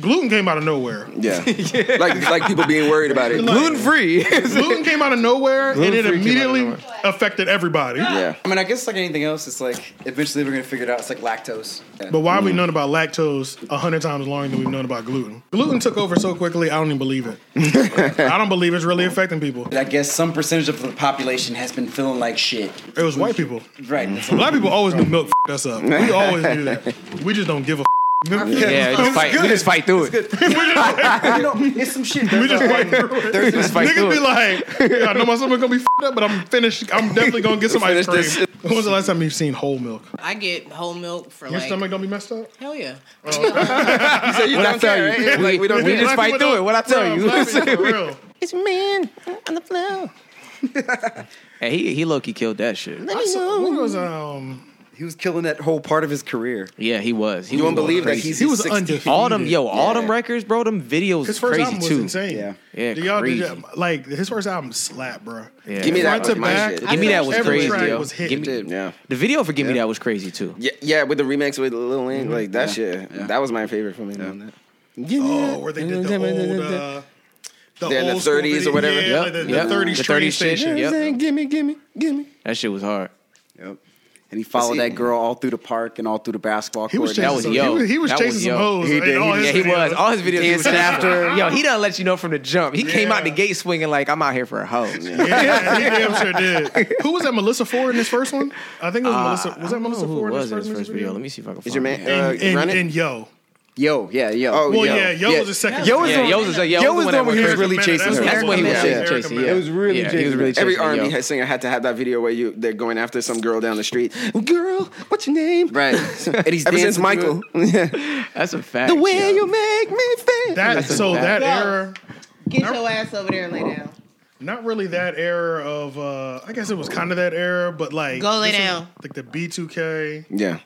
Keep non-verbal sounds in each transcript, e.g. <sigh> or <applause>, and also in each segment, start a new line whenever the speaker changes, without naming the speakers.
gluten came out of nowhere. <laughs>
Yeah. Like like people being worried about it.
Gluten free.
gluten came out of nowhere, and it
Gluten-free came out of
immediately
nowhere.
affected everybody.
Yeah.
I mean, I guess like anything else, it's like eventually we're gonna figure it out. It's like lactose. Yeah.
But why
Mm.
have we known about lactose a hundred times longer than we've known about gluten? Gluten took over so quickly, I don't even believe
<laughs>
it. I don't believe it's really affecting people.
I guess some percentage of the population has been feeling like shit.
It was white people.
<laughs> Right. That's
Black people always knew milk f- us up. We always knew that. We just don't give a. F-
Yeah, just fight. We just fight through it.
you know, it's some shit.
<laughs> We just fight through it.
We just fight
Niggas
through
be
it.
like, yeah, I know my stomach gonna be f***ed up, but I'm finished. I'm definitely gonna
<laughs>
get some ice
Finish
cream.
this
When was the last time you've seen whole milk?
I get whole milk for
Your
like
stomach don't be messed up.
hell yeah.
So you don't
tell
care,
you.
right? Like, we don't
We
care.
just fight through it. What I tell
<laughs>
you.
Black
<laughs>
people, for real.
It's man on the floor. hey, he he low key killed that shit.
I saw, when was um
He was killing that whole part of his career.
Yeah, he was. He
You
was
won't believe that
crazy.
he's
he was
60.
undefeated.
all them yo, all
Yeah.
them records, bro. Them videos
His
is
first
crazy
album was
too.
insane.
Yeah.
Yeah,
Do y'all, did
crazy.
y'all, like his first album slap, bro.
Yeah.
Give me
Front
that
to
was my
back.
shit.
Give me that was
Every
crazy.
track
yo.
was hit.
Give me,
Yeah.
the video for Give Me That was crazy too.
Yeah, yeah, with the remix with Lil
Mm-hmm.
Wayne, like that shit. That was my favorite from him. on that.
Oh, where they did the old, uh, the
Yeah, the
old school
30s or
video.
whatever.
Yeah,
Yep,
like the,
yep.
the 30s
The
train
30s shit.
station.
Yep.
Gimme, gimme, gimme.
That shit was hard.
Yep. And he followed
See-
that girl all through the park and all through the basketball
He
court.
was
That
chasing
was
some,
yo.
He was, he was
That
chasing
was
some
yo.
hoes.
He
in
did,
all
he
his
Yeah, he
videos.
was. All his videos he was
Dancing
after. Yo, he done let you know from the jump. He came out the
Yeah.
gate swinging like I'm out here for a hoe.
<laughs> yeah, he damn sure
<laughs>
did. Who was that? Melissa Ford in his first one? I think it was Melissa. Was
Uh, I
that
don't
Melissa
know who
Ford
it was
in his first,
first
music
video?
video?
Let me see if I can.
Is your
find it.
man uh,
And, and,
running?
and yo,
yo, yeah, yo.
Oh,
well,
Yo.
yeah, yo
Yeah.
was his second.
Yo was
Yeah,
the-
yo was the- yo
Yo
was the one that was
who
Erica
was really
Mena,
chasing
that's
her.
what
That's when he was
Yeah.
yeah.
Erica
chasing.
Mena.
Yeah.
It
was really
yeah, he was
chasing.
really chasing.
Every
yo.
R and B singer had to have that video where you they're going after some girl down
<laughs>
the street. Girl, what's your name?
Right. and he's
Ever since
dancing
Michael,
through it.
That's a fact.
the way you make me feel.
That
That's a
so that
fact.
era,
Get your ass over there and lay down.
not really that era of. uh I guess it was kind of that era, but like
Go lay
this was
down.
Like the B2K,
yeah,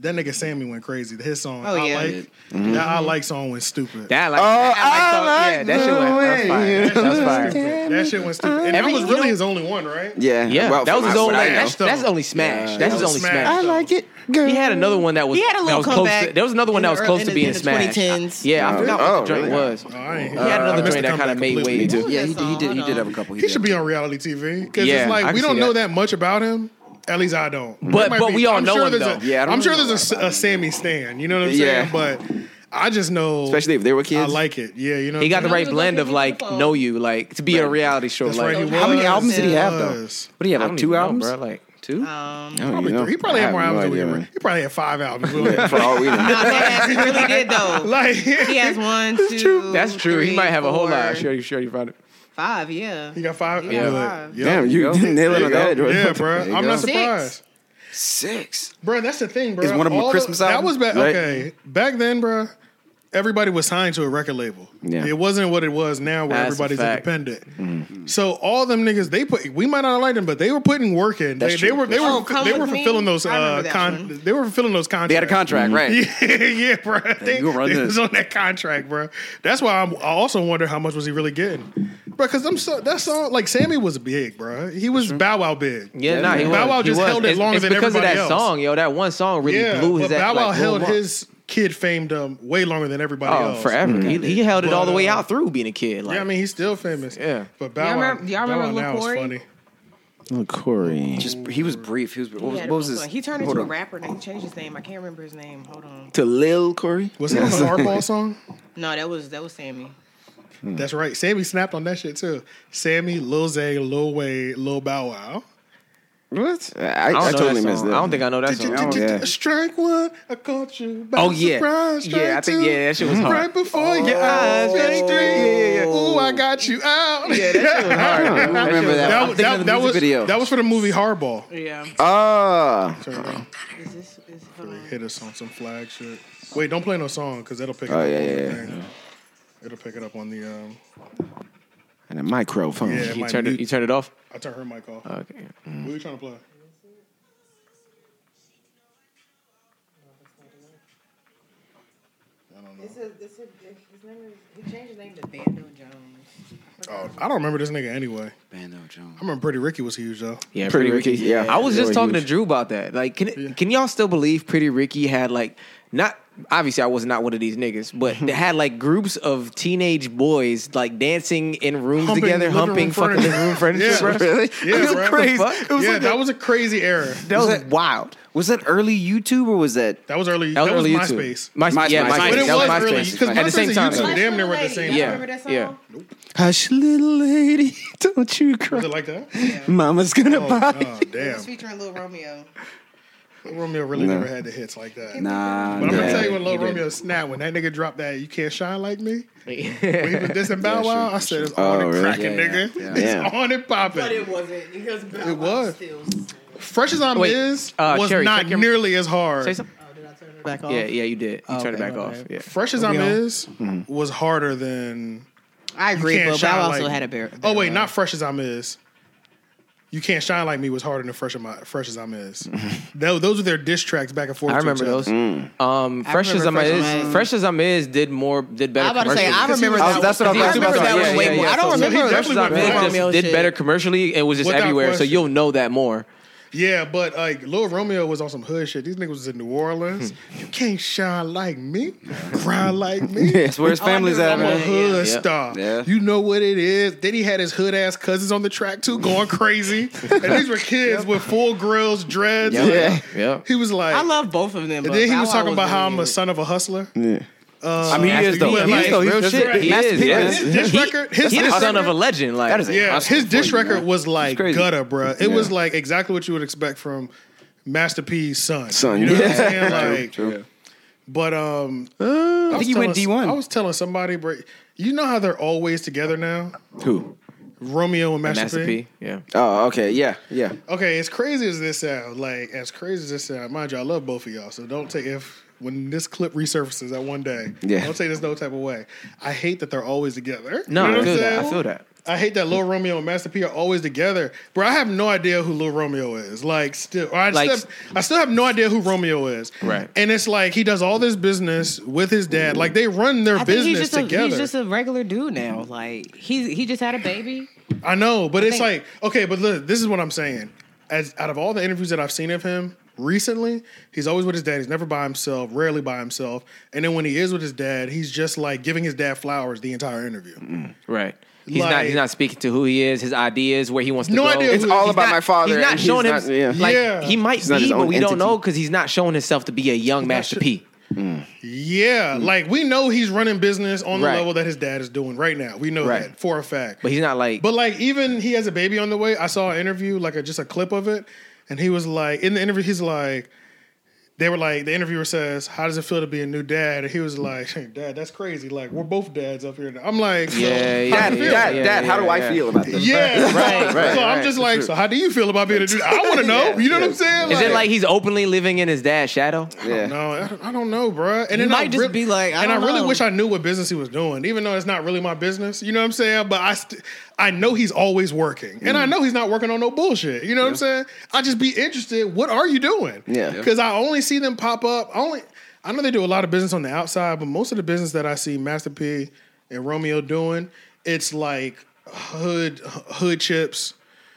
that nigga Sammy went crazy. His song,
Oh,
I
yeah.
like that. I like song went stupid.
Mm-hmm. That like,
Oh,
that, like, the, yeah, that shit went. That's fire. That's fire.
That shit went stupid. And that
Every-
was
you
really
know-
his only one, right?
yeah,
Yeah,
Well,
that was
from
his
what
only.
I know.
That's, that's his only smash.
Yeah,
that's his
that was
only
smash.
smash.
I
like it, girl.
He had another one that was.
He had a little
that was close
comeback
to, There was another one
in
that was
the-
close
in
to
the-
being
in the
smashed.
2010s.
Yeah, I
Oh,
forgot what
oh,
the drink
really?
was.
Oh, I ain't
He had
I
another
missed
joint
the
that kind
comeback
of made
completely.
way.
too.
Yeah,
that
he, did- he
song?
did. He
Hold
did
on.
have a couple. He
He
did
should
have
be
a
on reality TV because
Yeah,
it's
I
like we
can
don't
see
know
that.
that much about him. At least I don't. There
But-
might
but we all know him,
there's a-
though.
Yeah, I don't
I'm sure
really
there's
know
a, a Sammy Stan. You know what I'm saying?
Yeah.
But I just know,
Especially if they were
I
kids.
like it. Yeah, you know.
He got the
Remember
right
those
blend of
people
like
before?
know you, like to be a reality show.
That's right.
like
He
I
was.
How many albums did he have though?
Was.
What do you have?
don't
Like
even
two
know,
albums?
bro. Like two.
Um,
I don't even know.
He probably
I
had more
have no
albums than we
idea,
can.
<laughs> man.
re- He probably had five albums. really.
<laughs> For all
<laughs>
we know.
nah, that ass really did though.
like <laughs>
He has one, two,
True. That's true. He
three,
might have a whole lot.
four,
Sure, you sure you found it.
Five, yeah.
he got five.
He
Yeah,
got
like,
five.
yeah.
Damn, <laughs> you didn't nail it on the head. bro. <laughs>
Yeah, bro.
There you
I'm
go.
not
Six.
surprised.
six.
Bro, that's the thing, bro.
Is one of them a
All the-
Christmas
That
album?
was back.
Right.
Okay, back then, bro. Everybody was signed to a record label.
Yeah.
It wasn't what it was now, where
That's a
everybody's
fact.
independent.
Mm-hmm.
So all them niggas, they put. We might not like them, but they were putting work in. They,
That's
they
true.
were. They
Oh,
were.
Come
They
With
were
Me?
fulfilling those.
I remember
Uh,
that
con-
one.
they were fulfilling those contracts.
They had a contract, right?
Yeah, <laughs> yeah, bro. They, <laughs>
you run
they
this.
was on that contract, bro. That's why I'm, I also wonder how much was he really getting, bro? Because I'm so that song like Sammy was big, bro. He was Bow Wow big.
Yeah, nah, he
Bow
was.
Wow
he
just
was.
held it
It's-
longer
it's
than
because of
everybody
that
else.
song, yo. That one song really
Yeah,
blew his.
but Bow
act, like,
Wow
blew
held
him up.
his kid famedom way longer than everybody
Oh,
else.
forever. He, he held it all the way
But, uh,
out through being a kid. Like,
Yeah, I mean he's still famous.
Yeah.
but Bow
Y'all
Wow,
remember- y'all
Bow
remember
Wow now
Lil
is
Corey?
funny. Oh,
Corey.
Just he was brief. He was. What was,
Yeah,
what was his?
He turned into
hold
a
on.
rapper and he changed his name. I can't remember his name. Hold on.
To Lil Corey.
Was that on the hardball song?
No, that was that was Sammy.
That's right. Sammy snapped on that shit too. Sammy, Lil Zay, Lil Wayne, Lil Bow Wow.
What? I, I,
I don't know
totally
that
missed
song.
that.
I don't think I know that
Did you-
song.
did you-
yeah.
did- Strike one, I caught you. By
Oh, yeah.
surprise.
Yeah, I
Strike
think-
two,
yeah, that shit was hard.
Right before your eyes, strike three. Ooh, I got you out. Yeah, that shit was hard.
I don't remember that.
that,
I'm thinking of the
was
music video.
that was for the movie Hardball.
Yeah.
Ah.
Turn it on.
Is this is hold on.
Hit us on some flag shit. Wait, don't play no song because it'll pick it
Oh,
up.
yeah,
on
yeah,
the
yeah.
thing. It'll pick it up on the. Um,
and a microphone.
yeah,
You
my
turned it.
mute-
You turned it off.
I turned her mic off.
Okay.
what are you trying to play?
It's a, it's a, his name is, he changed his name to Bando Jones.
Oh, I don't remember this nigga anyway.
Bando Jones.
I remember Pretty Ricky was huge though.
Yeah,
Pretty
Pretty,
Ricky,
Ricky.
yeah.
I was
They
just
were
talking
huge.
to Drew about that. Like, can it, can y'all still believe Pretty Ricky had like not obviously I was not one of these niggas, but they had like groups of teenage boys like dancing in rooms
Humping
together,
living room
humping fucking
furniture.
living room furniture.
Yeah.
bro.
Really? Yeah,
it was
bro.
crazy.
What
It was
yeah,
like
that
a-
was a crazy era.
that was,
that-
wild.
Was that early YouTube or was that?
That was early.
That was early YouTube.
MySpace.
My,
MySpace.
yeah,
But
MySpace.
But it
that
was,
was
early
MySpace.
because
At the same time,
YouTube
though.
damn near were at the same
Yeah.
time.
Remember that song?
yeah. Hush, little lady, don't you cry.
Was it like that?
Mama's gonna
Oh,
buy.
oh
It
damn.
was featuring Lil Romeo.
Romeo really never had the hits like that.
Ah,
Nah,
But I'm
nah.
gonna tell you when Lil Romeo snapped when that nigga dropped that you can't shine like me. When he was dissing Bow
Yeah,
Wow,
sure,
I said it's
sure.
on
Oh,
and
really?
cracking,
Yeah,
nigga.
yeah,
yeah.
<laughs> It's on and
But
popping.
it wasn't. Because
It was.
Still.
Fresh as I'm
Wait,
is
uh,
was
Sherry,
not
take your-
nearly as hard.
Say something.
Oh, did I turn it back off?
Yeah, yeah, you did. You turned it
okay,
back
okay.
off. Yeah.
Fresh as I'm is was harder than
I agree,
Can't
but
Shine
I also
Like
had
Me.
a bear.
Oh wait, not fresh as I'm is. You can't shine like me was harder than fresh as my fresh as I'm is. Tho- those are their diss tracks back and forth.
I
to
remember
each other.
those. Um, Fresh as
remember
I'm
Fresh
is,
As I'm Is.
fresh as I'm is did more did better.
I was about to say I
commercially.
remember
I was-
that.
that's
one.
what I was
I
about
remember
to
that
say.
one
Yeah,
way
yeah,
more.
yeah.
I don't
So- so
remember
he
Fresh
definitely went
Prince
back.
of
Man,
Romeo
just did
shit.
better commercially and was just
Without
everywhere. So
question.
you'll know that more.
Yeah, but like Lil Romeo was on some hood shit. These niggas was in New Orleans.
Hmm.
you can't shine like me, cry
<laughs>
like me.
That's where his family's at,
I'm a
man.
hood star.
Yeah.
You know what it is. Then he had his hood ass cousins on the track too, going crazy. and these were kids with full grills, dreads.
Yeah.
Yeah.
He was like,
I love both of them.
And
but
then he
Bow
was
Wow
talking about how I'm a
really
son of a hustler. Um,
Yeah.
I
mean, he is though.
went
He is
like-
though. He's
Real
just-
shit. He
Master
is.
P
Yeah.
is-
His diss
He-
record, his
He the
diss
son of
record-
a legend. Like
That is a
Yeah,
hustler
his
for
diss
you,
record
man.
was like
crazy.
gutter, bruh. It
Yeah.
was like exactly what you would expect from Master P's son.
Son,
you know what I'm
yeah.
saying?
True,
Like,
true.
But um, I
think he went D1.
I was telling somebody, bro, you know how they're always together now,
Who?
Romeo and Master,
Master
P.
P. Yeah.
Oh, okay. Yeah, yeah.
Okay, as crazy as this sounds, like as crazy as this sounds, mind you, I love both of y'all. So don't take if when this clip resurfaces that one day,
Yeah.
don't take this no type of way. I hate that they're always together.
No,
You know what
I
I'm
feel that.
saying?
I feel that.
I hate that Lil Romeo and Master P are always together. Bro, I have no idea who Lil Romeo is. Like, still, or I,
Like-
still have, I still have no idea who Romeo is.
Right.
And it's like he does all this business with his dad. Like, they run their
I think he's
business
just a,
together. Mm-hmm.
he's just a regular dude now. Like he he just had a baby.
I know, but it's
think-
like, okay, but look, this is what I'm saying. As Out of all the interviews that I've seen of him recently, he's always with his dad. He's never by himself, rarely by himself. And then when he is with his dad, he's just like giving his dad flowers the entire interview.
Right. He's
Like-
not. He's not speaking to who he is, his ideas, where he wants to
No
go.
idea
It's
He's
all
not-
about my father.
He's not
and
showing him.
yeah.
Like
Yeah.
he might
not
be,
his
but
own
we don't
entity.
know because he's not showing himself to be a young Master
sure.
P.
Yeah, like we know he's running business on the
Mm. Right.
level that his dad is doing right now. We know
Right.
that for a fact.
But he's not like.
But like, even he has a baby on the way. I saw an interview, like a, just a clip of it, and he was like, in the interview, he's like, they were like, the interviewer says, "How does it feel to be a new dad?" And he was like, <laughs> "Dad, that's crazy. Like, we're both dads up here." Now. I'm like, so
yeah,
<laughs>
yeah,
how
Dad,
do you feel?
dad,
yeah,
dad, how do
yeah,
I
yeah.
feel about this?
Yeah, right,
right,
<laughs> So I'm
right.
just like, so how do you feel about being a dude? I
<laughs>
want to know. you know what I'm saying?
is it like he's openly living in his dad's shadow?
Yeah.
No, I don't, I don't know, bruh. And then
might
I
just be like, I
and
don't
I really
know.
wish I knew what business he was doing, even though it's not really my business. You know what I'm saying? But I, st- I know he's always working, and
Mm.
I know he's not working on no bullshit. You know what I'm saying? I just be interested. What are you doing?
Yeah.
because I only see them pop up. I Only I know they do a lot of business on the outside, but most of the business that I see Master P and Romeo doing, it's like hood hood chips.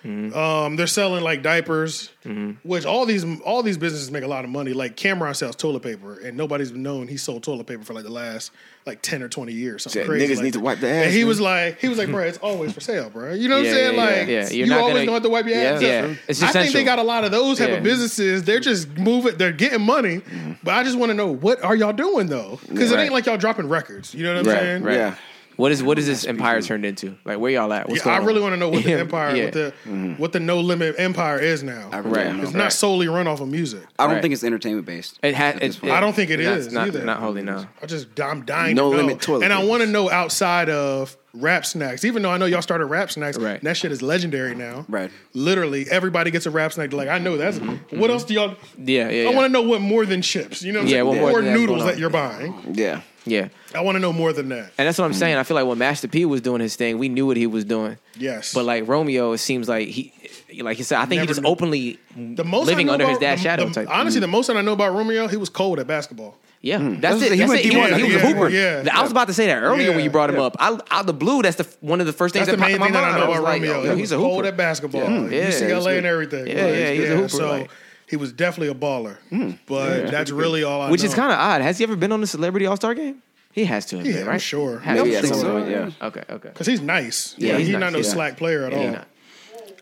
Um, they're selling like diapers,
Mm-hmm.
which all these all these businesses make a lot of money. Like Cameron sells toilet paper, and nobody's known he sold toilet paper for like the last like ten or twenty years. Something
Yeah,
crazy.
niggas
like
need to
that.
wipe their
And
ass,
he
man.
was like, he was like, bro, it's always for sale, bro. You know what
Yeah,
I'm saying?
yeah,
like,
yeah. You're
you
not
always
gonna-
gonna have to wipe your ass.
Yeah,
up.
yeah. It's
I think
essential.
they got a lot of those type
Yeah. Mm-hmm.
of businesses. They're just moving. They're getting money, but I just want to know what are y'all doing though? Because it
Right.
ain't like y'all dropping records. You know what I'm
Right,
saying?
Right.
Yeah.
What is what is this empire turned into? Like where y'all at? What's
yeah, I
going
really
on?
want to know what the empire,
<laughs> Yeah. mm-hmm.
what the what the no limit empire is now.
I
It's
really
Right.
don't know.
It's
not
Right.
solely run off of music.
I don't
Right.
think it's entertainment based.
It ha-
At this
it-
point.
I don't think it
not,
is
not,
either.
Not holy no.
I just I'm dying.
No
to know.
limit toilet
and I
papers.
want to know outside of rap snacks. Even though I know y'all started rap snacks,
Right.
and that shit is legendary now.
Right.
Literally, everybody gets a rap snack. Like I know that's. What else do y'all?
Yeah, Mm-hmm. yeah.
I
yeah.
want to know what more than chips. You know, what I'm
Yeah,
saying?
what more
or
than that's
noodles
going on.
that you're buying.
Yeah.
Yeah.
I want to know more than that.
And that's what I'm saying. I feel like when Master P was doing his thing, we knew what he was doing.
Yes.
But like Romeo, it seems like he, like he said, I think he
Never
just
knew.
openly
the most
living
I know
under his
about-
dad's
the-
shadow
the-
type. Mm.
Honestly, the most that I know about Romeo, he was cold at basketball.
yeah, that's,
That's
it.
the- he
that's
went
it. Mm. He was,
D1.
he was
Yeah,
a hooper.
yeah,
I was about to say that earlier when you brought him up. I, out the blue, that's the f- one of the first things
That's the
that popped
main
in my
thing that
mind.
I know
was
about
like,
Romeo.
yo,
He was
he's a
cold
hooper.
at basketball,
Yeah, he's
UCLA
good.
and everything.
Yeah,
Like,
yeah, he's a hooper,
So
like- Hmm.
He was definitely a baller, but that's really all I
Which
know.
is kind of odd. Has he ever been on the Celebrity All Star Game? He has to have
Yeah,
been,
I'm
right?
sure.
Has
Maybe
to
at
have
some
been.
point, yeah.
Okay, okay.
because he's nice.
Yeah,
Yeah, he's,
he's
not
nice,
no
yeah.
slack player at
Yeah,
all.
he not.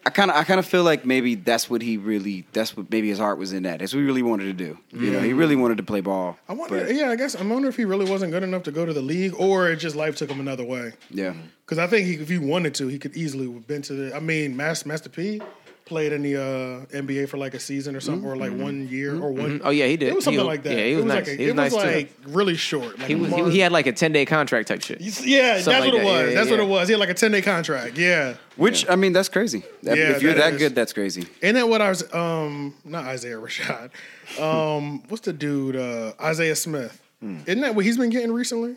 I kind of, I kind of feel like maybe that's what he really, that's what maybe his heart was in that. That's what he really wanted to do. You know, he really wanted to play ball.
I wonder.
but-
yeah, I guess I wonder if he really wasn't good enough to go to the league, or it just life took him another way.
yeah.
Because I think he, if he wanted to, he could easily have been to the. I mean, Master, Master P played in the uh, NBA for like a season or something, or like one year or one.
Oh, yeah, Mm-hmm. he did.
It was something
He-
like that.
yeah, he
it
was
was like
nice.
a,
He was
it
nice,
was
too.
like really short. Like
He
a
was.
month.
He, he had like a ten day contract type shit.
yeah, that's
something like
what it
that. Yeah,
was.
yeah,
that's what
yeah.
it was. He had like a ten day contract. Yeah.
Which I mean, that's crazy. That-
Yeah,
if you're
that
that,
is.
good, that's crazy.
Ain't that what I was? Um, not Isaiah Rashad. Um, what's the dude? Uh, Isaiah Smith.
Hmm.
Isn't that what he's been getting recently?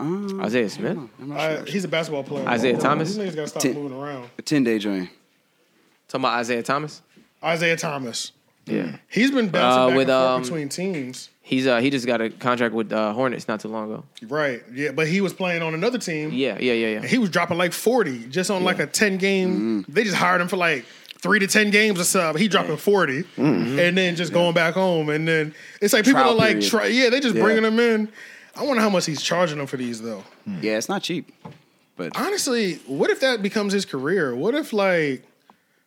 Isaiah Smith.
I, he's a basketball player.
Isaiah Thomas?
These niggas gotta stop
Ti-
moving around.
A ten day joint.
Talking about Isaiah Thomas.
Isaiah Thomas.
Yeah,
He's been bouncing
Uh,
back
with,
and forth
um,
between teams.
he's uh he just got a contract with uh, Hornets not too long ago.
Right. Yeah, but he was playing on another team.
Yeah, yeah, yeah, yeah.
And he was dropping like 40 just on like a 10 game.
Mm-hmm.
They just hired him for like three to 10 games or something. He dropping 40 and then just going back home. And then it's like people
Mm-hmm. Trial
are like,
period.
try, yeah, they just
Yeah.
bringing him in. I wonder how much he's charging them for these though.
Yeah, it's not cheap. But
Honestly, what if that becomes his career? What if like,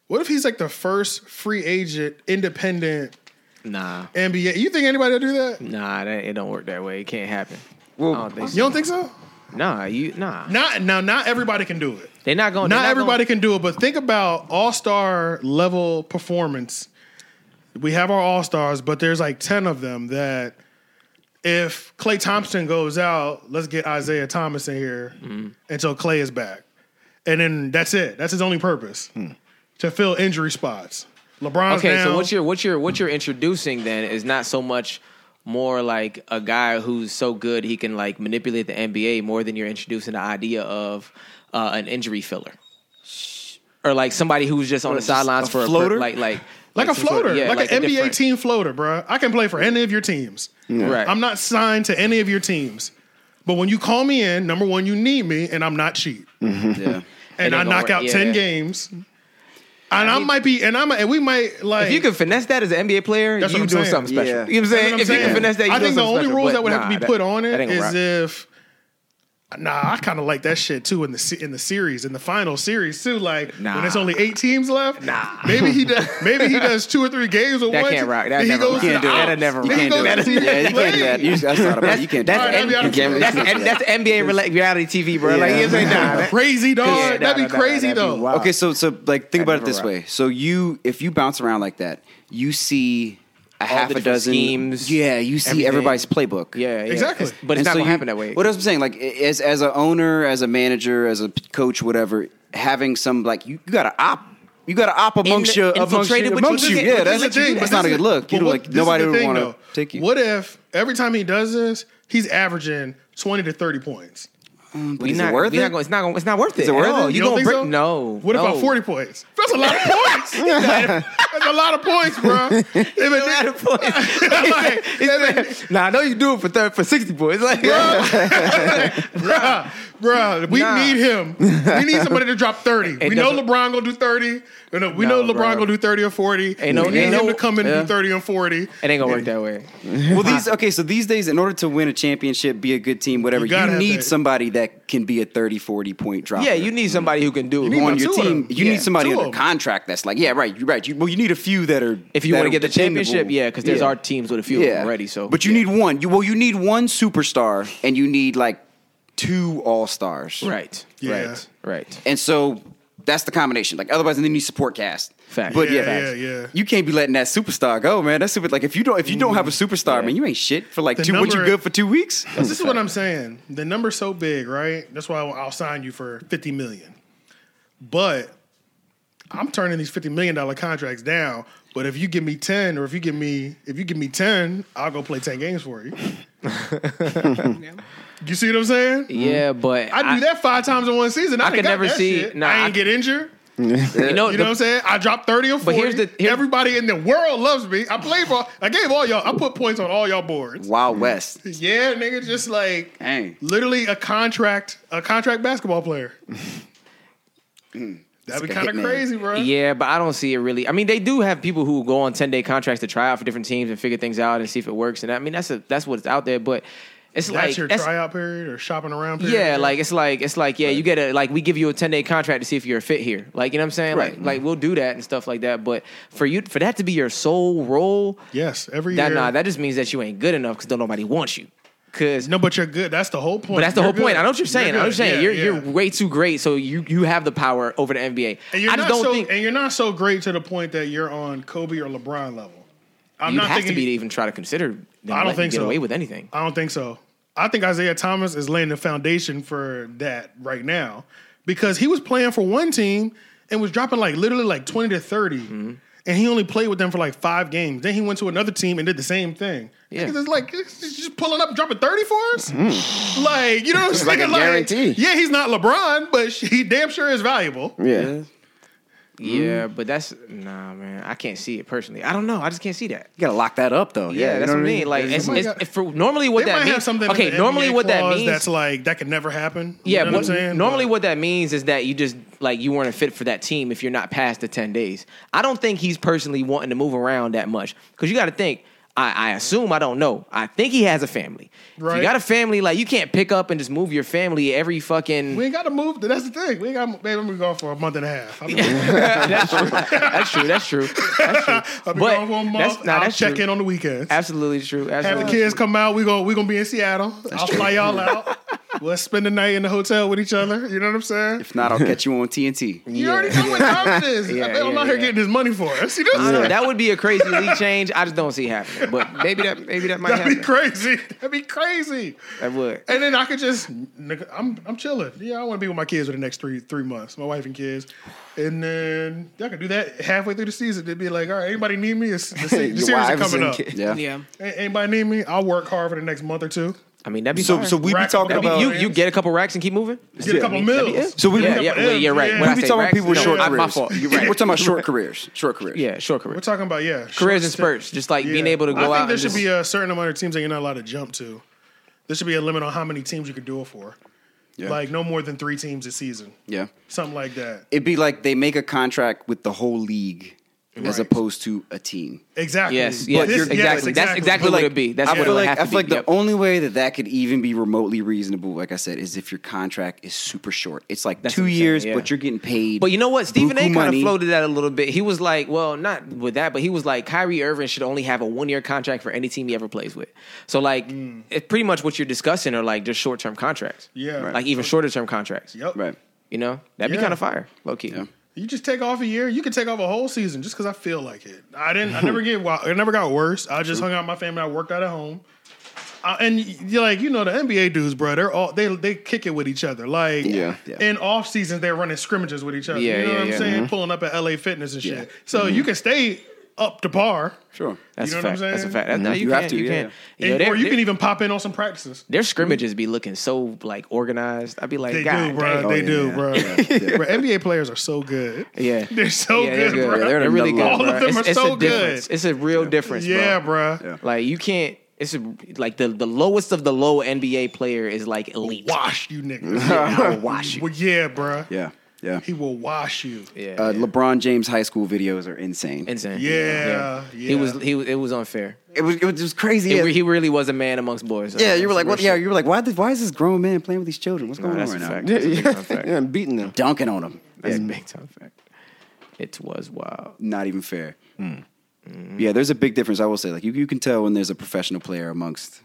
what if he's like the first free agent, independent
<laughs> Nah,
NBA? You think anybody will do that?
nah, that, it don't work that way. It can't happen. I
well,
don't think
You
so.
don't think so?
Nah, you nah.
Not now. Not everybody can do it.
They're not going.
Not, everybody can do it. But think about all star level performance. We have our all stars, but there's like ten of them that. If Clay Thompson goes out, let's get Isaiah Thomas in here
Mm-hmm.
until Clay is back, and then that's it. That's his only purpose to fill injury spots. LeBron's
Hmm. Okay,
down.
so what you're what you're what you're introducing then is not so much more like a guy who's so good he can like manipulate the NBA more than you're introducing the idea of uh, an injury filler. Or like somebody who's just on the sidelines
a
for a per,
floater?
like like
like, a
some sort of-
floater,
yeah,
like,
a
an NBA
different-
team floater, bro. I can play for any of your teams.
Right.
I'm not signed to any of your teams. But when you call me in, number one, you need me, and I'm not
<laughs>
cheap.
yeah.
And
It
I
ain't
knock
gonna
out
work.
ten
Yeah.
games. And I, might be, and I'm, and we might like.
If you can finesse that as an NBA player,
That's what
you
I'm
doing
saying.
something special.
Yeah.
You know what I'm
that's what
saying?
I'm
if you
saying.
can finesse that, you
I
doing
think the
something
only
special,
rules
but
that would have
nah,
to be put on
that
it
ain't
is
gonna rock.
if. Nah, I kind of like that shit too in the se- in the series in the final series too. Like
Nah.
when there's only eight teams left. Nah, maybe
<laughs>
he does. Maybe he does two or three games or
That
one.
can't rock. That
then he
never
goes
rock.
to the
Can't do it.
out-
That'll never
then
rock.
he
Can't do
goes
it.
to the
Yeah, you can't do that. You, that's not about it. You can't. do
That's
that.
N-
N-
you can't-
that's, N- that's NBA rela- reality TV, bro. Like you know what I'm saying? Nah, that-
crazy dog.
Yeah, nah,
that'd
nah,
be
nah,
crazy
that'd be
though.
wild.
Okay, so so like think about it
never
this
rock.
way. So you if you bounce around like that, you see a half
the
a
different
dozen
schemes,
Yeah, you see
everything.
everybody's playbook.
yeah, yeah,
Exactly.
It's- but it's
And
not
so
gonna
you-
happen that way.
What else I'm saying, like as as an owner, as a manager, as a p- coach, whatever, having some like you, you got to op, you got to op amongst your amongst,
infiltrated
you,
with
amongst
your
you.
good-
Yeah,
with
that's,
your
This is the thing,
that's
but
not a
this is-
good look. You
but
know,
what-
like
this is the
nobody would
thing,
want to
though.
take you.
What if every time he does this, he's averaging twenty to thirty points?
But
We
is
not,
it worth
we
it?
Not gonna, it's not gonna, it's not worth it.
it worth
at all.
it?
You,
You
don't
gonna
think
break?
so?
No.
What
no.
about forty points? That's a lot of points. That's a lot of points, bro. If a
Out
nigga- <laughs>
<laughs>
of points.
like, if
nah, I know you do it for thir- for
<laughs>
sixty points. Like,
a- bruh, <laughs> bruh, we
Nah.
need him. We need somebody to drop thirty.
It
we know
doesn't-
LeBron gonna do thirty. We know, we
No,
know LeBron
bruh.
gonna do thirty or forty.
Ain't no-
we need
ain't
him
no-
to come in
yeah.
and do thirty and forty.
it ain't gonna work that way.
well,
<laughs>
these okay. So these days, in order to win a championship, be a good team, whatever,
You
you,
gotta have
need
that.
somebody that can be a 30, 40 point drop.
Yeah, you need somebody who can do it.
need
on
about
your
two of them.
team. You
Yeah,
need somebody
two
under
of them.
contract that's like, yeah, right, you're right. You, well, you need a few that are
if you want to
that'll
get the
attainable.
championship, yeah, because there's
Yeah.
our teams with a few of them already. So,
but you
yeah.
need one. You well, you need one superstar, and you need like two all stars,
right,
Yeah.
right, right.
And so that's the combination. Like otherwise, and then you need support cast.
Fact.
But yeah,
Yeah, yeah, yeah.
you can't be letting that superstar go, man. That's super. Like if you don't, if you don't have a superstar, man, you ain't shit for like
The
two. What you
number-
good for two weeks?
But this is what I'm saying. The number's so big, right? That's why I'll I'll sign you for 50 million. But I'm turning these 50 million dollar contracts down. But if you give me 10 or if you give me if you give me 10, I'll go play 10 games for you.
<laughs>
you see what I'm saying?
Yeah, but
I do that five times in one season. I,
I
could never see.
nah,
I ain't
I-
get injured.
You know,
You
the-
know what I'm saying? I dropped 30 or 40.
But here's the- here-
Everybody in the world loves me. I played for I gave all y'all. I put points on all y'all boards.
Wild West.
Yeah, nigga, just like
<laughs> Dang. <laughs>
literally a contract, a contract basketball player. That'd be
It's like a
kind of
hitman.
crazy, bro.
Yeah, but I don't see it really. I mean, they do have people who go on ten day contracts to try out for different teams and figure things out and see if it works. And I mean, that's a, that's what's out there. But it's
That's
like
your
that's-
tryout period or shopping around period.
yeah, like it's like it's like yeah, you get a like we give you a ten day contract to see if you're a fit here. Like you know what I'm saying?
Right.
Like like we'll do that and stuff like that. But for you for that to be your sole role,
yes, every
that
year.
nah, that just means that you ain't good enough because don't nobody wants you. Cause
no, but you're good. That's the whole point.
But that's the
You're
whole point.
good.
I know what you're saying. I know what you're
good.
saying.
Yeah,
you're
yeah.
you're way too great, so you you have the power over the NBA.
And you're
I
not
just don't
so,
think
and you're not so great to the point that you're on Kobe or LeBron level. I'm
you'd
not
have
thinking.
to be to even try to consider. Them
I don't
letting you
think
get
so.
away with anything.
I don't think so. I think Isaiah Thomas is laying the foundation for that right now because he was playing for one team and was dropping like literally like 20 to 30.
Mm-hmm.
And he only played with them for like five games. Then he went to another team and did the same thing.
Yeah.
Niggas is like it's just pulling up, and dropping thirty for us.
Mm-hmm.
Like you know, what I'm
It's
saying?
like a guarantee.
Yeah, he's not LeBron, but he damn sure is valuable.
Yeah.
Hmm?
Yeah, but that's nah, man. I can't see it personally. I don't know. I just can't see that.
You gotta lock that up though.
Yeah,
you
that's
know
what I
I
mean. Like, it's, it's,
got-
if for, normally what
they
that
might
means.
have something. in
okay,
the
normally
NBA
what that
clause
means.
that's like that could never happen. You
yeah,
know
but
what I'm saying?
normally
But-
what that means is that you just like you weren't a fit for that team if you're not past the ten days. I don't think he's personally wanting to move around that much because you got to think. I, I assume I don't know. I think he has a family. If you
Right.
got a family, like you can't pick up and just move your family every fucking.
we ain't got to move. That's the thing. We ain't got. Baby, I'm gonna go for a month and a half. I'll be
that's true. That's true.
<laughs>
That's true. That's true.
I'll be
But
gone for a month.
that's- nah,
I'll
that's
check
true.
in on the weekends.
Absolutely true.
Have
Absolutely
the
true.
kids come out. We gonna we gonna be in Seattle. I'll fly
<laughs>
y'all out. We'll spend the night in the hotel with each other. You know what I'm saying?
If not, I'll catch you on TNT.
You already know what time it is.
<laughs> Yeah,
I bet I'm
yeah,
out here
yeah.
getting this money for us. You know
I
what
don't
I'm <laughs>
know.
saying?
That would be a crazy league change. I just don't see it happening. But maybe that maybe that might
That'd be
happen.
crazy. That'd be crazy.
That would.
And then I could just, nigga, I'm I'm chilling. Yeah, I want to be with my kids for the next three three months, my wife and kids. And then y'all can do that halfway through the season. Theyd be like, all right, anybody need me?
<laughs>
It's, the, se- the
Your
series are
wives
coming
and
up.
kids.
<laughs> Yeah.
Yeah.
A- anybody need me? I'll work hard for the next month or two.
I mean, that'd be
So
fire.
so we be
Rack-
talking
that'd be
about.
you you get a couple racks and keep moving.
Get a couple mills.
So we
yeah,
we-
yeah,
but
yeah, you're right.
yeah.
When I
We
We
say
be talking
racks,
people with
no,
short
I-
careers.
My
<laughs>
fault. You're right.
We're talking about short careers. Short careers.
yeah, short career.
We're talking about yeah,
Careers and
short stint.
spurts. Just like
Yeah.
being able to go
I think
out.
there
and
should
just,
be a certain amount of teams that you're not allowed to jump to. There should be a limit on how many teams you could do it for. Like no more than three teams a season.
Yeah.
Something like that.
It'd be like they make a contract with the whole league as
Right.
opposed to a team.
Exactly.
Yes,
But
yes,
you're-
exactly.
yes,
That's exactly
But,
what
like,
it'd be. That's
I
what it
feel
would
like,
have
I
to
feel
be.
like the
Yep.
only way that that could even be remotely reasonable, like I said, is if your contract is super short. It's like
That's
two
what I'm saying,
years,
yeah.
but you're getting paid.
But you know what? Stephen A.
buku
kind of
money.
floated that a little bit. He was like, well, not with that, but he was like, Kyrie Irving should only have a one year contract for any team he ever plays with. So, like,
Mm.
it's pretty much what you're discussing are like just short term contracts.
Yeah. Right.
Like, even shorter term contracts.
Yep.
Right.
You know? That'd be
Yeah.
kind of fire, low key.
You just take off a year. You can take off a whole season just because I feel like it. I didn't. I never get. wi- It never got worse. I just hung out with my family. I worked out at home. I, and you're like, you know, the NBA dudes, bro. They're all they they kick it with each other. Like,
Yeah.
Yeah.
in off seasons, they're running scrimmages with each other.
Yeah,
you know
yeah,
what I'm
yeah.
saying? Pulling up at LA Fitness and
Yeah.
shit. So you can stay up to par.
Sure.
That's
You
a
know what I'm
fact. That's a
saying?
fact. That's, no, you,
You
can,
have to,
You
yeah,
can.
And-
You know,
or you
their-
can even pop in on some practices.
<laughs> Their scrimmages be looking so like organized. I'd be like,
They
God,
do, bro.
dang.
they
Oh, yeah,
do,
yeah.
bro. Bro, NBA players are so good.
Yeah.
<laughs> They're so
yeah,
good, bro.
They're the
really good.
one.
number
All of
bruh.
them
it's,
are
it's
so
a
good.
difference. It's a real difference.
yeah,
bro.
bro.
Like you can't. It's a, like the the lowest of the low NBA player is like elite.
Wash you <laughs> niggas.
I'll wash you.
Well, yeah, bruh.
Yeah. Yeah.
He will wash you. Yeah.
Yeah,
Uh,
yeah.
LeBron James high school videos are insane.
insane.
yeah.
he was. He was. It was unfair.
It was it was just crazy.
It
yeah.
<laughs>
re- he really was a man amongst boys.
yeah, you were
That's
like,
some
what?
real
Yeah,
shit.
you were like, why? Did, why is this grown man playing with these children? What's going
Nah,
on
that's a
right
fact.
now?
That's a big
Yeah,
time fact.
yeah, I'm beating them.
Dunking on them.
That's a big time fact. It was wild.
not even fair. Yeah, there's a big difference. I will say, like you, you can tell when there's a professional player amongst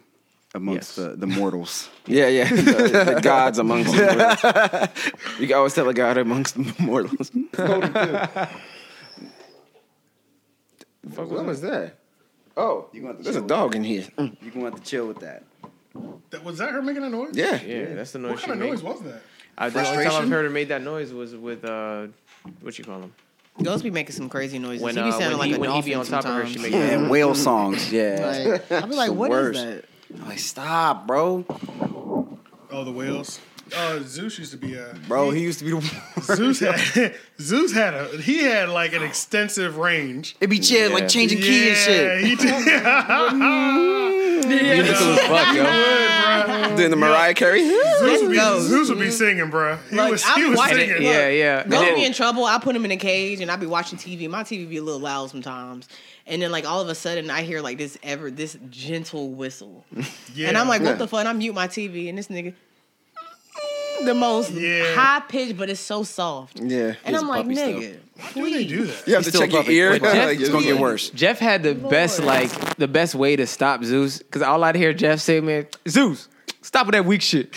amongst
Yes.
the, the <laughs> mortals.
Yeah, yeah. The, the gods amongst the
<laughs>
mortals. You can always tell a god amongst the mortals.
<laughs>
Fuck, what was that? Oh,
You gonna have to
there's a
chill.
dog in here.
You're gonna have to chill with that.
That- was that her making a noise?
Yeah.
Yeah, that's the noise.
What
she
kind of
made.
noise was that?
I, the only time I've
Frustration?
heard her made that noise was with uh, what you call him
Girls be making some crazy noises.
when
he be
uh, when,
sounding like
he,
a
when he be
dolphin
on top of her, she make
sometimes.
that.
Yeah, whale songs. Yeah,
Like, I'll be like,
the
what is
worst.
that?
like stop, bro,
Oh, the whales. Uh, Zeus used to be a
bro. He used to
<laughs>
be the.
Zeus had Zeus had a he had like an extensive range.
It'd be chill,
Yeah.
like changing key and shit.
he did.
You
Zeus
Nicholas Buck, yo.
would,
<laughs> Doing the Mariah Carey.
be,
go.
Zeus would be singing, bro. He
Look,
was,
I
he
be
was
watching-
singing.
Look,
Yeah, yeah. And
Go
then-
be in trouble. I put him in a cage, and I be watching TV. My TV be a little loud sometimes, and then like all of a sudden, I hear like this ever this gentle
<laughs>
whistle,
Yeah.
and I'm like, what
Yeah.
the fuck? And I mute my TV, and this nigga, the most
Yeah.
high pitched, but it's so soft,
Yeah.
and I'm like,
puppy still.
nigga,
why do they do that?
You have to
still
check your
puppy.
ear.
Wait, what? <laughs>
Like,
It's gonna get worse.
Jeff had the best like the best way to stop Zeus because all I'd hear Jeff say, "Man, Zeus, stop with that weak shit," <laughs>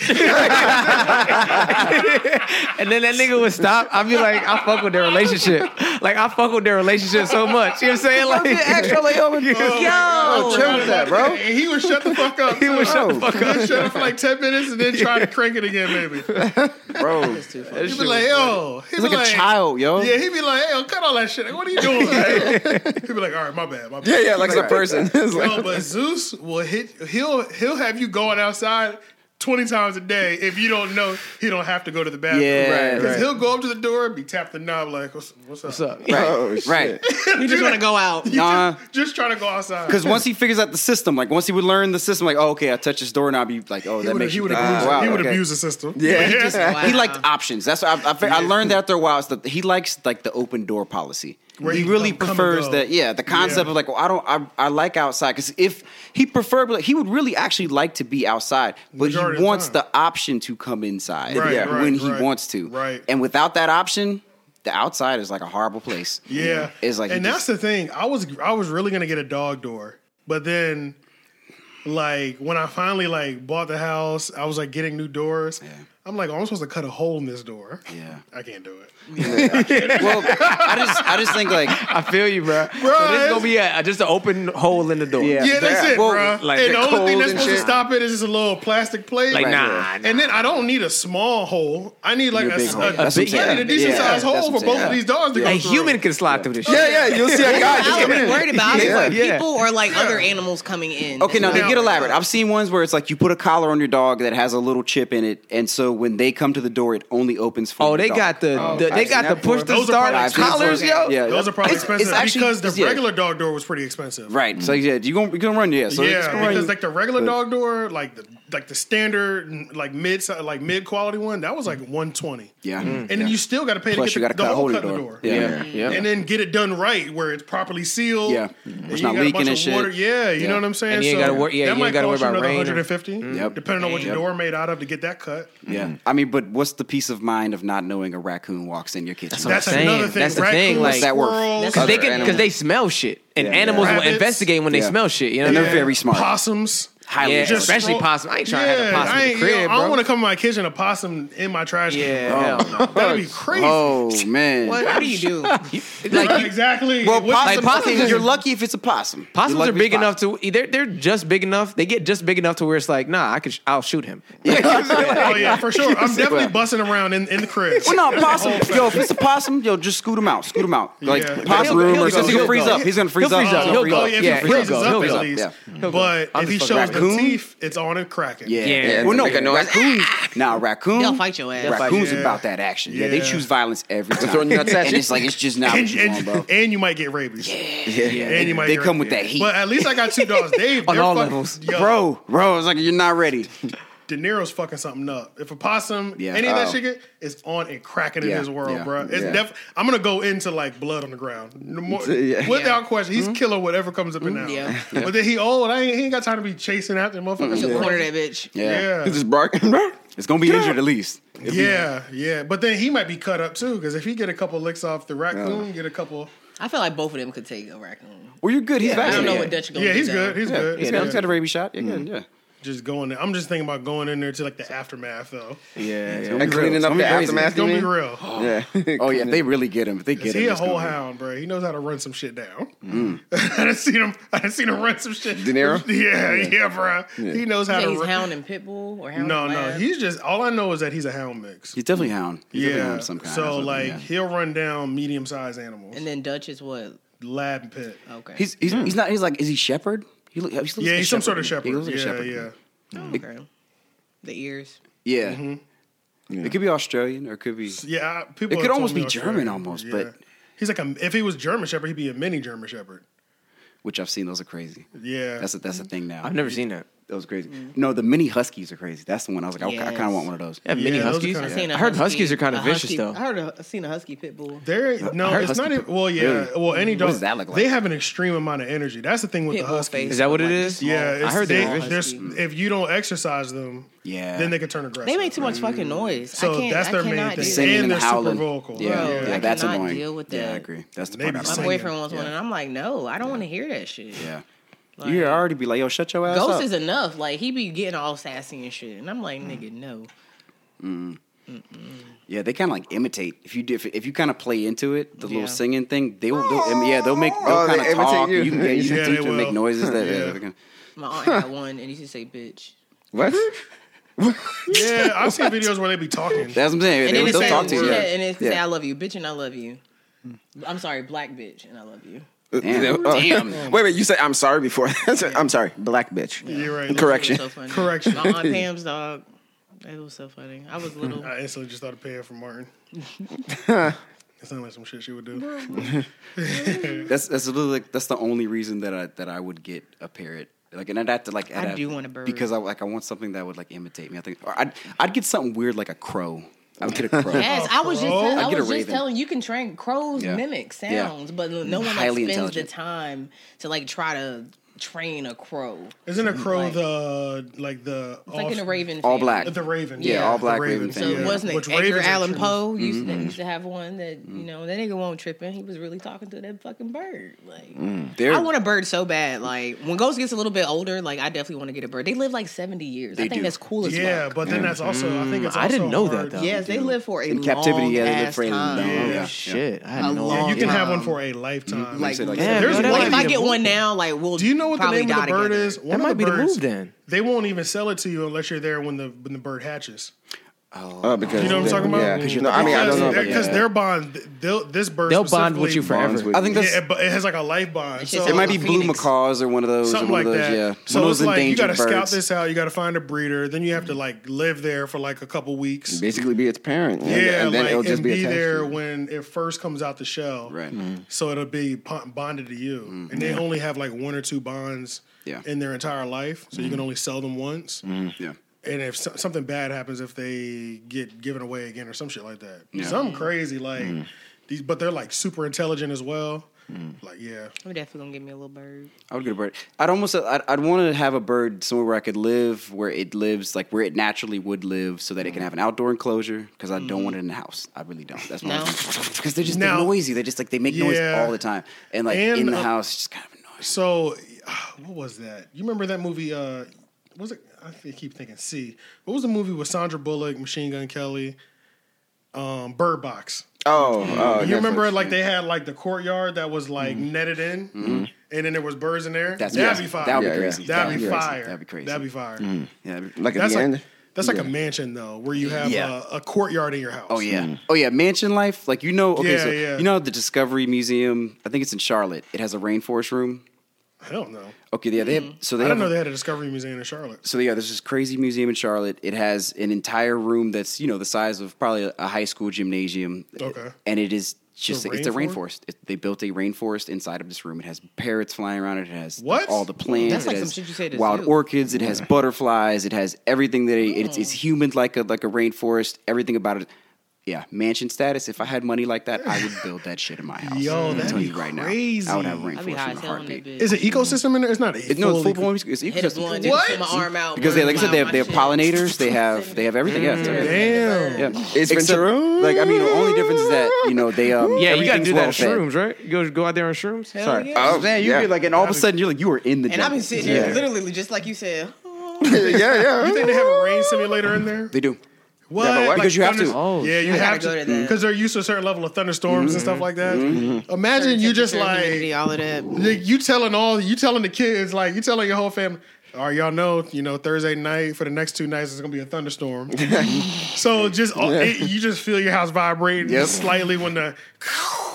and then that nigga would stop. I'd be like, "I fuck with their relationship. Like I fuck with their relationship so much." You know what I'm saying? Like,
Actually,
<laughs>
over
yo,
Oh,
chill with that, bro.
And he would shut the fuck up.
he would shut the
Oh.
fuck up.
He would shut up for like 10 minutes and then try to crank it again, maybe. He'd
Bro,
That shit
be
was-
like, yo. He'd
he's
be
like a child, yo. <laughs>
Yeah, he'd be like, yo, cut all that shit. Like, what are you doing? <laughs> he'd be like, all right, my bad, my bad.
Yeah, yeah, like it's a
<laughs>
person. It's
No,
like,
but Zeus will hit. He'll he'll have you going outside twenty times a day if you don't know he don't have to go to the bathroom.
Yeah,
because
right.
he'll go up to the door and be tap the knob like, "What's, what's up?"
What's up?
oh, shit.
Right.
you just want to go
<laughs>
out.
You
Nah.
just, just trying to go outside.
Because once he figures out the system, like once he would learn the system, like, oh, okay, I touch this door and I'll be like, oh,
he
that
would
makes
he
you
would
think,
abuse,
wow,
he would
okay.
abuse the system.
Yeah.
Wow.
He
<laughs>
liked options. That's what I, I, fi- I learned that after a while. It's the, he likes like the open door policy.
Where
he
you
really
come- come and
prefers
go.
that. Yeah, the concept
Yeah.
of like, well, I don't, I, I like outside because if he preferred, like, he would really actually like to be outside, but
Majority of
he
the
wants
time.
the option to come inside
Right,
yeah,
right,
when he
right,
wants to.
right.
And without that option, the outside is like a horrible place.
Yeah,
it's like,
and
he
that's
just-
the thing. I was I was really gonna get a dog door, but then, like when I finally like bought the house, I was like getting new doors. I'm like, oh, I'm supposed to cut a hole in this door.
Yeah.
I can't do it.
well, I just, I just think like.
I feel you, bro. so this is
it's-
gonna be a, Uh, just an open hole in the door.
Yeah.
Yeah, that's it,
Well,
bro.
like
and the
the
only thing
cold
that's
and
supposed to
shit.
stop it is just a little plastic plate.
Like,
Right.
nah, nah.
And then I don't need a small hole. I need like
Need
a,
a big
a-
hole.
a
That's
big,
what I'm
I need a
saying.
decent
Yeah.
sized
That's
hole
what
for
I'm
both
saying.
of these dogs to
a
go through.
human can slide through this. shit.
Yeah, yeah, you'll see a guy just
I
come
was
in.
worried about I was like,
Yeah.
people or like other animals coming in.
Okay, now they
Now-
get elaborate. I've seen ones where it's like you put a collar on your dog that has a little chip in it, and so when they come to the door, it only opens for.
Oh,
your
they
dog.
got the, the they
I've
got
seen
the
that
push
before.
to
Oh, Those are
start
probably
collars,
expensive.
yo.
Yeah.
Those are probably
It's- it's
expensive
actually-
because the
it's- yeah.
regular dog door was pretty expensive.
right. So yeah, you gonna you gonna run yeah. So it's gonna
Yeah,
run
because
you-
like the regular dog door, like the like the standard, like mid, like mid quality one, that was like one twenty.
Mm. yeah.
Mm.
and then you still got to pay
Plus
to
you
get
gotta
the,
cut
the
a
hole
hole in
cut in the
the
door,
door. Yeah. Yeah.
Yeah.
and then get it done right where it's properly sealed.
Yeah.
And
It's
you
not
got a
leaking
bunch
and
of
shit.
Water. Yeah, you
Yeah.
know what I'm saying.
And you ain't gotta wor- yeah,
that
you
might
ain't gotta
cost
worry about
another
rain or-
150,
Yep.
depending on what your
Yep.
door made out of to get that cut.
Yeah.
Mm.
I mean, but what's the peace of mind of not knowing a raccoon walks in your kitchen?
what I'm
That's
saying.
another thing.
That's the thing,
Raccoons,
like-
That work.
squirrels,
That's-
Cause they
Other
can, because
animals.
they smell shit, and
Yeah.
animals will
Rabbits.
investigate when they
Yeah.
smell shit. You know
And
what I
they're
mean?
very smart.
Possums.
Highly
Yeah,
intelligent.
especially possums. I ain't trying to have a
I
possum in the
ain't- you know,
crib,
I
bro.
don't want to come to my kitchen a possum in my trash
Yeah,
can.
hell no.
That'd be crazy.
Oh man.
What, what do you do?
<laughs> Right,
like you-
exactly.
Well,
It wouldn't-
possum,
possums
okay,
is-
you're lucky if it's a possum.
possums
You're
are
lucky
big
if it's
enough to they're they're just big enough. They get just big enough to where it's like, nah, I could sh- I'll shoot him.
<laughs> oh yeah, for sure. I'm definitely busting around in, in <laughs> the crib.
Well, no, possum. yo, if it's a possum, yo, just scoot him out. Scoot him out. Like
Yeah.
possum
He'll-
room
he'll
or something.
go,
He's gonna freeze
he'll
up.
go.
He's gonna freeze
He'll
up.
freeze up.
Oh,
He'll
oh, yeah,
go. Yeah,
if he
he'll
freezes
go.
up
He'll
at
go.
least.
Yeah.
But
I'm
if
the
he
fuck
shows the
raccoon.
teeth, it's on and cracking.
Yeah.
Yeah.
Well, no,
Make a noise.
raccoon. Now, raccoon.
They'll fight your ass.
Raccoons
Yeah.
about that action. Yeah, they
Yeah.
choose violence every time.
throwing you
and
outside.
it's like it's just not
And,
what you want,
and,
bro.
and you might get rabies.
Yeah.
And you might
They
get
come
rabies.
with that heat,
But at least I got two dogs. They
<laughs> On
they're
all
fucking-
levels.
yo,
bro. Bro, it's like you're not ready.
De Niro's fucking something up. If a possum,
Yeah.
any of that
Oh.
shit, get- it's on and cracking in
Yeah.
his world,
Yeah.
bro. It's
Yeah.
def- I'm gonna go into like blood on the ground, No more-
<laughs>
Yeah.
without question. He's
Hmm?
killing whatever comes up in that.
Hmm? yeah.
But then he old. I ain't, he ain't got time to be chasing after motherfuckers.
Just corner that bitch.
Yeah.
You just barking.
it's gonna be injured at least. <laughs>
Yeah, yeah, but then he might be cut up too because if he get a couple licks off the raccoon, get a couple.
I feel like both of them could take a raccoon.
Well, you're good. He's
I don't
vaccinated.
know what Dutch going
yeah,
do.
he's
though.
good. He's good.
He's
He's
got,
good.
he's got a rabies shot. Yeah, good, yeah.
Just going. There. I'm just thinking about going in there to like the aftermath though.
Yeah, yeah.
And cleaning
It's
up
gonna
the
be crazy.
It's
aftermath. you
gonna be
mean?
<gasps>
<gasps>
real. <laughs>
Yeah.
Oh yeah, if they really get him. If they get him.
he a
it's gonna
whole
be-
hound, bro. He knows how to run some shit down.
Mm.
<laughs> I done seen him. I done seen him run some shit.
De
<laughs>
Niro?
Yeah, yeah, bro. He knows how
Say
to.
he's
run.
hound and pit bull or hound.
No,
and
no.
lab.
He's just. All I know is that he's a hound mix.
He's definitely hound. He's definitely
Yeah.
hound of some kind. That's
so
what-
like
yeah.
he'll run down medium sized animals.
and Oh, then Dutch is what?
lab and pit.
Okay.
he's he's, he's not. He's like, is he shepherd? He look, he looks like
Hmm. yeah,
a
he's some sort of shepherd.
He looks like
yeah,
a shepherd.
yeah.
okay. The ears.
Yeah.
Mm-hmm.
It could be Australian or it could be.
Yeah, I- people.
It
have
could
told
almost
me
be
Australia.
German almost, but-
he's like a, if he was German Shepherd, he'd be a mini German Shepherd.
which I've seen. Those are crazy.
Yeah. Mm.
that's a, that's a thing now.
I've never seen that.
Those crazy. No, the mini huskies are crazy. That's the one I was like, okay, I kind
Yes.
of want one of those.
They have mini
Yeah, those are
huskies.
kinda-
I seen a
I heard
husky-
huskies are kind
a
of vicious
husky-
though.
I heard a, I seen a husky pit bull.
There, no,
heard
it's
husky
not. Even, well, yeah.
Really?
Well, any
What
dog.
does that look like?
They have an extreme amount of energy. That's the thing with
Pit
the
bull
huskies.
face.
Is that what it
Like,
is?
Yeah,
I
it's-
heard
they,
that.
there's, if you don't exercise them,
Yeah.
then they can turn aggressive.
They make too much fucking noise. I
So
can't,
that's
I
their main
cannot
thing.
do
Same.
that.
And
and
they're super
howling.
vocal.
Yeah,
Bro,
yeah,
I
that's
cannot
annoying.
deal with
Yeah, I
that.
agree. That's the
They
part
be
I
My
like.
singing.
boyfriend wants one,
Yeah.
and I'm like, no, I don't want to hear that shit.
Yeah,
Like-
you already be like, yo, shut your ass
Ghost
up.
is enough. Like he be getting all sassy and shit, and I'm like,
Mm.
nigga, no.
yeah, they kind of like imitate. If you do- if, if you kind of play into it, the
Yeah.
little singing thing, they will. They'll, I mean, yeah, they'll make. They'll
Oh, they
kind of
imitate
talk.
you.
You. You, yeah, you
Yeah,
can
they
teach them to
will.
make noises that.
Yeah.
yeah, they can-
My aunt had one, and he used to say, bitch.
What?
Yeah, I've seen videos where they be talking.
That's what I'm saying.
And
They,
then
they'll
it's
talk to you.
yeah,
Yeah.
and it's say,
Yeah.
I love you, bitch, and I love you. I'm sorry, black bitch, and I love you.
Damn.
Damn. Wait, wait. You said I'm sorry before. <laughs> I'm sorry, black bitch.
You're right.
Correction.
It was so funny.
Correction.
My aunt Pam's dog. It was so funny. I was little.
<laughs>
I instantly just thought of paying for
<laughs>
Martin. It sounded like some shit she would do.
That's that's literally like that's the only reason that I that I would get a parrot. Like and I'd have to like I'd
I
have-
do want a bird.
because I like I want something that would like imitate me. I think or I'd I'd get something weird like a crow. I would get
<laughs>
a crow.
Yes, I was just
crow?
tell, I
I'd get a
was just
raven.
telling you can train crows
Yeah.
mimic
Yeah.
sounds, but no one like,
Highly
spends the
intelligent.
time to like try to train a crow.
Isn't a crow
Like-
the like the uh,
It's like in a raven.
all
family.
black.
the raven?
Yeah, all black raven
So
Yeah. Mm-hmm.
wasn't it
Which
Edgar
ravens are
Allan
true.
Poe used, to, used to have one that you know that nigga won't tripping. He was really talking to that fucking bird. Like
Mm, They're-
I want a bird so bad. Like when Ghost gets a little bit older, like I definitely want to get a bird. They live like seventy years. I
They
think
do.
that's cool as
Yeah,
fuck.
but then that's also I think it's
Mm-hmm. I
also
didn't know that,
hard-
though.
yes, they live for a
in
long
captivity, yeah, they live
ass
for a long
time. Oh,
yeah.
Yeah.
Shit, I
A
had no
Yeah,
long
you can
idea.
have one
time.
for a lifetime.
Like,
Like,
like
Damn,
There's
yo, that
one-
might
if
be
I
the
get
move.
one now, like we'll
Do you know what the
probably
name of
die
the bird
together.
is?
That
One
might
of
be
the
the
birds.
move then.
They won't even sell it to you unless you're there when the when the bird hatches.
Oh, because
You know what I'm talking about?
Yeah. No, I mean I don't know. about
because
that.
their bond, they'll, this bird
They'll bond with
specifically
you forever.
Bonds with
I think that's
Yeah, it, but it has like a life bond.
shit's
So
it
like
might be
a
blue
phoenix.
macaws or one of those.
something
or
like
one of those,
that.
Yeah,
So
one of
it's
those
like you
endangered
got to scout
birds.
this out. You got to find a breeder. Then you have to like live there for like a couple weeks.
basically be its parent. and-
Yeah,
and then
like
it'll just
and
be,
be,
attached
there
to you.
when it first comes out the shell.
Right.
So it'll be po- bonded to you,
Mm-hmm.
and they only have like one or two bonds.
Yeah.
In their entire life, so you
Mm-hmm.
can only sell them once.
Yeah.
And if so- something bad happens, if they get given away again or some shit like that,
Yeah. Mm.
something crazy like these, but they're like super intelligent as well.
Mm.
Like yeah,
I'm definitely gonna get me a little bird.
I would get a bird. I'd almost I'd, I'd want to have a bird somewhere where I could live, where it lives, like where it naturally would live, so that it can
Mm.
have an outdoor enclosure. Because I don't want it in the house. I really don't. That's my
No.
because they're just
Now-
they're noisy. They just like they make noise
Yeah.
all the time, and like
And,
in the
uh,
house, it's just kind of annoying.
So, uh, what was that? You remember that movie? Uh, was it? I think- keep thinking C. What was the movie with Sandra Bullock, Machine Gun Kelly, um, Bird Box?
Oh, oh,
you
that's
remember
what-
like they had like the courtyard that was like netted in, and then there was birds in there.
Mm. Mm-hmm. That's-
that'd
yeah.
be fire.
That would
be Yeah, crazy.
That'd,
yeah. That'd
be
be
crazy.
fire.
That'd be crazy. Mm.
That'd be fire.
Yeah. that'd be-
like at
That's
the
like
end.
that's like a
Yeah.
mansion though, where you have uh,
Yeah.
a, a courtyard in your house.
Oh yeah. Oh yeah. Mansion life. Like you know. Okay.
Yeah,
so
yeah.
you know the Discovery Museum. I think it's in Charlotte. It has a rainforest room.
hell no.
Okay. Yeah. They have. So they
Mm. I
have
didn't
a-
know they had a Discovery Museum in Charlotte.
so yeah, there's this crazy museum in Charlotte. It has an entire room that's you know the size of probably a high school gymnasium.
Okay.
and it is just
a
it's a
rainforest?
rainforest. It, they built a rainforest inside of this room. It has parrots flying around it. It has
What?
all the plants.
That's
It
like some
has
shit you said at
wild
zoo.
orchids. It has butterflies. It has everything that it, it's, it's
Oh.
human like a like a rainforest. Everything about it. Yeah, mansion status. If I had money like that, I would build that shit in my
<laughs>
house.
Yo,
I'm
that'd
telling
be
you right
crazy.
now, I would have a
I'd be
rainforest
high
in
as
a
hell on that
heartbeat.
bitch.
Is it ecosystem in there? It's not. A
It- no, it's
full
full blown. It's
Hit a
ecosystem.
blunt, just put my arm out
Because they, like I said, they have,
blow
they have
my shit.
pollinators. They have they have everything. Yeah, it's everything.
Damn.
Yeah.
It's
Except,
Ventura.
like I mean, the only difference is that you know they um
Yeah, you gotta
everything's
do that on
well-fed.
shrooms, right? You go go out there on shrooms.
Hell
Sorry.
yeah.
Oh,
Man, you
yeah.
be like, and all of a sudden you're like, you were in the.
And I've
jungle.
been sitting here literally just like you said.
yeah, yeah.
You think they have a rain simulator in there?
They do.
What?
but why-
Because you have to.
Oh,
yeah, you
gotta
have
go to
to
that.
because they're used to a certain level of thunderstorms and
Mm-hmm.
stuff like that. Imagine you just
Temperature,
like
humidity, all of that.
you- you telling all you telling the kids like you telling your whole family. All right, y'all know you know Thursday night for the next two nights it's gonna be a
<laughs>
thunderstorm. so just all, it, you just feel your house vibrating
Yep.
slightly when the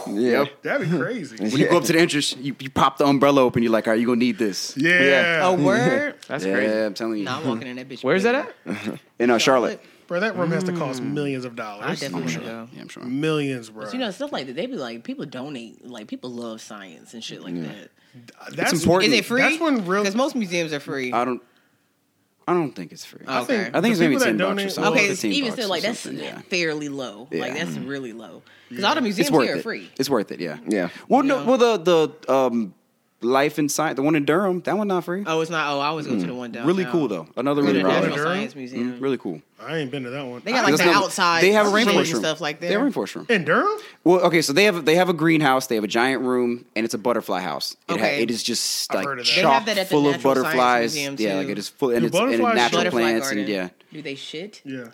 Yep.
that'd be
Hmm.
crazy.
When you go up to the entrance, you, you pop the umbrella open. You're like, are you gonna need this?
Yeah,
A <laughs> word?
That's
yeah,
crazy.
I'm telling you.
No, I'm walking in that bitch.
Where's that at?
In uh, Charlotte.
bro, that room has to cost
Mm.
millions of
I
dollars.
definitely want to go.
Yeah, I'm sure.
Millions, bro.
You know, stuff like that. They be like, people donate. Like, people love science and shit like that.
That's
important.
Is it free?
That's when real.
Because most museums are free.
I don't. I don't think it's free.
I think,
okay.
I think it's
the
maybe
people that
ten bucks or
donate-
something.
well,
okay,
15
even
bucks
still,
or
like that's
something, yeah.
fairly low. Like
Yeah. Mm.
that's really low. Because all the museums
It's worth
here are
it.
free.
It's worth it. Yeah.
Yeah.
Well,
Yeah.
no. Well, the the um, life in science, the one in Durham, that one not free.
Oh, it's not. Oh, I always go to the one down.
really cool though. Another
The
really cool.
Durham.
National
Durham?
Science Museum.
Really cool.
I ain't been to that one.
They got like
That's
the
another-
outside.
They have a
shade
rainforest
and
room.
stuff like that.
They have a rainforest room.
in Durham.
Well, okay, so they have they have a greenhouse. They have a giant room, and it's a butterfly house. It, ha-
Okay.
it is just
I've
like
heard of that. They
chock
have that at the
full of
Natural Science
butterflies.
Museum,
yeah,
too.
like it is full and
Do
it's and it's
butterflies
natural
show-
butterfly
plants
garden.
and yeah,
Do they shit?
Yeah.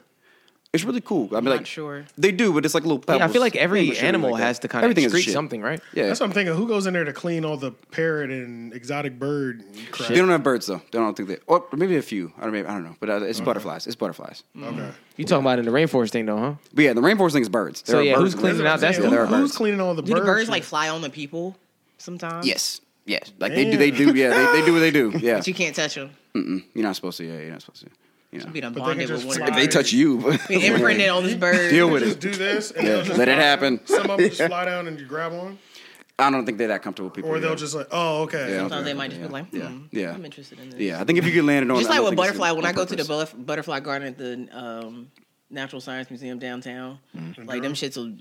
it's really cool. I mean,
not
like
sure.
they do, but it's like little. Pebbles.
I feel like
They
every
ain't really
animal
like that.
has to kind
Everything is
of excrete
shit.
something, right?
Yeah,
That's what I'm thinking. Who goes in there to clean all the parrot and exotic bird crap?
they don't have birds though. They don't think they. Or maybe a few. I don't. Maybe, I don't know. But uh, it's butterflies. It's butterflies.
Okay.
You talking about in the rainforest thing though, huh?
But yeah, the rainforest thing is birds. There
So
are
yeah,
birds
who's
in
cleaning
there.
out that
Who-
stuff?
There are
who's
birds.
cleaning all the
Do
birds?
the birds like fly on the people sometimes?
Yes. Yes. Like they do. They do.
Damn.
Yeah. They, they do what they
<laughs>
do. Yeah.
But you can't touch them.
You're not supposed to. Yeah. You're not supposed to. You know.
Be done
But they
bonded
can
with
just
one
fly.
If
another.
they touch you, <laughs>
<laughs> Be imprinted on this bird.
Deal
<laughs>
<laughs>
with
just
it.
do this and
Yeah,
they'll just
let it
fly down. <laughs>
happen.
Some of them
<laughs>
just fly down and you grab one,
I don't think they're that comfortable people.
or
yeah.
they'll just like, oh, okay.
Yeah.
Sometimes they might just be like, hmm,
Yeah. Yeah.
I'm interested in this.
Yeah, I think if you could land it on
Just
I
like
don't
with
think it's
butterfly,
gonna-
when I
on
go to the
purpose.
butterf- butterfly garden at the um, Natural Science Museum downtown, like them shits will.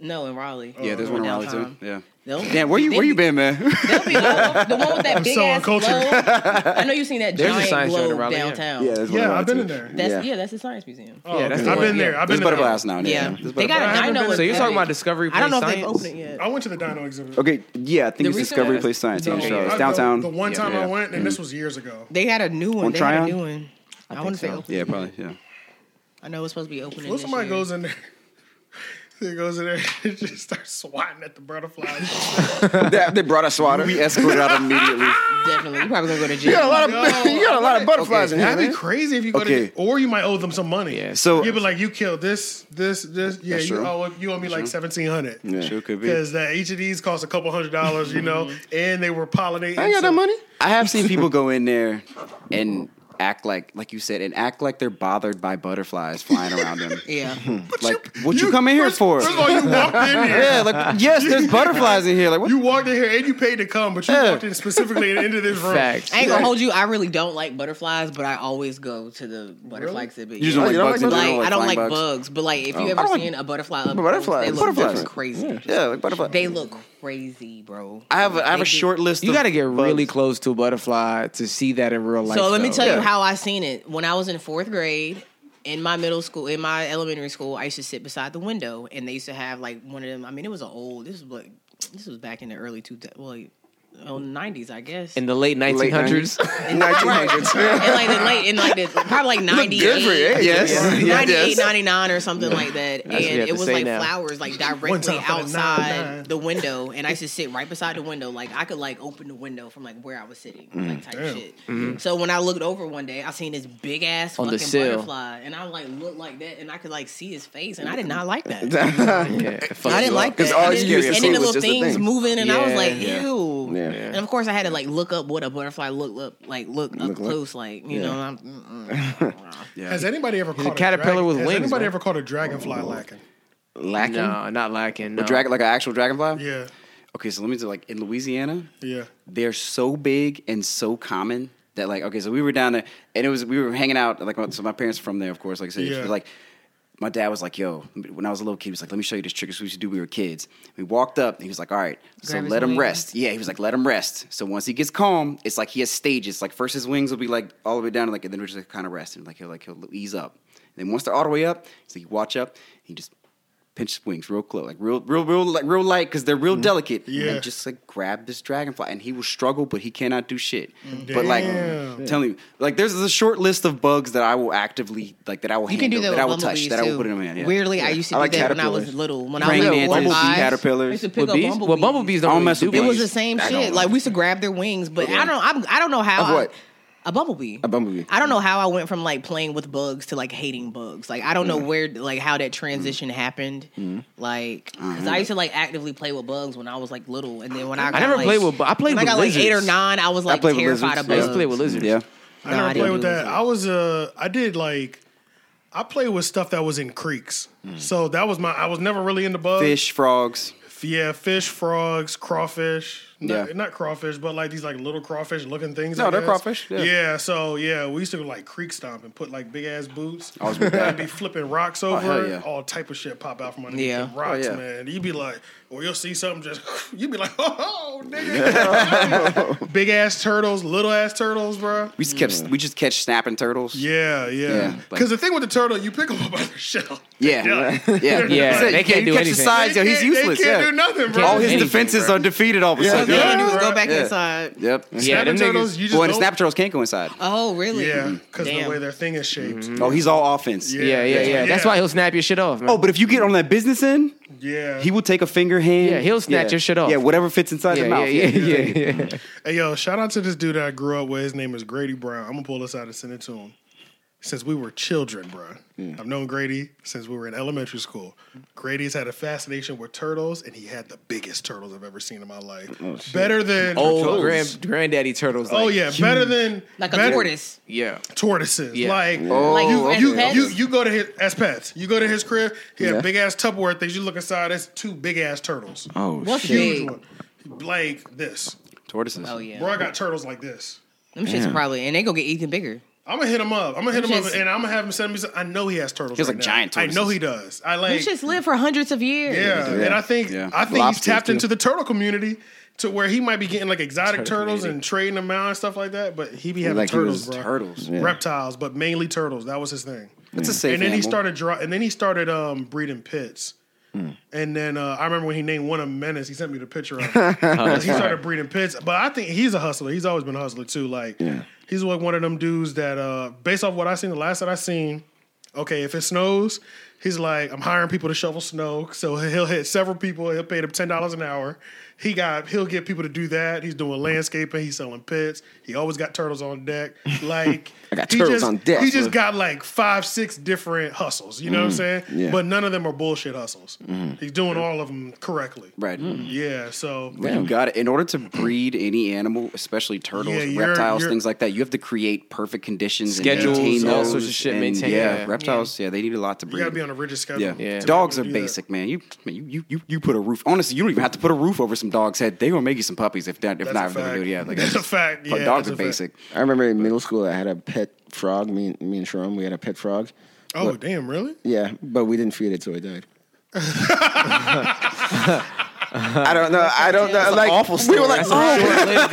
No, in Raleigh.
Mm-hmm. yeah, there's one in Raleigh too.
downtown.
Yeah.
They'll-
Damn, where you
they
where you
be-
been, man?
They'll be low. The one
<laughs>
with that big
so
ass globe.
uncultured.
I know you've seen that
There's a
giant
science show in
globe
Raleigh, yeah.
downtown.
there's
Yeah, I've been in there.
That's yeah.
yeah.
that's the science museum.
Oh,
Yeah, that's
okay.
the
I've
one.
been there.
Yeah.
I've
There's
been to that
butterflies
one.
now.
Yeah,
Yeah. There's
they got.
I
A,
haven't
butterflies.
I know.
been
it's
So
you're talking
epic.
about Discovery
I don't know
Place
if they've
Science?
opened it yet.
I went to the Dino exhibit.
Okay, yeah, I think
The
it's
recent-
Discovery Place Science here in
Yeah,
I- Oh,
Charlotte.
the-
It's downtown.
The one
Yeah. Mm-hmm.
time I
Yeah.
went, and this was years ago.
They had a new one.
On
they had a
Tryon?
new one. I, want to say open.
Yeah, probably. Yeah.
I know it's supposed to be opening.
When
this
somebody
year.
goes in there, they goes in there <laughs> and just starts swatting at the butterflies.
<laughs> they, they brought a swatter.
We
<laughs>
escorted out immediately.
definitely. You probably
<laughs>
gonna go to
a
jail.
lot of
Yo,
you got a lot of butterflies in here.
That'd be
man.
crazy if you go
Okay.
to, or you might owe them some money.
Yeah,
so-
you'd be like, you killed this, this, this. Yeah,
That's
you
true.
owe you owe me like seventeen hundred.
Yeah.
Sure could be.
Because uh, each of these cost a couple hundred dollars, you know, and they were pollinating.
I ain't got
so-
that money.
I have seen people go in there and act like like you said and act like they're bothered by butterflies flying
<laughs>
around them. <laughs>
Yeah.
Like, what you, come in here
first-
for?
First of all, you walked in here.
Yeah,
<laughs>
like yes, there's butterflies in here. Like what
You walked in here and you paid to come, but you
Yeah.
walked in specifically into this room.
Facts.
I ain't gonna hold you. I really don't like butterflies, but I always go to the butterfly exhibit.
You just don't
Yeah.
like
you don't
bugs.
like
in
Like,
general,
I don't
flying
like bugs. but like if you
I
ever
don't like-
seen a butterfly, up
Butterflies,
close, they look
butterflies.
different, crazy.
Yeah, like butterflies.
They look crazy, bro.
I have a, I have
They
a
do.
short list.
You
of
got to get
bugs.
really close to a butterfly to see that in real life.
So let me
though.
tell
Yeah.
you how I seen it. When I was in fourth grade, in my middle school, in my elementary school, I used to sit beside the window, and they used to have like one of them. I mean, it was an old. This was like this was back in the early two well, oh, 90s, I guess.
in the
<laughs>
late 1900s.
in like the late in like the probably like 98
eh? <laughs>
Yes. yes.
98 99 or something like that and
what you have
it
to
was
say
like
now.
flowers like
One time
directly
for the
outside
nine, nine.
the window and i used to sit right beside the window like i could like open the window from like where i was sitting like type
Damn.
shit so when i looked over one day i seen this big ass
On the
fucking
sill.
butterfly and i like looked like that and i could like see his face and i did not like that
yeah,
I didn't like that.
all
And
you
then-
used to
and
see
then the
was just
little
the
things
thing.
moving, and I was
Yeah.
like,
Yeah.
ew.
<laughs> Yeah.
And of course, I had to like look up what a butterfly looked up, like look up close, like you know. and I'm, mm,
Has anybody ever caught a
caterpillar
dragon-
with
has
wings,
Anybody
man.
ever caught a dragonfly lacking?
lacking.
No, not lacking. No.
Dragon, like an actual dragonfly.
Yeah,
Okay, so let me tell you, like in Louisiana,
yeah.
they're so big and so common that like okay, so we were down there and it was we were hanging out like my- so my parents are from there, of course. Like I said,
Yeah.
like my dad was like, "Yo," when I was a little kid, he was like, "Let me show you this trick or treat we used to do when we were kids." We walked up, and he was like, "All right, so
Grab his
let him
wings.
rest." Yeah, he was like, "Let him rest." So once he gets calm, it's like he has stages. Like first his wings will be like all the way down, like and then we're just like kind of resting. Like he'll like he'll ease up, and then once they're all the way up, so you watch up, he just pinch his wings real close, like real, real, real, like real light because they're real delicate.
Mm. Yeah.
and then just like grab this dragonfly, and he will struggle, but he cannot do shit. But like,
Mm. Damn.
I'm telling you, like there's a short list of bugs that I will actively like that I will
you can do that.
handle,
with
that I will
bumblebees,
touch, that I will
too.
put in my hand. yeah.
Weirdly, I used to do
like
that when I was
caterpillars.
little. When I
Praying
was like four or
mantises,
five,
caterpillars.
I used to pick
With
up
bees?
bumblebees.
Well, bumblebees don't
I don't
really
mess
do
with
It
much.
was the same shit. Like we used to grab their wings, but I don't. I'm, I don't know how.
Of what?
I, a bumblebee.
A bumblebee.
I don't know how I went from like playing with bugs to like hating bugs. Like I don't know where like how that transition happened. Like because I used to like actively play with bugs when I was like little, and then when I, got,
never
like,
played with bu- I played
when
with
I got like eight or
lizards.
nine. I was
I
like
played with
terrified
lizards. yeah.
of bugs.
I used to play with lizards.
Yeah,
I
Nah, I
never
didn't
played with
do
that. I was uh I did like I played with stuff that was in creeks.
Hmm.
So that was my I was never really into bugs.
fish, frogs.
Yeah, fish, frogs, crawfish. Not,
Yeah.
not crawfish, but like these like little crawfish looking things.
No,
I
they're
guess.
crawfish, yeah.
so yeah, we used to like creek stomp and put like big ass boots. I
was with that. Oh,
be flipping rocks over.
hell yeah. Oh,
All type of shit pop out from underneath
Yeah.
them rocks,
yeah.
man. You'd be like, or you'll see something just <laughs> you'd be like,
<laughs>
oh, nigga, big ass turtles, little ass turtles, bro.
We just kept we just catch snapping turtles.
Yeah, yeah.
Yeah,
Because
like-
the thing with the turtle, you pick them up by the shell. <laughs> Yeah.
Yeah, yeah, <laughs> yeah.
Yeah, they
you
can't
you
do
catch
anything.
the sides, yo.
They
He's
can't-
useless.
They can't
yeah.
do nothing, bro.
all his
anything,
defenses
bro.
are defeated all of a
Yeah,
sudden.
All you
yeah.
gotta do is go back
Yeah.
inside.
Yep.
Yeah,
Snapping
them
turtles,
niggas-
you just Mm-hmm.
Well, and the
don't-
snap turtles can't go inside.
Oh,
<laughs>
really?
Yeah, because the
Damn.
way their thing is shaped.
Oh, he's all offense.
Yeah, yeah, yeah. That's why he'll snap your shit off, man.
Oh, but if you get on that business end,
Yeah.
he will take a finger hand.
Yeah, he'll snatch your shit off.
Yeah, whatever fits inside
yeah,
the mouth.
yeah,
he'll
yeah,
take it.
yeah, yeah.
hey, yo, shout out to this dude that I grew up with. His name is Grady Brown. I'm gonna pull this out and send it to him. Since we were children, bro. I've known Grady since we were in elementary school. Grady's had a fascination with turtles, and he had the biggest turtles I've ever seen in my life. better than
Oh,
Old grand, granddaddy turtles.
oh
like,
yeah, better than
Like a
better-
tortoise.
yeah.
tortoises.
Yeah.
Like
Oh,
Like
you,
as
you,
pets?
you you go to his as pets. You go to his crib. He had
Yeah.
big ass Tupperware things. You look inside. It's two big ass turtles.
Oh,
What's
Huge
big?
one. Like this.
Tortoises.
Oh yeah.
Bro, I got turtles like this.
Them shits probably, and they gonna get even bigger.
I'm gonna hit him up. I'm gonna hit him up,
Just-
and I'm gonna have him send me. Some, I know he has turtles.
He has,
right
like,
now.
giant tortoises.
I know he does. I
Them
like.
shits live for hundreds of years.
yeah. and I think
Yeah.
I think he's
Lobsters,
tapped
too.
into the turtle community to where he might be getting like exotic turtles and trading them out and stuff like that. But he be having
Like he
turtles,
was
bro.
turtles.
Yeah.
reptiles, but mainly turtles. That was his thing.
That's a safe
and then he
animal.
started draw, and then he started um, breeding pits.
Hmm.
And then uh, I remember when he named one of them Menace. He sent me the
<laughs>
picture of. Him. he started breeding pits, but I think he's a hustler. He's always been a hustler too. Like
Yeah.
he's like one of them dudes that, uh, based off what I seen, the last that I seen, okay, if it snows, he's like I'm hiring people to shovel snow. So he'll hit several people. He'll pay them ten dollars an hour. He got he'll get people to do that. He's doing landscaping. He's selling pits. He always got turtles on deck. Like
<laughs> I got
he
turtles
just,
on deck.
He just got like five, six different hustles. You know what I'm saying?
Mm-hmm. yeah. Mm-hmm.
But none of them are bullshit hustles. He's doing all of them correctly.
Right.
Mm.
Yeah. So
You got to In order to breed any animal, especially turtles,
Yeah, you're-
reptiles,
you're-
things like that, you have to create perfect conditions,
Schedules,
and maintain
all
those,
sorts of shit,
and
maintain-
Yeah,
yeah.
reptiles. Yeah. they need a lot to breed.
you gotta be on a rigid schedule.
yeah.
Yeah.
dogs
To
are
do that.
basic, man. You, man. you, you, you, you put a roof. Honestly, you don't even have to put a roof over some dog's head. They gonna make you some puppies if that, if
That's
not,
a
if they
fact.
do. Yeah, like
That's a fact.
but
Yeah,
dogs
that's
are
a fact.
basic.
I remember in middle school, I had a pet frog. Me, and- me and Sharon, we had a pet frog.
Oh damn, really?
Yeah, but we didn't feed it, so it died. I don't know. I don't know. like
awful
we were like,
story.
oh,
Short-lived,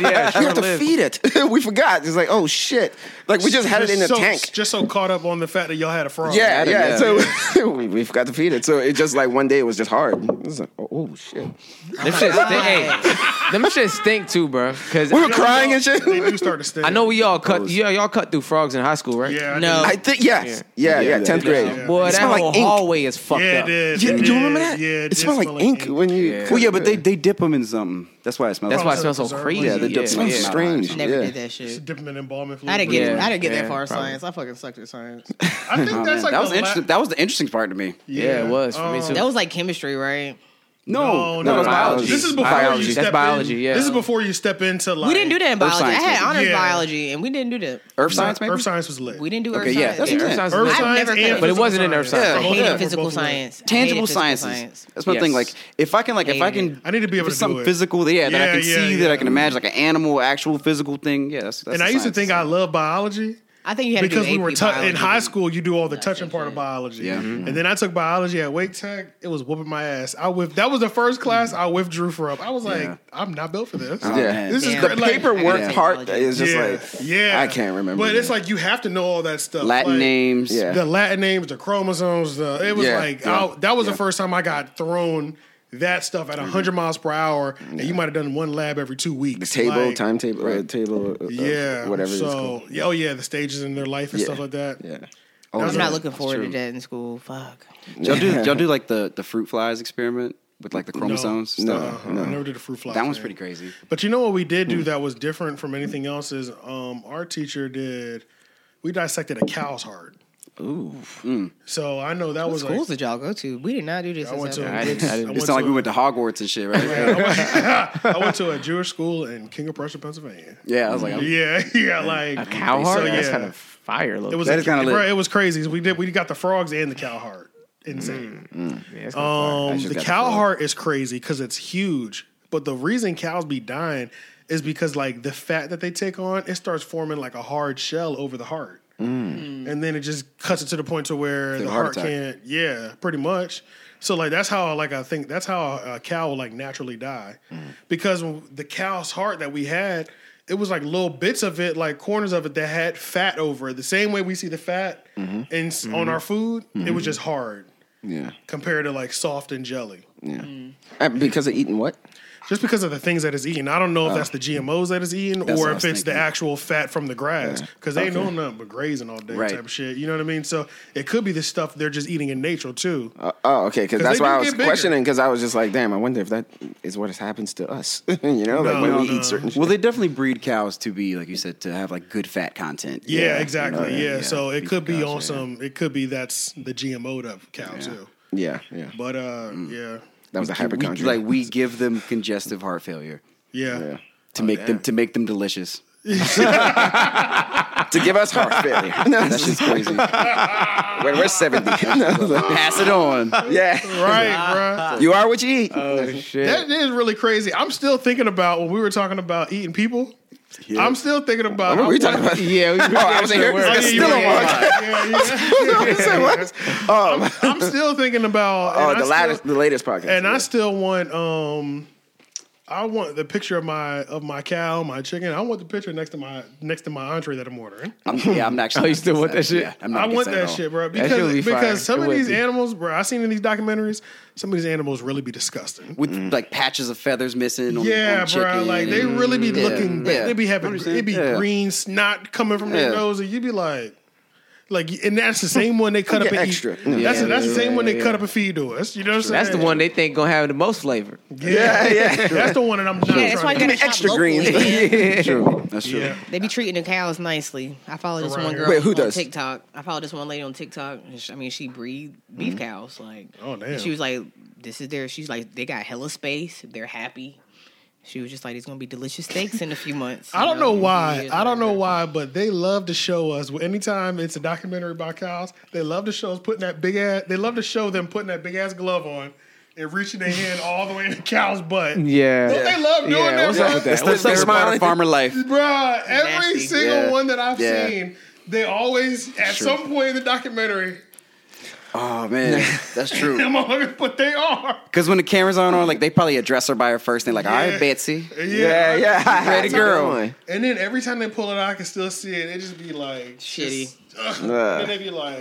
<laughs>
yeah,
we have to
short-lived.
feed it. <laughs> we forgot. It's like, oh shit! Like we just had it in a
so,
tank.
Just so caught up on the fact that y'all had a frog.
Yeah,
it,
yeah.
yeah.
So <laughs> we, we forgot to feed it. So it just like one day it was just hard. It was like, oh, oh, shit.
Them shit stink. hey, them shit stink too, bro. Because
We were crying and shit.
They do start to stink.
I know we all cut. Yeah, y'all cut through frogs in high school, right?
Yeah. I
No.
do.
I think yes. Yeah, yeah.
Yeah,
Tenth
yeah.
grade.
Yeah.
Boy,
It
that
smelled like
whole
ink.
hallway is fucked
Yeah,
up.
it is.
Yeah,
It
you
did.
remember that?
Yeah,
it, smelled like ink, when you.
Yeah.
Well, yeah, but they they dip them in something. That's why it smells.
That's why it
like
smells so crazy.
Yeah,
they
they
dip- it smells
yeah.
strange.
Never
yeah.
did that shit.
Dip them in embalming fluid.
I didn't get it. I didn't get
Yeah,
that far in
probably.
science. I fucking sucked at science.
I
<laughs> Oh,
think that's like
that was
the la-
interesting. That was the interesting part to me.
Yeah, it was for me too.
that was like chemistry, right?
No, no,
it was
no.
biology.
This is before
Biology.
you
That's
step in-
biology, yeah.
This is before you step into like
we didn't do that in biology. I
science,
had
maybe.
honors
Yeah.
biology, and we didn't do that.
Earth science, maybe.
Earth science was lit.
We didn't do earth
Okay, yeah,
science.
that's what I'm
Earth
saying.
science
Earth
is
I've
lit.
science
never
and
cut it.
But it
physical
wasn't in earth
science.
science.
I
Both of them
hated
were
physical
both lit.
science. I hated
Tangible
physical
sciences. That's my
Yes.
thing. Like if I can, like if I
Hated
can,
I need to be able
if it's
to do
something
it.
physical. Yeah, that
Yeah,
I can
yeah,
see
yeah.
that I can imagine, like an animal, actual physical thing. Yeah, that's, that's
And
the
I used to
science.
think I loved biology.
I think you had
because
to do
we were
AP
tou- in
biology.
high school, you do all the touching
touching
part of
shit.
biology.
Yeah.
And then I took biology at Wake Tech. It was whooping my ass. I whiff- That was the first class I withdrew from. I was like,
Yeah.
I'm not built for this.
Yeah.
man.
This is
Damn.
cra-
The
like-
Paperwork
Yeah.
part is just
yeah,
like
yeah.
I can't remember.
But it's
that.
like you have to know all that stuff.
Latin
like,
names.
Yeah.
The Latin names, the chromosomes. The it was
Yeah,
like
yeah,
I- that was
yeah.
the first time I got thrown that stuff at 100 miles per hour, and you might have done one lab every two weeks.
table,
Like,
timetable, uh, table, uh,
Yeah,
whatever it's
So
called.
yeah, oh yeah, the stages in their life and
Yeah.
stuff like that.
Yeah.
That's
I'm
what-
not looking forward to
true.
that in school. Fuck.
Did <laughs> y'all do did y'all do like the the fruit flies experiment with like the chromosomes?
No.
Stuff?
Uh, I never did a fruit fly.
that one's
thing.
pretty <laughs> crazy.
But you know what we did do that was different from anything else is um, our teacher did we dissected a cow's heart.
Hmm.
Ooh. So I know that
What
was like,
schools did y'all go to? We did not do this.
I went to
in South
a-
I didn't- I didn't-
I
It's not like
to
we went to Hogwarts and shit, right?
a-
<laughs>
I went <laughs> to a Jewish school in King of Prussia, Pennsylvania.
Yeah, I was like, I'm-
Yeah, <laughs> yeah, like
A cow heart?
So,
That's
yeah.
kind of fire. A little
It was
bit.
That is kinda
bro,
lit.
It was crazy. We did we got the frogs and the cow heart. Insane.
Mm, Yeah, that's kinda fire.
Um,
just
the
got the
cow
frog.
heart is crazy because it's huge. But the reason cows be dying is because like the fat that they take on, it starts forming like a hard shell over the heart. And then it just cuts it to the point to where the
a
heart
heart attack.
can't. Yeah, pretty much. So like that's how like I think that's how a cow will like naturally die,
Mm.
because when the cow's heart that we had, it was like little bits of it, like corners of it that had fat over it. The same way we see the fat
Mm-hmm.
and on our food, it was just hard
Yeah.
compared to like soft and jelly.
Yeah. Uh, Because of eating what?
Just because of the things that it's eating. I don't
Oh.
know if that's the GMOs that it's eating
That's
or
what I
if
was
it's the
thinking.
actual fat from the grass.
Yeah.
Because they ain't
Okay.
know nothing but grazing all day
Right.
type of shit. You know what I mean? So it could be the stuff they're just eating in nature too.
Uh, oh, okay. Because
'Cause
that's
they
why
do
I was
get bigger.
questioning. Because I was just like, damn, I wonder if that is what happens to us. <laughs> you know, like when
No,
we
no.
eat certain.
Well, they definitely breed cows to be, like you said, to have like good fat content.
yeah, exactly.
yeah,
yeah.
yeah.
So it could be
Gotcha,
on
yeah.
some it could be that's the GMO of cow too.
Yeah, Mm. yeah.
But uh yeah.
That was a
We-
hypochondriac.
like we give them congestive heart failure
Yeah.
yeah.
to make them to make them delicious.
to give us heart failure. <laughs> No,
That's just crazy.
when we're seventy. No,
<laughs> Pass it on.
uh,
yeah,
Right, bruh.
you are what you eat.
Oh.
That is really crazy. I'm still thinking about when we were talking about eating people. I'm still thinking about.
what were we talking about?
<laughs>
<laughs>
Yeah, we
Oh, I was in here.
Oh, yeah,
It's
you
still
were-
a walk.
<laughs> yeah, yeah.
Say what?
<laughs>
Um,
I'm still thinking about. and
oh,
I
the
still-
latest, the latest podcast.
And I
yeah.
still want. um I want the picture of my of my cow, my chicken. I want the picture next to my next to my entree that I'm ordering.
I'm, yeah, I'm not.
<laughs> Oh, you still want that shit?
Yeah, I'm
I
not
want
against at
that
all.
shit, bro.
That shit
Because
would be fire.
because some
It
of
would
these
be.
animals, bro, I seen in these documentaries, some of these animals really be disgusting.
with
Mm.
like patches of feathers missing. On,
Yeah,
on
bro.
chicken
Like they
and-
really be
Yeah,
looking. ba-
yeah.
They be having.
Understand.
It be
Yeah.
green snot coming from their
Yeah.
nose, and you be like, like, and that's the same one they cut up
Yeah,
and eat.
extra.
That's
Yeah,
that's the
yeah,
same one
yeah,
they
yeah.
cut up and feed to us. You know what I'm saying?
That's the one they think gonna have the most flavor.
Yeah, yeah. <laughs> That's the one that I'm not
Yeah, that's why
trying
you
to.
gotta shop
extra
locally.
greens.
True. That's true.
Yeah.
They be treating the cows nicely. I follow this
Around
one
here.
girl
Wait, who
on
does?
TikTok. I follow this one lady on TikTok. and she- I mean, she breed beef cows. Like,
Oh,
and
damn.
She was like, "This is their." She's like, "They got hella space. They're happy." She was just like, "It's gonna be delicious steaks in a few months."
I don't know why.
years
I don't know
later.
why, but they love to show us anytime it's a documentary about cows. They love to show us putting that big ass. They love to show them putting that big ass glove on and reaching their hand all the way in the cow's butt.
Yeah.
Don't they love doing
Yeah,
that?
what's
bro?
up with that?
That's the
What's up,
favorite part
Smiley?
of farmer life.
Bruh, every
Nasty.
single
Yeah.
one that I've
Yeah.
seen, they always at
Sure.
some point in the documentary, <laughs>
Oh man, that's true.
them motherfuckers put they are.
Because when the cameras aren't on, like they probably address her by her first name, like, "All
Yeah.
right, Betsy."
Yeah.
Yeah, yeah.
Ready,
That's a
girl.
good
And then every time they pull it out, I can still see it. It just be like
Shitty.
just, ugh.
Yeah.
And they be like,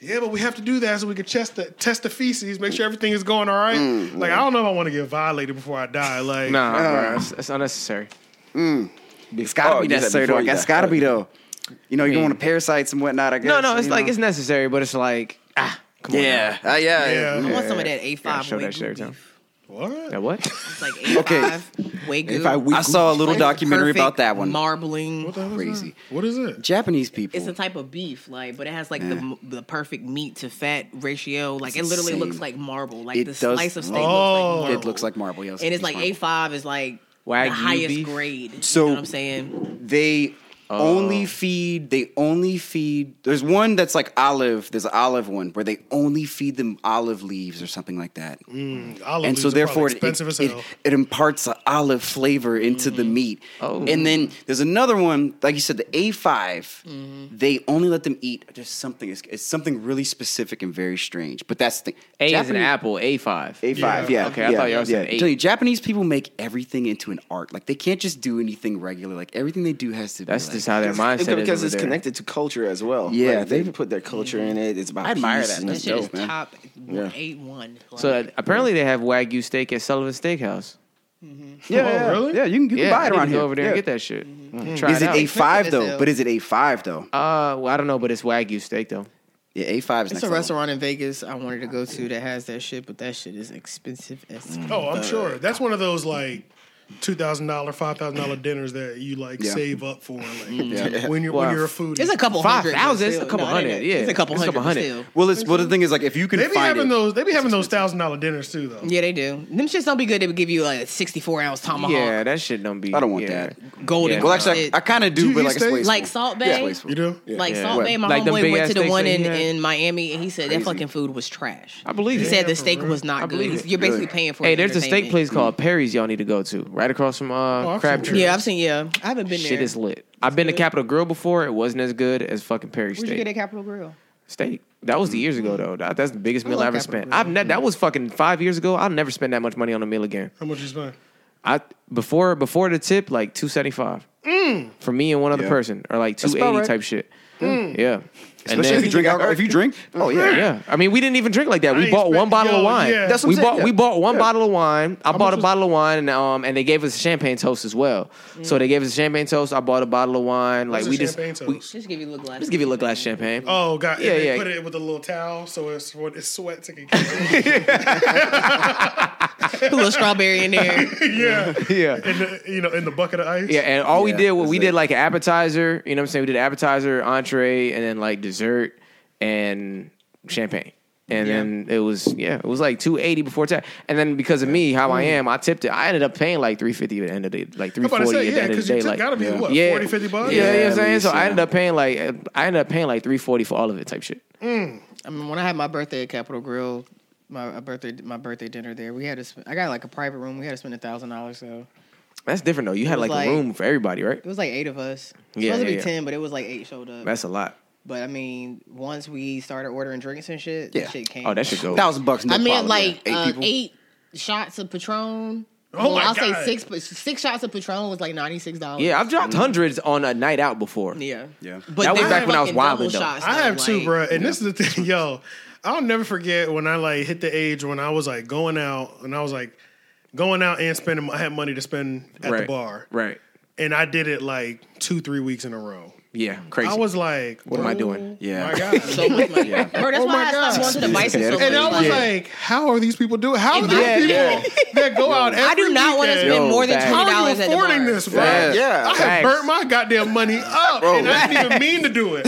yeah, but we have to do that so we can test the test the feces, make sure everything is going all right.
Mm,
like I don't know if I want to get violated before I die. Like
Nah, bro, that's, that's unnecessary.
It's gotta
Oh,
be
you said
necessary though.
before
I
you
guess
die.
gotta be though. You know, you don't
mean-
want to parasites and whatnot. I guess.
No, no, it's
you
like
know?
it's necessary, but it's like ah, come on.
Yeah. Uh, yeah,
Yeah.
yeah.
I want some of that A
now.
five
Show
way
that shit every
goof.
time.
what?
That what?
It's like A five way goof.
I saw a little
Like,
documentary
perfect
about that one.
Marbling.
What the hell is
Crazy.
that? What is it?
Japanese people.
It's a type of beef, like, but it has like
Yeah.
the the perfect meat to fat ratio. Like,
It's
it literally
insane.
les looks like marble. Like
It
the
does-
slice of steak
Oh.
looks like marble.
it looks like marble. Yes,
and it's like A five is like
Wagyu
the highest
beef?
grade.
So-
you know what I'm saying
They only feed. They only feed. There's one that's like olive. There's an olive one where they only feed them olive leaves or something like that.
Olive
and
leaves
so
are probably
therefore it,
expensive as
it,
hell.
it, it imparts an olive flavor into the meat.
Oh.
And then there's another one, like you said, the A5.
Mm-hmm.
They only let them eat just something. It's, it's something really specific and very strange. But that's the thing.
A is an
Japanese-
apple. A five.
A five,
Yeah.
yeah.
Okay, I
yeah,
thought y'all said
yeah.
eight.
Tell you, Japanese people make everything into an art. Like they can't just do anything regular. Like everything they do has to.
That's
be
just
like,
how their mindset
It's
is.
because
over
it's
there.
connected to culture as well.
Yeah,
Like, they
they-
put their culture in it. It's about
I admire
peace
that.
and
that
That's
shit
dope,
is
man.
top
Yeah.
eight one. Like,
So uh, apparently they have wagyu steak at Sullivan Steakhouse.
Yeah,
Oh,
yeah,
really?
Yeah, you can, you
yeah,
can buy
I
it
need
around
to
here.
Go over there
yeah.
and get that shit. Mm-hmm. Try
Is it
out.
A five though?
Expensive.
But is it A five though?
Uh, well, I don't know, but it's wagyu steak though.
Yeah, A five is
it's
next
a
level.
restaurant in Vegas I wanted to go to that has that shit, but that shit is expensive as.
Oh, I'm sure. That's one of those like two thousand dollar, five thousand dollar dinners that you like
Yeah.
save up for like,
Mm.
Yeah.
when you're
Wow.
when you're a foodie.
It's a couple
Five
hundred. but
thousand? It's
still-
a couple
no, it ain't
hundred.
that.
Yeah,
It's a couple
it's a
hundred.
couple
but
hundred.
still.
Well, it's well. The thing is, like, if you can
they be
find
having
it,
those. They be having those thousand dollar dinners too, though.
Yeah, they do. Them shits don't be good. They would give you like a sixty-four ounce tomahawk,
Yeah, that shit don't be.
I don't want
yeah.
that.
golden.
Yeah.
well, actually,
shit.
I, I kind of do,
Do you
but
eat
like, it's
steak?
wasteful.
Like Salt
Yeah, it's
Bay?
wasteful.
You do?
like
Yeah.
Salt Bay, my
Like them
homeboy
big
went
ass
to the
steaks
one
that he
in,
had?
in Miami, and he said
Crazy.
that fucking food was trash.
I believe
He
it.
said
for
the steak
real.
was
I
not good.
believe
He's-
it.
You're basically
Really?
paying for.
Hey,
the
there's a steak
entertainment.
place called Perry's y'all need to go to, right across from
Oh,
uh,
I've seen
Crabtree.
Perry's.
Yeah, I've seen. Yeah, I haven't been
Shit
there.
is lit. I've been to Capitol Grill before. It wasn't as good as fucking Perry's
Where'd you
steak.
get at Capitol Grill?
steak. That was the years ago though. That, that's the biggest meal I
love
ever
Capitol
spent.
Grill.
I've ne- that was fucking five years ago. I'll never spend that much money on a meal again.
How much you spend?
I before before the tip like two seventy five for me and one other
Yeah.
person or like two
about
eighty
right.
type shit. Yeah, and
Especially
then,
if you drink alcohol. If you drink, oh yeah,
yeah. I mean, we didn't even drink like that.
I
We
ain't
bought
expect-
one bottle
yo,
of wine.
yeah. That's
what I'm
we
saying,
bought
yeah.
we bought one bottle of wine. I bought a
was-
bottle of wine, and um, and they gave us a champagne toast as well. So they gave us a champagne toast. I bought a bottle of wine. Like
What's
we
a
just
champagne
we-
toast?
Just give you a little glass.
just give you a little glass of champagne.
Oh god!
Yeah,
Yeah, they
yeah.
Put it with a little towel so it's what it's sweat to get. <laughs>
<laughs>
yeah,
a little strawberry in <laughs> there.
yeah.
In the, you know, in the bucket of ice.
Yeah, and all we
Yeah,
did was
that's
we
it.
did like an appetizer. You know what I'm saying? We did appetizer, entree, and then like dessert and champagne. And then it was yeah, it was like two eighty before tax. And then because of me, how I am, I tipped it. I ended up paying like three fifty at the end of the
Mm. I'm
like three
about to say
forty at the
yeah,
end of the
because
day.
you took
Like
gotta be what
yeah,
40, 50 bucks.
Yeah, you know what I'm
Yeah,
saying.
we
So
used to,
I
yeah.
ended up paying like I ended up paying like three forty for all of it type shit.
I mean, when I had my birthday at Capitol Grill, my a birthday my birthday dinner there, we had to. Spend, I got like a private room. We had to spend a thousand dollars. So
That's different though. You had
was
like,
like-
a room for everybody, right?
it was like eight of us. It was
Yeah,
supposed
yeah,
to be
yeah.
ten, but it was like eight showed up.
That's a lot.
but I mean, once we started ordering drinks and shit,
Yeah.
that shit came.
Oh, that should go.
thousand bucks. No
I meant
problem.
like
Yeah.
uh,
eight people.
eight shots of Patron.
Oh my
I'll
God.
say six, but six shots of Patron was like ninety six dollars.
Yeah, I've dropped hundreds on a night out before.
Mm. yeah,
Yeah.
But
That was
they
back
were
when I was
fucking double
wildin' though.
shots,
I have
like,
too, bro. And this is the thing, yo. I'll never forget when I like hit the age when I was like going out and I was like going out and spending. I had money to spend at
right.
the bar,
Right.
and I did it like two, three weeks in a row.
Yeah. Crazy.
I was like,
What am I
oh,
doing?
Yeah.
My God.
So much money.
Yeah.
<laughs> Bro, that's
Oh my
why I stopped
God.
going to the bison so
And I
much.
was
Like,
like, how are these people doing? How are these
Yeah,
people
yeah.
that go out every
I do not want to
weekend?
spend more than
Yo,
twenty
How are
dollars
you
at the
affording
bar.
this, bro?
Facts. Yeah,
I have
facts.
burnt my goddamn money
<laughs>
up, and I didn't even mean to do it.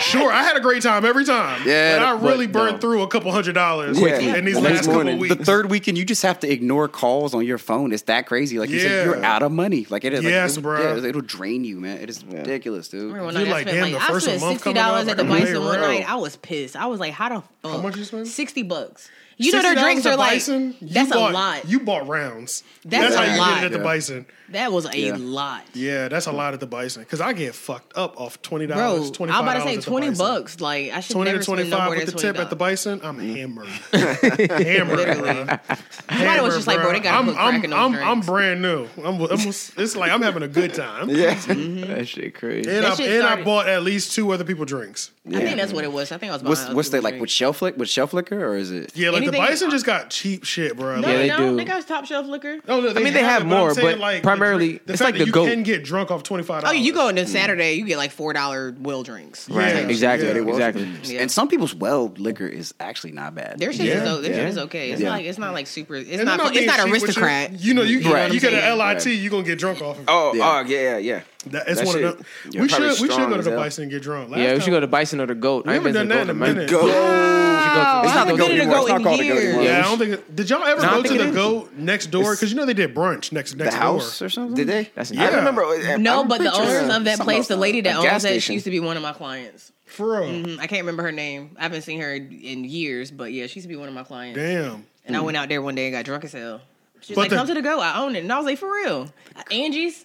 Sure, I had a great time every time.
Yeah,
but I
but
really burnt
no.
through a couple hundred dollars
Quickly.
in these
The
last
next
couple
morning.
weeks.
The third weekend, you just have to ignore calls on your phone. It's that crazy. Like you
Yeah.
said, you're out of money. Like it is. Like,
Yes,
it,
bruh.
yeah, it'll drain you, man. It is ridiculous, dude.
Remember when
You
I
like,
spent
damn,
like
the
I
first
spent
month
sixty
coming up,
dollars at the
I can
Bison
play
one
around.
night. I was pissed. I was like, how the fuck? How
much you spend?
Sixty bucks. You know their
$60
drinks
at
are like
Bison, you
that's
bought-
a lot.
You bought rounds. That's,
That's
how
a
you
lot.
did it at the
Yeah.
Bison.
that was a
Yeah.
lot.
Yeah, that's a lot at the Bison because I get fucked up off twenty
Bro,
dollars.
I'm
twenty five
about to
dollars
say
at the
twenty
Bison.
bucks. Like I should
Twenty
never
to twenty
spend no
five
more
with
than
the
twenty
tip at the
dollars.
Bison. I'm
Mm-hmm.
hammered.
<laughs>
hammered.
Literally.
bruh.
Somebody was just like, bro, they gotta
I'm,
put crack
I'm,
in those
I'm,
drinks.
I'm brand new. I'm, I'm, it's like I'm having a good time.
<laughs>
Yeah.
That shit crazy.
And, I,
Mm-hmm. That shit
and I
started-
bought at least two other people drinks.
I think that's what it was. I think I was.
What's
behind other
what's they
people's
like with
drinks.
shelf liquor? With shelf liquor or is it?
Yeah, like
Anything-
the Bison just got cheap shit, bro.
No,
Yeah, they
no,
do.
They got top shelf liquor.
no, no,
I mean, they have
it,
more,
I'm saying,
but
like, the
primarily,
drink- the
it's
fact
like
that
the
you
GOAT.
can get drunk off twenty five
Oh,
dollars.
you go on Saturday, you get like four dollar will drinks.
Right.
Like,
Exactly.
mm. Yeah, they was.
exactly.
Yeah.
And some people's well liquor is actually not bad.
Their shit
Yeah.
is o- their
Yeah.
shit is okay. It's
Yeah.
not like it's not like super. It's
And they're
not. It's
being
not
cheap with you.
aristocrat.
You know, you,
know what
get
I'm
you get
saying?
an LIT, you gonna get drunk off. of it.
Oh,
Yeah.
oh, yeah, yeah, yeah.
That, it's
That
one
shit-
of them.
yeah,
We
probably
should we should
strong
go to
as
the
hell.
Bison and get drunk. Last
Yeah, we
time-
should go to Bison or the Goat.
We
I ain't
haven't
been to
done
the
that
Goat
in
in
a
a minute.
minute.
Go.
I
not
haven't
the
been
goat
to the goat
anymore. It's not called the
in
goat anymore.
years.
Yeah, I don't think. Did y'all ever
Nah, I
go
think
to
it
the
is.
goat next door? Because you know they did brunch next
the
next
house
door.
or something?
Did they?
That's
I
Yeah.
remember. I-
No,
I'm
but the
pretty sure
owners of that
something
place,
else.
the lady that
A gas
owns that, she
station.
used to be one of my clients.
For real.
Mm, I can't remember her name. I haven't seen her in years, but yeah, she used to be one of my clients.
Damn.
And I went out there one day and got drunk as hell. She's
Hmm. But
like,
the-
"Come to the goat. I own it." And I was like, "For real, Angie's,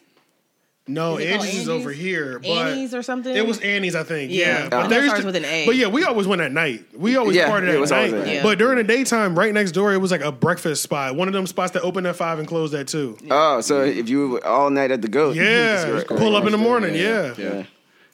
No,
Is it called
Angie's is
Angie's?
over here. But
Annie's, or something."
It was Annie's, I think.
Yeah.
Yeah,
Yeah.
but
It
there used
starts
to-
with an A.
But yeah, we always went at night. We always
Yeah,
partied
it
at
was
night.
always at
night.
But during the daytime, right next door, it was like a breakfast spot. One of them spots that opened at five and closed at two.
Oh, so if you were all night at the goat,
Yeah,
you just go-
pull up in the morning. Yeah.
Yeah.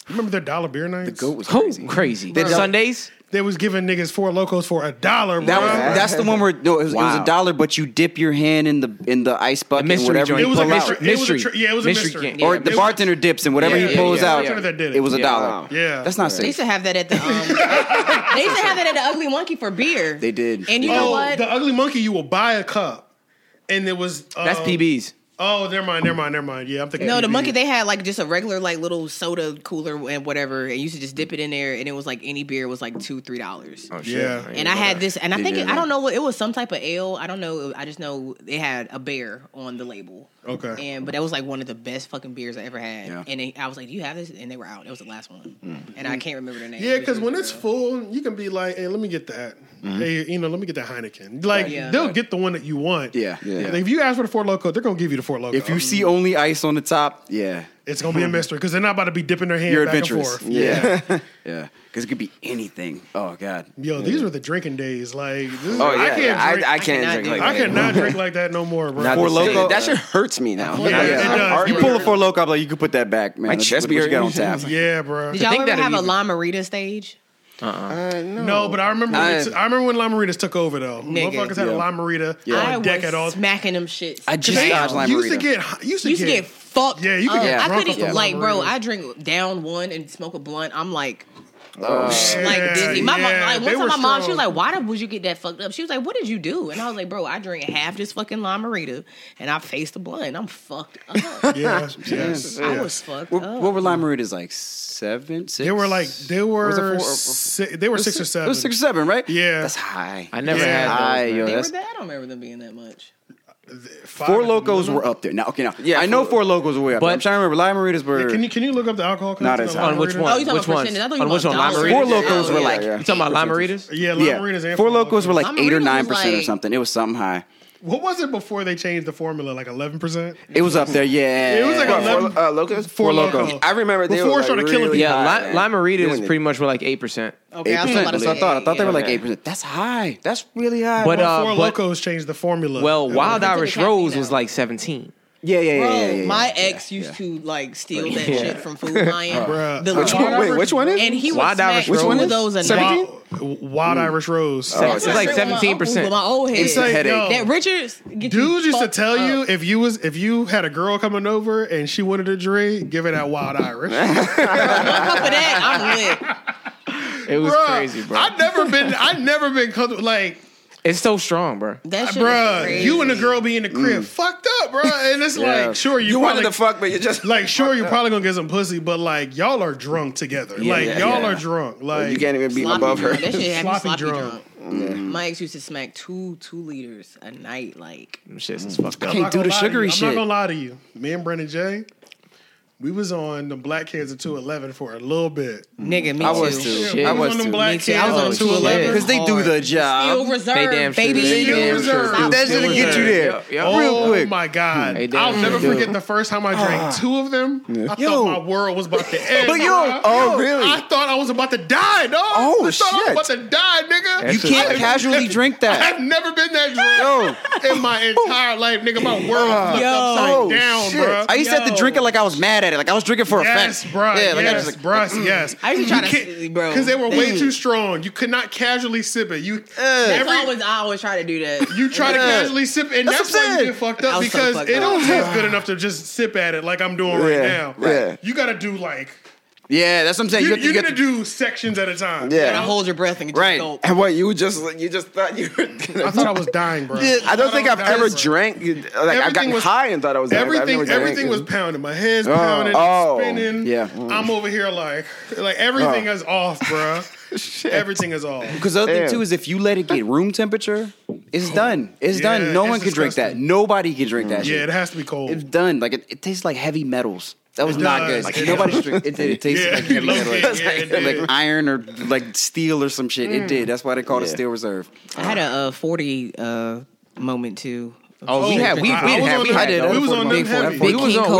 remember their dollar beer nights?
The goat was
Who?
crazy.
Crazy.
They don't-
Sundays?
They was giving niggas four locos for a dollar.
That was,
bruh.
that's the one where no, it was, it was
Wow.
a dollar, but you dip your hand in the in the ice bucket and
mystery
whatever
joint.
it
you
was a
pull
mystery.
out,
It was a
Mystery.
tr- yeah, it was a
Mystery
mystery.
can-
or
Yeah,
the
it was-
bartender dips and whatever
Yeah,
he pulls
yeah,
out,
yeah.
That did it.
it was a
Yeah.
dollar.
Yeah.
that's not
They
safe.
used to have that at the.
<laughs>
Um, they used to have that at the Ugly Monkey for beer.
They did.
And you know
oh,
what?
the ugly monkey. You will buy a cup, and it was uh,
That's PBs.
Oh, never mind, never mind, never mind. Yeah, I'm thinking.
No, the
PB.
monkey they had like just a regular like little soda cooler and whatever, and you used to just dip it in there, and it was like any beer was like two three dollars.
Oh,
Yeah.
ain't
And I
know
had
that.
this, and I
Did
think
you
it,
know?
I don't know what it was some type of ale. I don't know. I just know it had a bear on the label.
Okay.
And but that was like one of the best fucking beers I ever had.
Yeah.
And they, I was like, "Do you have this?" And they were out. It was the last one, and I can't remember the name.
Mm. Yeah,
It was
because when
years
it's
ago.
full, you can be like, "Hey, let me get that. Hey, you know, let me get that Heineken." Like
Yeah.
they'll get the one that you want.
Yeah, yeah.
Like, if you ask for the Four Loco, they're gonna give you the Four Loco.
If you see only ice on the top, yeah,
it's gonna be a mystery because they're not about to be dipping their hand
you're
back
adventurous.
and forth.
Yeah, yeah, because it could be anything. Oh God,
Yo, these were the drinking days. Like, this is,
Oh yeah,
I can't.
yeah,
drink,
I, I
I,
can't
cannot
drink
do
like
that.
that.
cannot
anymore.
drink like that no more, bro.
Not
Four
the same.
Loko?
That shit hurts me now.
Yeah, it
Yeah.
does.
You
It
pull a
does.
four loco, I'm like you could put that back, man.
My
That's
chest
what, what you
be
got on
hurting.
tap.
Yeah, bro.
Did y'all
think
ever
that
have a
even-
La Marita stage?
No, but I remember.
I-
I, I remember when La Marita's took over though.
Nigga.
Motherfuckers had
Yeah.
a La Marita
I
on deck
was
at all.
smacking them shits.
I just
down.
dodged La
You used to
Marita.
get. Used to
You used to
get. <laughs>
get fucked.
Yeah, you could
up.
get
I
drunk
couldn't
off of
like, bro.
margaritas.
I drink down one and smoke a blunt. I'm like,
Oh,
Yeah,
like dizzy. My mom,
yeah,
like one
they
time, my
were
mom, she was
strong.
like, "Why did- would you get that fucked up?" She was like, "What did you do?" And I was like, "Bro, I drank half this fucking La Marita, and I faced the blunt. I'm fucked
<laughs>
up.
Yes, yes,
I
yes.
was
<laughs>
fucked
What,
up.
what were lime margaritas like? Seven, six.
They were like they were
was it four or-
si- they were
It was
six or seven.
It was six or seven, right?
Yeah.
that's high.
I never
Yeah.
had those.
high,
man.
yo.
they were
That's,
that. I don't remember them being that much.
Five-
four locos were up there. Now, okay, now
Yeah,
I know
four-
four locos were way up. But
But-
I'm trying to remember lime margaritas were.
Can you can you look up the alcohol content?
Not as
of
high.
La
On which
Marita?
one?
Oh, you talking
which
about
one?
percentage. I thought you
On
were
which one?
about
La
dollars.
Marita?
Four Locos
Yeah.
were like
You talking about La Marita's?
Oh, Yeah, La Marita's
yeah,
and
four locos were
La
like eight
Marita
or
was
nine percent or
like-
something. It was something <laughs> high.
What was it before they changed the formula? Like eleven percent.
It was up there. Yeah,
It was like
What,
eleven.
Four uh, locos?
Four Loko.
Loko. I remember they
Before
were
it started
like
killing
really
people.
Yeah,
high,
La, La
man.
Marita is
Doing it.
pretty much were like eight percent.
Okay,
Eight
I was about
percent.
to
That's what I
say
thought. I
eight,
thought they
yeah.
were like
Okay.
eight percent. That's high. That's really high.
But
Well,
uh,
four
but
locos changed the formula.
well,
And
Wild
Welcome to
Irish
the Cafe
Rose
now.
was like seventeen.
yeah, yeah, yeah,
Bro,
yeah, yeah, yeah.
Oh, my ex used to like steal that shit from Food Lion.
<laughs> Bruh.
The
Which
Wild
one- wait,
Irish-
which one is-
And he
Wild
was
Irish
smack
Which
two
one
of
is?
those a night.
Wild, Wild Irish Rose.
Oh,
It's like seventeen percent.
My old head.
It's a headache.
That Richards get you
Dudes used to
fucked
tell
up.
you if you was if you had a girl coming over and she wanted a drink, give her that wild Irish.
One cup of
<laughs>
that, I'm lit.
It was
Bruh,
crazy, bro.
I never been I never been comfortable like
it's so strong, bro.
That shit is
bruh,
crazy.
you and the girl be in the crib fucked up, bruh. And it's
Yeah.
like sure you,
you
probably,
wanted to fuck, but you just
like sure you're probably gonna get some pussy, but like y'all are drunk together. like
yeah,
y'all
yeah.
are drunk. Like
you can't even be
Sloppy
above her.
drunk. That shit had me
Sloppy
sloppy drunk.
drunk.
Mm.
My ex used to smack two two liters a night. Like
Them shits is fucked up.
I'm
can't
not
do
gonna
the
lie to you.
sugary
I'm
shit.
not gonna lie to you. Me and Brendan J, we was on the Black Kids of 211 for a little bit.
nigga, me
I
too.
was too.
we
I
was
was
on them
too.
Black
Me too. I
Kids
was
on
on
two eleven.
211.
because they do the job.
Steel reserve,
They damn sure
baby.
do. They
damn
Steel
sure
Reserve.
do.
That's gonna get you there
Yep, yep.
real
Oh
quick. Ah.
my God.
They damn
I'll
sure
never
do.
forget the first time I drank two of them. I
Yo.
thought my world was about to
<laughs>
end.
But yo,
bruh.
oh,
Yo,
really?
I thought I was about to die, dog.
Oh,
I thought I
shit.
was about to die, nigga.
You can't casually drink that.
<laughs> I've never been that drunk
Yo,
in
<laughs>
my entire life, nigga. My world
Ah.
was
Yo.
upside down,
shit.
bruh.
I used to have to drink it like I was mad at it, like I was drinking for
Yes,
effect.
bruh.
Yeah, like I
yes,
was like, mm.
bruh. Yes.
I used to try to- bro.
because they were way too strong. You could not casually sip it. You
That's
every
always I always try to do
<laughs>
that.
you try to
Yeah.
casually sip, it, and
That's
that's,
what I'm
why you
saying.
get fucked
I
up
was so
because
fucked
it
up.
don't taste good enough to just sip at it like I'm doing right
Yeah,
now.
right.
You got to do like
yeah, that's what I'm saying.
you,
You, have to-
you
you
got
got
to do sections at a time.
Yeah.
Gotta hold your breath and just
Right.
go.
And what you just you just thought you were. <laughs>
I
Gonna,
thought I was dying, bro.
I don't think I've
That
ever
was-
drank. Like I got
Everything was-
high and thought I was. drunk. I've
Everything,
never drank.
everything was pounding. My head's
Oh,
pounding,
oh,
spinning.
yeah.
I'm over here like, like everything
Oh.
is off, bro. everything is off.
because the other
Yeah.
thing too is if you let it get room temperature,
<laughs>
it's done. It's
Yeah,
done. No
it's
one can drink that.
disgusting. Mm.
Nobody can drink that.
Yeah,
shit.
it has to be cold.
It's done. Like it, it tastes like heavy metals. That was
It
not
does.
good. Like
It
nobody
does.
drink it. Did. It tasted
Yeah,
<laughs> like heavy
low-key,
metal.
yeah, Mm. it did.
like iron or like steel or some shit. It did. That's why they called it
Yeah.
steel reserve.
I had a uh, forty uh, moment too.
Oh, we
Oh,
had we, we,
I- I was
had
on
we
them-
had that.
we was on them
Big
heavy.
Cobras.
We was
King
on we was on E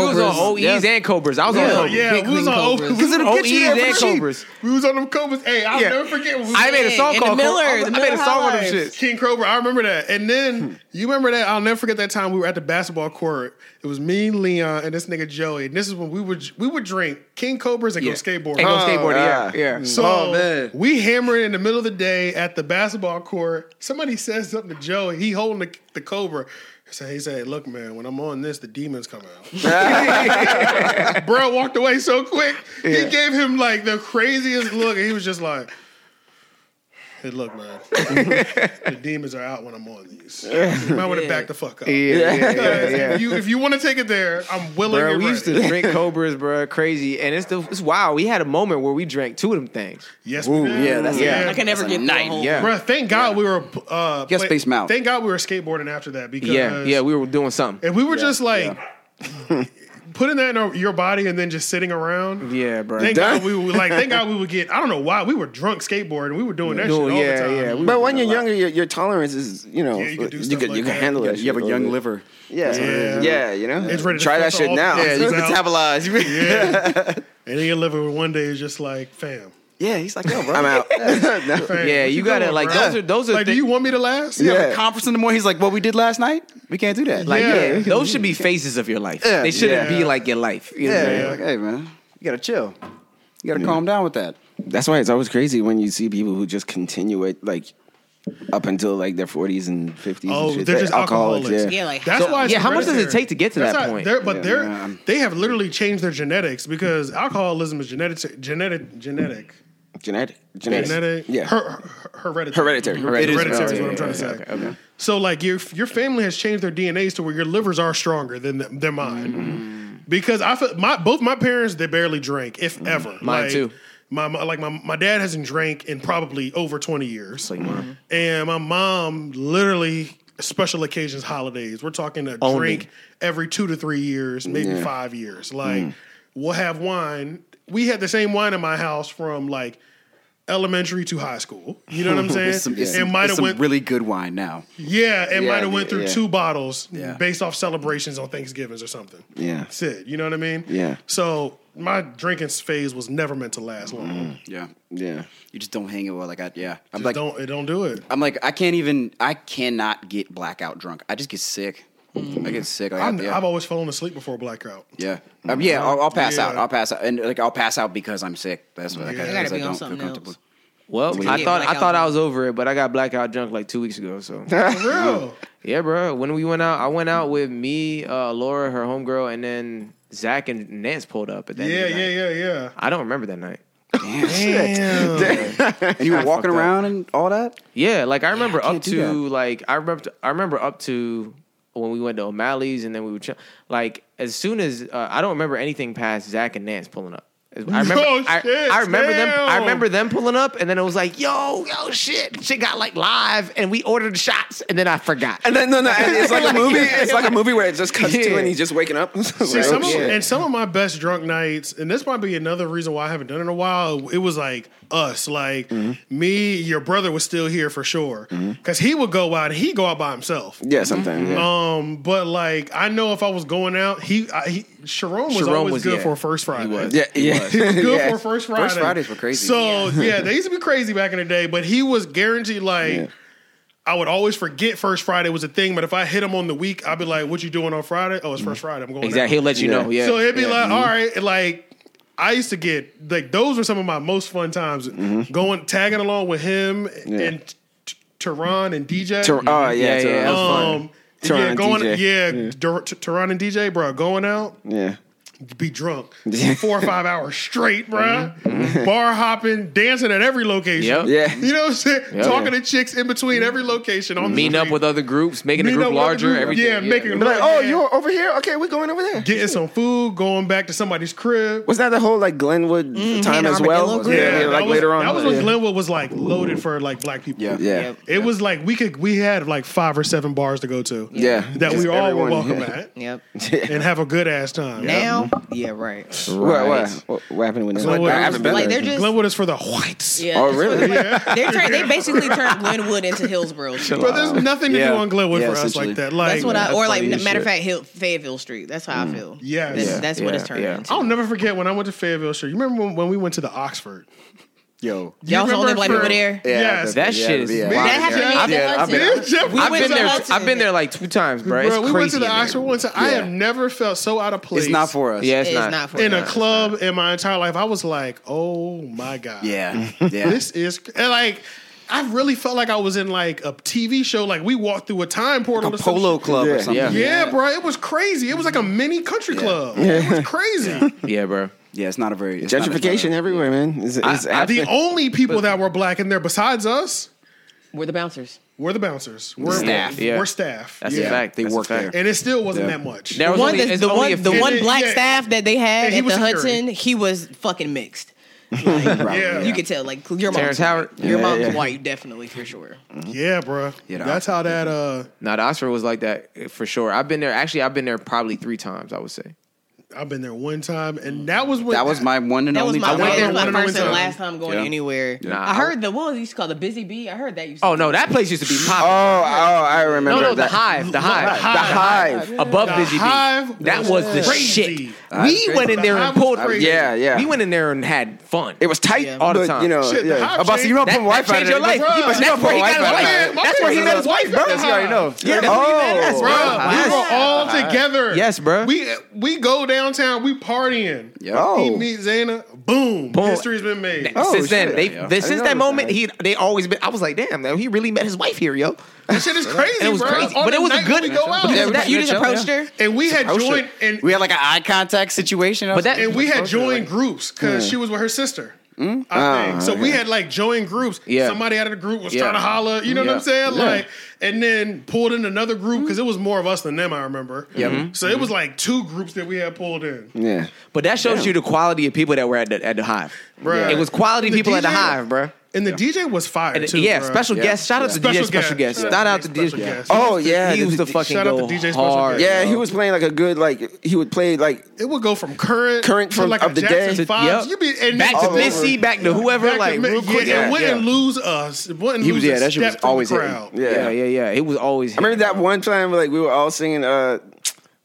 Cobras.
OEs and Cobras. I was
Yeah.
on Cobras.
yeah,
Big
we was
Queen
on over.
Cobras.
Because it'll get you
OEs
there for
and
cheap.
Cobras.
We was on them Cobras. Hey, I'll
Yeah.
never forget. when we
I made a song
And the
called
Miller,
Cobra. I
the
made a
Miller
song on them
highlights.
shit.
King Cobra. I remember that. And
Hmm.
then you remember that. I'll never forget that time we were at the basketball court. It was me, Leon, and this nigga Joey. And this is when we would we would drink King Cobras and
Yeah.
go skateboarding.
And go
Oh,
skateboarding. Yeah,
ah.
yeah.
So
Oh, man.
we hammer it in the middle of the day at the basketball court. Somebody says something to Joey. He holding the, the Cobra. So he said, "Look, man, when I'm on this, the demons come out." Bro walked away so quick. He gave him like the craziest look, and he was just like. Hey, look, man. the demons are out when I'm on these. You might want to
Yeah.
back the fuck up.
Yeah, yeah, yeah. yeah.
If you if you want to take it there, I'm willing.
Bro,
and
we used
ready.
to
<laughs>
drink Cobras, bro, crazy, and it's the it's wow. We had a moment where we drank two of them things.
Yes,
Ooh,
we did.
yeah, that's
Yeah.
I can never
That's a
get through
night,
a whole.
yeah.
Bruh, thank God we were. Uh,
Get Space Mountain.
Thank God we were skateboarding after that because
Yeah, yeah, we were doing something.
if we were just like
<laughs>
putting that in our, your body and then just sitting around.
Yeah, bro.
Thank God we would like. Thank God we would get. I don't know why we were drunk skateboarding. We were doing that shit
Doing-
all
Oh, yeah,
the time.
yeah, we-
But when you're younger, your, your tolerance is, you know,
Yeah, you
you
can do
can, you
stuff
can,
like that.
handle
You
it.
have- you have a young liver.
Yeah.
Yeah.
<laughs> yeah. you know?
It's ready to
Try that
filter
shit
all
now.
the Yeah,
<laughs>
Yeah,
you
you
can out.
"Oh,
metabolize.
And then your liver one day is just like, fam.
<laughs> Yeah, he's like, yo, bro.
I'm out. <laughs>
fam,
Yeah,
what
you gotta
doing,
like
bruh?
those are those are
Like, do
thi-
you want me to last?
We
Yeah.
have a conference in the morning. He's like, what we did last night? We can't do that. Like,
like
Yeah.
yeah, those should be phases of your life.
Yeah.
They shouldn't
Yeah.
be like your life. you know what
yeah,
I'm saying?
you're like, hey, man, you gotta chill. You gotta calm down with that.
That's why it's always crazy when you see people who just continue it, like, up until, like, their 40s and 50s.
Oh,
and shit.
they're just alcoholics.
Yeah, like
That's
how-
why. It's
yeah, how much does it
hereditary.
take to get to
That's
that
how-
point?
They're, but they're
Yeah.
they have literally changed their genetics because alcoholism is genetic, genetic, genetic,
Genetic. Genetic.
genetic,
Yeah.
her, her, hereditary,
Hereditary.
It is
Hereditary.
hereditary is what
Yeah,
I'm
yeah,
trying to
yeah,
say.
okay, okay.
So like your your family has changed their DNAs to where your livers are stronger than th- than mine. Because I feel my both my parents they barely drank if ever.
Mine
Like,
too.
My, my like my my dad hasn't drank in probably over 20 years.
Like, wow.
and my mom literally special occasions holidays. We're talking a
Only.
drink every 2 to 3 years, maybe
Yeah.
5 years. Like we'll have wine. We had the same wine in my house from like elementary to high school. You know what I'm saying?
<laughs> It's some, it's
And
some,
might
it's
have
some
went-
really good wine now.
yeah, it
Yeah,
might have went through
yeah.
two bottles
Yeah.
based off celebrations on Thanksgivings or something.
Yeah.
That's it. You know what I mean?
Yeah.
So my drinking phase was never meant to last long.
Yeah.
Yeah.
You just don't hang it well. Like, I, yeah. I'm
Just
Mm-hmm. like,
don't it don't do it.
I'm like, I can't even, I cannot get blackout drunk. I just get sick. I get sick. Like,
I'm,
yeah.
I've always fallen asleep before blackout.
yeah. Um, yeah, I'll, I'll pass out.
Yeah.
I'll pass out. And like, I'll pass out because I'm sick. That's what I got.
Yeah.
I gotta be on something else.
<laughs>
Well,
Yeah,
I thought I
blackout
thought I
drunk.
was over it, but I got blackout drunk like two weeks
<laughs>
ago. So
For real.
yeah, bro. When we went out, I went out with me, uh, Laura, her homegirl, and then Zach and Nance pulled up at that.
Yeah,
night.
yeah, yeah, yeah.
I don't remember that night.
Damn.
And you were walking
fucked up.
around and all that?
Yeah, like I remember
can't
up
do
to like I remember I remember up to when we went to O'Malley's and then we were ch- like as soon as uh, I don't remember anything past Zach and Nance pulling up. I remember,
<laughs> Oh,
I,
shit,
I remember them. I
damn.
remember them pulling up, and then it was like, "Yo, yo, shit, shit got like live," and we ordered shots, and then I forgot.
And then, no, no, and
<laughs>
it's like a movie. It's like a movie where it just cuts
Yeah.
to and he's just waking up. <laughs>
See,
Like,
some of,
oh, shit.
and some of my best drunk nights, and this might be another reason why I haven't done it in a while. It was like us, like me, your brother was still here for sure, because he would go out and he go out by himself.
Yeah, something. Yeah.
Um, but like I know if I was going out, he, I, he Sharon was
Sharon
always
was,
good
yeah.
for a first Friday.
was.
yeah, <laughs> yeah.
Good
Yeah.
for a first Friday.
First Fridays were crazy.
So yeah. they used to be crazy back in the day, but he was guaranteed like.
Yeah.
I would always forget first Friday was a thing, but if I hit him on the week, I'd be like, "What you doing on Friday? Oh, it's first Friday. I'm going." out."
Exactly, he'll let you
Yeah.
know. Yeah,
So it'd be
yeah.
like, all right, like I used to get like those were some of my most fun times going tagging along with him and T- Tehran and DJ.
Tor- oh, yeah,
Yeah,
Tor-
yeah,
that was fun.
um,
Tehran
yeah,
and
going,
DJ.
yeah, Dur- T- Tehran and DJ, bro, going out,
Yeah.
be drunk, <laughs> four or five hours straight, bro, bar hopping, dancing at every location.
Yep.
Yeah.
You know what I'm saying?
Yep.
Talking to chicks in between every location. On the
meeting up
street.
with other groups, making the
Meeting up
group
with other
larger.
group-
everything.
yeah, making
Be like, oh,
Yeah.
you're over here? Okay, we're going over there.
getting some food, going back to somebody's crib.
Was that the whole like Glenwood time
Hannah
as well?
Armadillo
Mm-hmm. Yeah, yeah,
that
like
was,
later on.
That was when
yeah.
Glenwood was like loaded for like black people.
Yeah.
Yeah.
Yep.
It was like we could we had like five or seven bars to go to.
<laughs> Yeah.
That
Just
we all were
everyone,
<laughs>
welcome
yeah.
at
Yep.
and have a good ass time.
Now, yeah, right.
What,
Right.
what, what, what happened with
Glenwood,
that?
Like, they're just-
Glenwood is for the whites.
Yeah.
Oh, really?
They're turn, they basically turned Glenwood into Hillsborough. Street.
But there's nothing to
Yeah.
do on Glenwood
Yeah,
for us
essentially.
like that. Like
That's what I,
That's
or like,
funny
matter
as
of
shit.
fact, Hill, Fayetteville Street. That's how I feel.
Yes.
That's,
Yeah,
that's what it's
yeah,
turned
yeah.
into.
I'll never forget when I went to Fayetteville Street. You remember when, when we went to the Oxford?
Yo.
Y'all was the only
remember
black
for-
people there.
Yeah,
yes. <laughs>
That
Yeah,
shit is.
yeah.
wild.
That happened to me at the
Yeah, I've
Hudson.
been-
Dude,
We
I've
went
been
to
there.
Hudson.
I've been there like two times, bro. It's
Bro, we
crazy.
went to the
in there.
Oxford one time. I
Yeah.
have never felt so out of place.
It's not for us.
Yeah, it's,
It's
not.
not for
in a
us.
club in my entire life. I was like, oh my god,
<laughs>
Yeah. Yeah.
this is and like. I really felt like I was in like a TV show. Like we walked through a time portal,
a
or some
polo
shit.
club
Yeah.
or something.
Yeah, bro, it was crazy. It was like a mini country club. It was crazy.
yeah, bro.
Yeah, it's not a very it's not a-
Gentrification
Not
everywhere, man. It's, it's
I- the
after-
only people that were black in there besides us
We're the bouncers.
were the bouncers. We're
Staff.
We're,
Yeah.
staff.
That's
yeah.
a fact.
They
That's a
work
fact.
there.
And it still wasn't
Yeah.
that much.
There was
one,
only,
that's
it's
the
only
one,
a
the
few-
And
one
it-
black
yeah.
staff that they had
And he
at
was
the
security.
Hudson, he was fucking mixed.
a- probably,
Yeah.
You could tell, like your mom's
Terrence Howard.
white. your
Yeah,
mom's
yeah.
white, definitely for sure.
Yeah, bro.
You know.
That's how that. Uh,
Now the Oxford was like that for sure. I've been there. Actually, I've been there probably three times. I would say.
I've been there one time, and that was when
That was my one and
That was
only
my,
time.
went
that
there
was my
one
first and
time.
last time going
Yeah.
anywhere.
Nah,
I
I-
heard the what was it used to call the busy bee. I heard that used. To
Oh no, that place used to be
oh, oh,
popping.
I remember
no, no, the
that.
hive, the hive,
The hive.
above
The
Busy Bee.
Hive
That
was
was the
crazy.
shit.
That was
We
crazy.
went in
The
there
hive
and
was
pulled.
crazy.
Yeah, yeah.
We went in there and had fun.
It was tight,
Yeah.
all the
But,
time.
you
know,
Shit, the
yeah.
hive
I'm about to say, you don't
changed-
put Wi-Fi
changed your
in it.
life.
Bruh.
You must not
That's
put
where he got
Wi-Fi
his
in
wife.
it.
Man, my
That's where he
niggas
met
was
his wife,
wiping
bro.
the
You already
hive.
know.
Yeah, that's where he met us, bro.
Oh,
Bruh, we were all together.
Yes, bruh.
We we go downtown. We partying.
Oh.
He meets Zayna. Boom.
Boom.
History's been made.
Oh,
since then,
shit.
they
Yeah.
they-
I
since
noticed
that moment,
that.
he they always been. I was like, damn, man, he really met his wife here, yo.
That shit is crazy,
And it was
bro.
crazy,
On
but
the
it was a
night
good.
when we go
but
out.
that- that- you
Yeah.
just approached her.
and we had
Oh, shit.
joined and
We had like an eye contact situation.
But that-
and we had joined
Like-
groups because
Hmm.
she was with her sister. I think. So we had like joined groups.
Ah, Yeah.
Somebody out of the group was
Yeah.
trying to holler, you know what
Yeah. Hmm.
I'm saying? Like, and then pulled in another group because it was more of us than them, I remember.
Mm-hmm.
Mhm.
So it was like two groups that we had pulled in.
Yeah.
But that shows you the quality of people that were at the at the hive.
Bruh.
It was quality
The
people at the
DJ
hive, bro.
And the DJ was fire
And
too.
yeah,
bruh.
special
Yeah.
guest. Shout out to
Special
DJ special
guest.
guest.
Yeah.
Shout out to
Special
DJ.
guest.
Oh yeah.
he
the-
used to
the-
fucking
shout out to
go
DJ Special
hard.
Guest.
Yeah, he was playing like a good like he would play like
It would go from current,
Current
to
from-
like a
of the
Jackson
day.
Five.
Yep.
You be and
back
all
to
over.
Missy, back to whoever,
Back to
like
Mi-
real quick.
Yeah, it
Yeah,
wouldn't
yeah.
lose us. It wouldn't
He
lose
was yeah,
a
that shit was
step from
always
the
hitting.
crowd.
Yeah, yeah, yeah, yeah. It was always.
I
Hitting.
remember that one time like we were all singing uh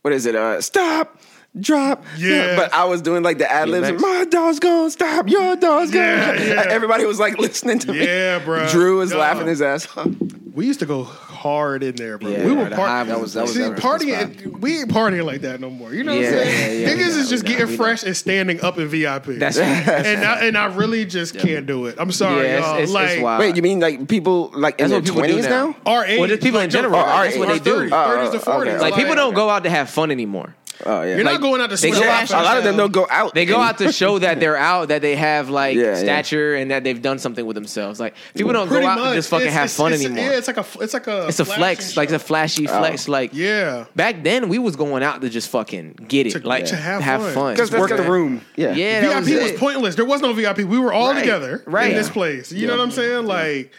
what is it? Uh stop, drop.
Yeah.
But I was doing like the ad libs
next.
my dog's gonna stop, your dog's gonna
Yeah, yeah.
everybody was like <laughs> listening to me.
Yeah, bruh.
Drew was
Yo.
laughing his ass off.
We used to go hard in there, bro.
Yeah,
we were
the
part-
hive
That was- that was
See,
ever-
partying. We ain't partying like that no more. You know
Yeah,
what I'm saying?
yeah, yeah,
Niggas
we
is
know,
just
we know,
getting
we
fresh and standing up in VIP.
That's right.
and I, and I really just can't do it. I'm sorry,
Yeah, it's-
y'all.
it's- it's
like
wild.
Wait, you mean like people like in
Uh, That's
their
what people do
twenties
now.
now?
our age,
Well, there's people
like,
in general,
don't-
right? That's what
our
they do.
30s,
Oh,
30s to
okay.
40s.
Like people don't
okay.
go out to have fun anymore.
Oh yeah.
You're
like,
not going out to
they
sweat.
go
it
out-
out
a lot of them don't go out.
They go
and-
out to show that they're out, that they have like
Yeah, yeah.
stature and that they've done something with themselves. Like people don't
Pretty
go out
much.
and just fucking
It's-
have
it's-
fun
it's-
anymore.
Yeah,
it's,
it's like a f- it's like a
a
flash
flex,
and
like it's a
show.
flashy flex. Like
yeah.
back then, we was going out to just fucking get it,
To-
like
to have fun.
fun,
Because
Just
that's
work
got-
the room.
Yeah.
Yeah, that
VIP was,
it.
pointless. There was no VIP. We were all
Right,
together
right.
in this place. You know what I'm saying? Like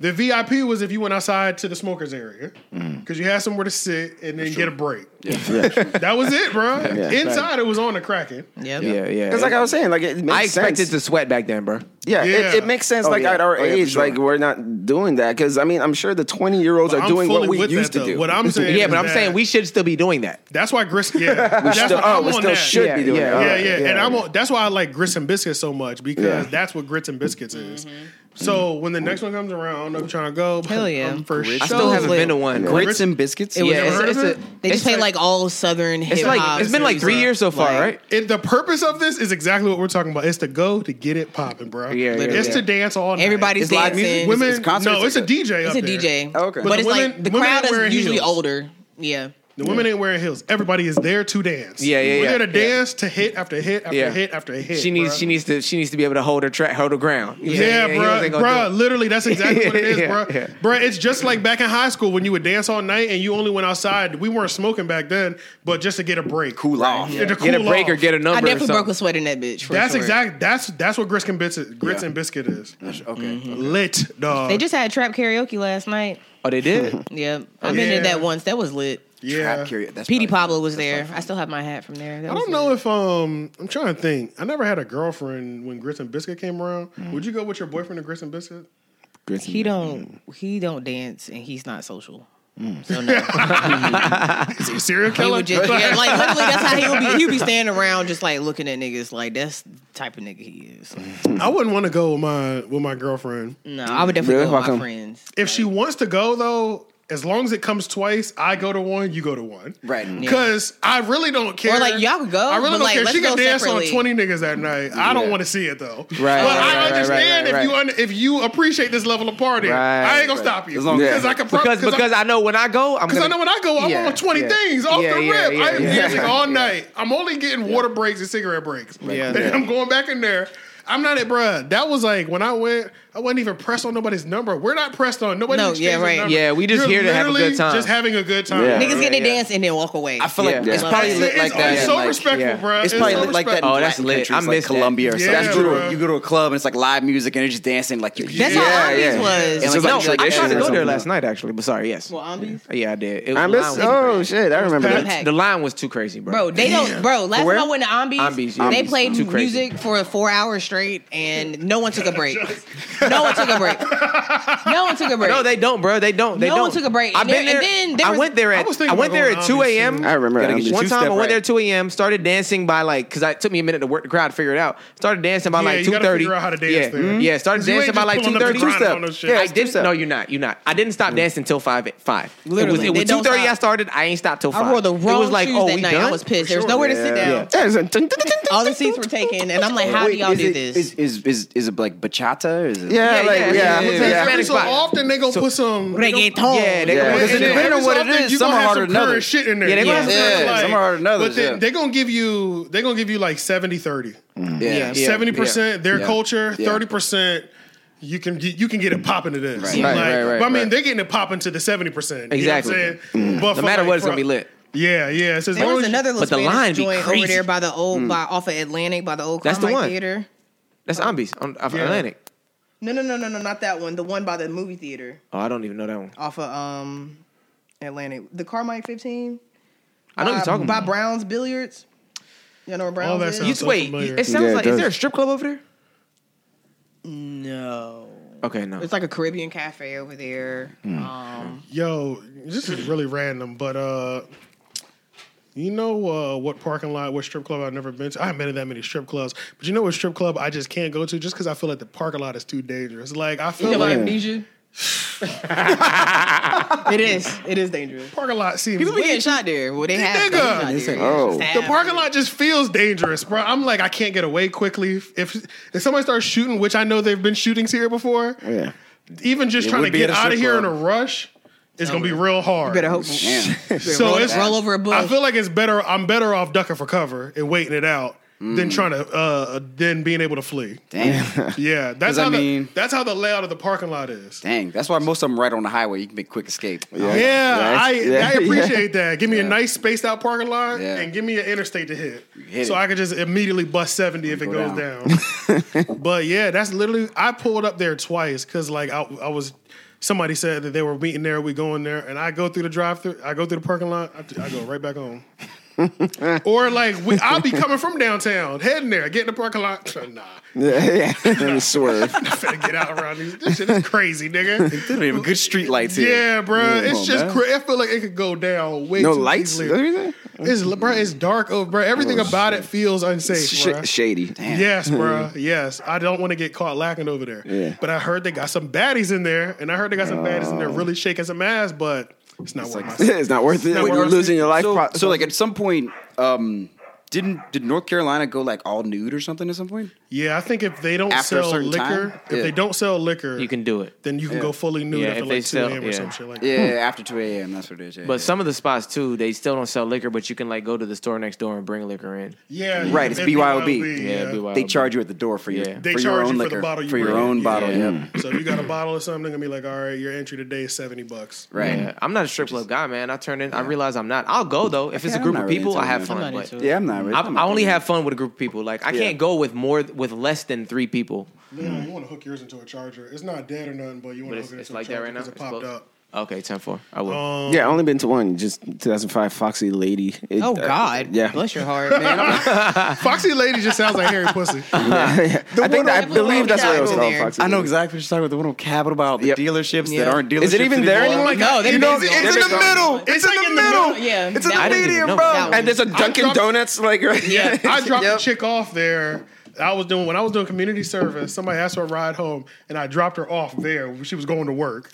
the VIP was if you went outside to the smokers area
Mm.
because you had somewhere to sit and then get a break. <laughs> that was it, bro. Inside it was on the cracking.
Yep.
Yeah, yeah.
Because like I was saying, like it makes
I expected
sense.
to sweat back then, bro.
Yeah,
Yeah.
It, it makes sense.
Oh,
like
yeah.
at our
Oh, yeah, for
age,
sure.
like we're not doing that because I mean I'm sure the 20 year olds are
I'm
doing
fully
what we
with
used
that,
to
though.
do. <laughs>
What I'm saying,
Yeah, but
is
I'm
that-
saying we should still be doing that.
That's why Gris. Yeah, we
still, oh, <laughs> we still should
Yeah,
be doing
Uh, yeah,
that.
yeah,
Alright,
yeah. And I'm on, that's why I like grits and biscuits so much because
Yeah.
that's what grits and biscuits is. So when the next one comes around, I'm trying to go. but
Mm-hmm. Hell yeah.
I'm for
Grits.
I
sure.
still haven't been to one.
Grits and biscuits.
It was
yeah,
never
it's,
heard
it's
of
a,
it?
They just
it's
play
like-
like all southern hip
It's
hop.
like it's been like three years so far,
Like-
right?
It, the purpose of this is exactly what we're talking about. It's to go to get it popping, bro.
Yeah, yeah,
it's
yeah.
to dance all night.
Everybody's
It's live
dancing.
music?
women.
It's concerts
no,
or
it's a
what?
DJ.
It's
up
a
there.
DJ.
Oh, okay.
But,
But
it's
the
like
women-
the
women
crowd
ain't
is
wearing
usually
heels.
older. Yeah.
The women ain't wearing heels. Everybody is there to dance.
Yeah, yeah,
We're
yeah,
there to
yeah.
dance to hit after hit after
Yeah.
hit after hit.
She needs
bruh.
she needs to she needs to be able to hold her track hold her ground. You know what
Yeah,
I'm saying? Heels
bruh,
ain't
bro,
gonna do it.
Literally, that's exactly what it is,
<laughs> Yeah,
bro.
yeah.
Bro, it's just like back in high school when you would dance all night and you only went outside. We weren't smoking back then, but just to get a break,
cool off.
Yeah, to
Get a
cool
break or
off.
get a number.
I
or
definitely broke
something.
a sweat in that bitch. For
That's
sure.
exact. That's that's what grits and biscuit, grits
Yeah.
and biscuit is.
Okay.
Mm-hmm.
Lit dog.
They just had trap karaoke last night. Oh,
Oh, they <laughs> did.
Yeah, I've been
Yeah.
to that once. That was lit.
yeah.
Trap curious. That's
Petey
probably-
Pablo was there. I still have my hat from there. That
I
was
don't
lit.
know if um I'm trying to think. I never had a girlfriend when grits and biscuit came around.
Mm.
Would you go with your boyfriend to grits and biscuit?
Grits and-
He don't. He don't dance, and he's not social. So <laughs> no.
Is he a serial
He
killer?
Mm. would just yeah, like literally that's how he would be. He would be standing around just like looking at niggas like that's the type of nigga he is.
I wouldn't want to go with my with my girlfriend.
No, I would definitely
Really?
go
How
with my
come?
friends.
If she wants to go though, As long as it comes twice, I go to one, you go to one.
Right. Yeah.
Because I really don't care.
like, y'all can go,
I really
but,
don't
like,
care.
let's
She can
go
dance
separately.
on twenty niggas that night. I don't want to see it though. Right. But
right, right,
I
right,
understand
right,
if you
right.
un- if you appreciate this level of party.
Right,
I ain't gonna
right.
stop you
As long as-
because I can pro-
because
I-
because I, know when I go, I'm
because
gonna.
I know when I go, I'm
Yeah,
on 20
yeah.
things off
Yeah,
the
yeah,
rip.
yeah,
I am
yeah.
dancing all night. I'm only getting water breaks and cigarette breaks.
Yeah.
And <laughs> I'm going back in there. I'm not at, bruh. That was like when I went, I wasn't even pressed on nobody's number. We're not pressed on. Nobody
No,
exchanged
yeah,
his
right.
number.
Yeah, we just
You're
here to have a good
literally
time.
Just having a good time.
Yeah.
Niggas
Niggas
get their
yeah.
dance and then walk away.
I feel like
Yeah.
it's
Love
probably
that.
lit like
it's,
that.
It's
in,
so
like,
respectful,
yeah.
bruh.
It's probably
so
lit like that. In
respectful.
Oh, that's
Latin
lit.
countries,
I
like
miss that.
Colombia or
Yeah,
something. you, go
bruh.
to, you go to a club and it's like live music and they're just dancing like you.
That's how
Yeah,
Arby's
yeah.
was.
It's
Like,
just
no,
like-
I tried to
like-
go there last night actually, but sorry, yes.
Well, Arby's?
yeah, I did. It was
I miss.
the line was-
Oh shit! I remember
packed.
that.
Heck.
the line was too crazy, bro.
Bro, they don't. Bro, last
where?
time I went to Ambies,
Ambies, yeah.
they
Ambies.
played
Too crazy.
music for four hours straight, and no one took a break. no one took
<laughs>
a break. No one took a break.
No, they don't, bro. They don't. They
No
don't.
one took a break.
I've
And
been
then-
there.
and then there
I
was-
went there
I was
at. I,
thinking
went
about
there
going
at
to
two
Omni
a.m.
soon.
I remember
Gotta
that.
get your
One
two
time I
step
went
right.
there at two a.m. Started dancing by like because it took me a minute to work the crowd figure it out. Started dancing by
Yeah,
like
you
two
gotta
thirty.
figure out how to dance
yeah,
there.
yeah. Started
'Cause you ain't
dancing by
just
like
pulling
two
up and
thirty.
grinding on those shits.
I
Two
didn't.
step.
No, you're not. You're not. I didn't stop dancing till five. At five.
Literally.
it was,
They
it was
don't
two thirty. I
stop.
started. I ain't stopped till
I
five.
wore the wrong
it was like,
shoes
oh,
that
we
night.
done.
I was pissed. There was nowhere to sit down. All the seats were taken, and I'm like, how do
Wait,
y'all
is
do
it-
this?
Is, is is is it like bachata? Or is it
Yeah,
Yeah,
like
yeah,
yeah,
yeah,
yeah.
yeah.
Every so
Spot.
often they gonna put some they gonna-
Reggaeton.
Yeah, they
Yeah.
gonna-
And
Because it
then
depends
every
on what
so
it
often,
is.
you
Some
gonna
are
have
harder
some
than
current
others.
shit in there.
Yeah, they gonna
You
have
know
some
what I'm
current-
saying?
Yeah,
Like,
some are harder than
But
others,
they,
yeah.
they gonna give you they gonna give you like 70 30.
Yeah.
Yeah.
70% their
Yeah.
culture,
Yeah.
30% you can you, you can get it popping to this.
Right.
Like,
Right,
right, right,
but I mean,
right.
they're getting it popping to the 70%.
Exactly. Mm.
You know what I'm saying? But
No
for,
matter
like,
what, it's
for-
gonna be lit.
Yeah, yeah. It's as
There
long
was
as you-
another
But the
little Spanish
line be
joint
crazy. Hmm.
over there by the old, by off of Atlantic, by the old
That's the
Carmike
one.
Theater.
That's Ambies on off
Yeah.
Atlantic.
No, no, no, no, no, not that one. The one by the movie theater
Oh, I don't even know that one.
off of um Atlantic. The Carmike 15.
I know what
by,
you're talking
by
about.
Um, Brown's Billiards. You know where
All that
Brown's
sounds
You
is?
so
wait.
familiar.
It sounds
Yeah, it
like is
does.
there a strip club over there?
No.
Okay, no.
It's like a Caribbean cafe over there. Um,
Yo, this is really random, but uh you know uh, what parking lot, what strip club I've never been to? I haven't been to that many strip clubs, but you know what strip club I just can't go to just because I feel like the parking lot is too dangerous. Like I feel like
<laughs> amnesia. it is. It is dangerous.
parking lot seems
People be
way
getting shot there. Well, they have
Nigga.
guns out
It's
there.
oh.
Stabbed.
The parking lot just feels dangerous, bro. I'm like, I can't get away quickly. If if somebody starts shooting, which I know there have been shootings here before,
yeah.
even just trying to
would be
get
at a
out of
strip
here in a
club.
rush, it's gonna be real hard.
Better hope.
Damn.
<laughs>
So
roll,
it's-
roll over a bush.
I feel like it's better. I'm better off ducking for cover and waiting it out than
Mm.
trying to uh than being able to flee.
<laughs> Damn.
Yeah, that's
'Cause I
how
mean-
the, that's how the layout of the parking lot is.
Dang. That's why most of them right on the highway. You can make quick escape.
Yeah, I,
<laughs>
yeah,
I
yeah.
appreciate that. Give me a nice spaced out parking lot
Yeah.
and give me an interstate to hit,
hit
so
it.
I can just immediately bust seventy if it
Go
goes down.
<laughs>
but yeah, that's literally I pulled up there twice because like I, I was somebody said that they were meeting there, we going there, and I go through the drive through, I go through the parking lot, I, I go right back
<laughs>
home. or like we, I'll be coming from downtown, heading there, getting the parking lot. <laughs> Nah,
yeah. <laughs> Let me
<laughs>
swerve.
I finna get out around these. This shit is crazy, nigga.
They don't even have good street lights here.
Yeah, bro.
Come
It's
on,
just
man.
cra I feel like it could go down way
No
too
lights.
easily.
What do you think?
It's bro, it's dark over bro. Everything
Oh,
about it feels unsafe, bro.
Sh-
<laughs>
shady. Damn.
Yes, bro. Yes, I don't want to get caught lacking over there.
Yeah.
But I heard they got some baddies in there, and I heard they got some baddies in there
Oh.
really shaking some ass, but it's not worth
<laughs>
my.
it's not worth it.
not
when you're
worth it.
losing your life.
So,
pro-
so like at some point, um, didn't did North Carolina go like all nude or something at some point?
Hmm.
Yeah, I think if they don't
After a
sell
certain
liquor,
time?
if
Yeah.
they don't sell liquor,
You can do it.
then you can go fully nude
Yeah,
after
if they
like two
sell-
a.m. or
yeah.
some shit like
Yeah,
that.
after two a.m. That's what it is. Yeah,
But
yeah.
some of the spots too, they still don't sell liquor, but you can like go to the store next door and bring liquor in.
Yeah,
Right, it's
and
BYOB.
Yeah,
yeah.
BYOB.
they charge you at the door for your
Yeah.
They
for your
charge
own
you for the
liquor
bottle you
for your
bring.
own bottle.
Yeah.
Yep.
So if you got a bottle or something, they're gonna be like, all right, your entry today is seventy bucks.
Right.
Yeah, I'm not a strip club guy, man. I turn in. I realize I'm not. I'll go though if it's
Yeah,
a
I'm
group
not
of
really
people.
into
I
it,
have
man.
fun.
I'm not
but
into it.
Yeah, I'm not. really-
I,
I'm not
I only
doing
have fun with a group of people. Like I can't go with more with less than three people.
Man, you want to hook yours into a charger? It's not dead or nothing, but you want
But
to
it's,
hook it
it's
into
like
a
that
charger
right now.
'cause
It's
it popped
close.
up.
Okay, ten four. I will.
Um,
yeah, I only been to one. Just 2005 Foxy Lady. It-
oh
uh,
God.
yeah.
Bless your heart,
<laughs>
man.
Foxy Lady just sounds like Harry
<laughs>
Pussy.
I think that, I
Everywhere
believe
we
that's what
gotta
it was
go
called.
there.
Foxy
I know
Lady.
exactly what you're talking about. The one on Capitol about the
Yep.
dealerships
Yeah.
that aren't dealerships.
Is it even there
anymore?
anymore?
No, they
You know,
busy
it's
on
in
that
the
one.
middle. It's, like in the middle.
Yeah.
It's in
that
the
one.
medium,
know
bro.
That one.
And there's a Dunkin'
dropped-
Donuts like right.
I dropped
<laughs> Yep.
the chick off there I was doing when I was doing community service. Somebody asked for a ride home, and I dropped her off there. She was going to
<laughs>
work,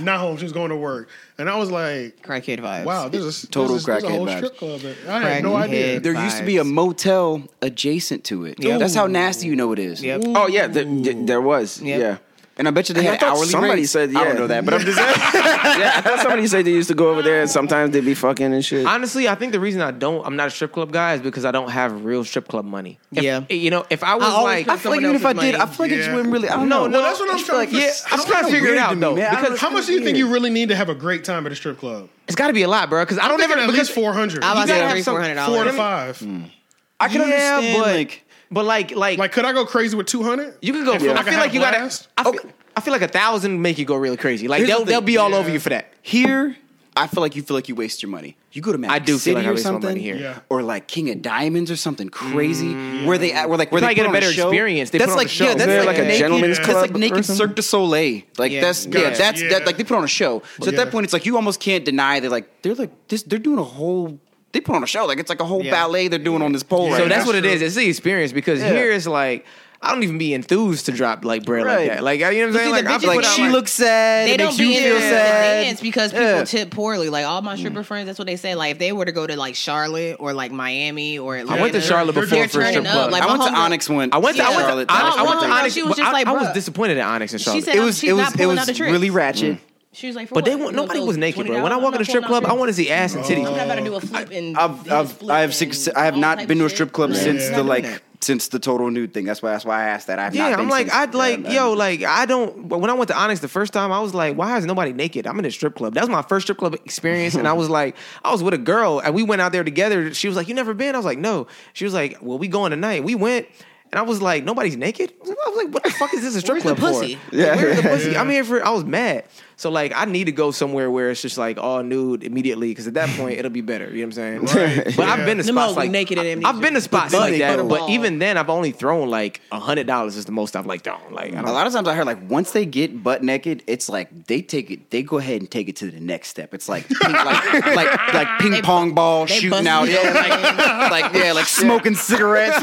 not home. She was going to work, and I was like,
Crackhead vibes.
"Wow, this is
Total
this is, this is a
crackhead
whole
vibes.
strip club." I had no
Crackhead.
idea.
There used to be a
Vibes.
motel adjacent to it.
Yep.
That's how nasty you know it is.
Yep.
<laughs> Oh yeah, th- th- there was.
Yep.
Yeah.
And I bet you they
And I
had
thought
hourly
somebody
rates.
said,
I
yeah.
don't know that, but I'm just saying.
<laughs> yeah, I thought somebody said they used to go over there and sometimes they'd be fucking and shit.
Honestly, I think the reason I don't, I'm not a strip club guy is because I don't have real strip club money. If-
Yeah.
you know, if I was
always
like,
feel
I feel like even if I did, I feel like it just
Yeah.
wouldn't really. I don't
no,
know.
no,
that's what I'm
it's
trying
like,
to-
Yeah, I'm trying to figure it
weird to
out
me,
though,
man. I don't
because
How much do you think you really need to have a great time at a strip club?
it's got to be a lot, bro. Because I don't
I'm
ever
thinking at
because
least four hundred.
I was
You
like
gotta
three,
have some
four hundred
Four to
dollars.
five.
I can
yeah,
understand.
but
like,
but like like
Like, could I go crazy with two hundred? <laughs>
you can go. I feel
like
like,
I have
you got
blast.
to. I, feel- I feel like a thousand make you go really crazy. Like
Here's the
they'll they'll
thing.
be all
Yeah.
over you for that.
here, I feel like you feel like you waste your money. You go to Magic
I do feel
City
like I
or
waste my
something,
money here.
Yeah.
or like King of Diamonds or something crazy, where they at, where like where
You
they
probably get
put
a
on
better
show.
experience. They
that's
put on
like
a show.
yeah, that's
Isn't there
like,
like a
naked,
gentleman's
That's like
club or
naked
something?
Cirque du Soleil. Like
Yeah.
that's yeah,
Gotcha.
that's
Yeah.
that like they put on a show. So at
Yeah.
that point, it's like you almost can't deny that like they're like this. They're doing a whole. They put on a show. Like it's like a whole
Yeah.
ballet they're doing on this pole.
Yeah.
right
So that's
now.
what it is. It's the experience because
Yeah.
here it's like I don't even be enthused to drop like bread
Right.
like that. Like you know what I'm saying?
see,
Like,
the
I
bitches
put
Like
put
out,
on,
she
like-
looks sad.
They
it
don't
makes you
be in
feel
the
sad.
dance because people
Yeah.
tip poorly. Like all
Mm.
my stripper friends, that's what they say. Like if they were to go to like Charlotte or like Miami or Atlanta,
went to Charlotte
they're
before for a
turning
strip
up.
club.
Like,
I
my
went to
homegirl-
Onyx one.
I went to I went
Charlotte.
to Onyx.
I
I went to
went to-
Onyx.
she was
but
just
I-
like,
I was
bruh.
disappointed at Onyx and
She
Charlotte.
said-
It was
She's
it
not
was it
pulling out the
was
tricks.
really ratchet.
Mm.
She was like, for
But they
what?
want
You want
nobody
those
was naked, bro.
$20?
When I
I'm
walk
not
in a strip
pulling out
club, I want to
tricks.
see ass and titties.
I'm not about to do a flip and
I've
do a
I've
flip
I have
and
six. I have
all
not
type
been to a
shit.
strip club
Like,
since
she's
the
not doing
like
that.
since the total nude thing. That's why that's why I asked that. I've
Yeah,
not been
I'm like,
since-
I'd like,
uh,
yeah,
yo,
I'm-
like, I don't. But when I went to Onyx the first time, I was like, why is nobody naked? I'm in a strip club. That was my first strip club experience, and I
<laughs>
was like, I was with a girl, and we went out there together. She was like, you never been? I was like, no. She was like, well, we going tonight. We went, and I was like, nobody's naked. I was like, what the fuck is this a strip
Where's the
club for?
pussy?
Yeah.
where's the pussy?
<laughs>
Yeah.
I'm here for. I was mad, so like, I need to go somewhere where it's just like all nude immediately, because at that point it'll be better. You know what I'm saying?
<laughs>
Right,
But
yeah.
I've been to
Them
spots
hoes
like
naked in amnesia.
I've been to spots
But
like
they
that,
butterball.
but even then, I've only thrown like hundred dollars is the most I've like thrown. Like I don't
A lot of times I heard like once they get butt naked, it's like they take it, they go ahead and take it to the next step. It's like ping, <laughs> like, like like ping pong ball
They
shooting
busting
out,
it
yeah, like,
open.
like yeah, like <laughs> smoking <laughs> cigarettes.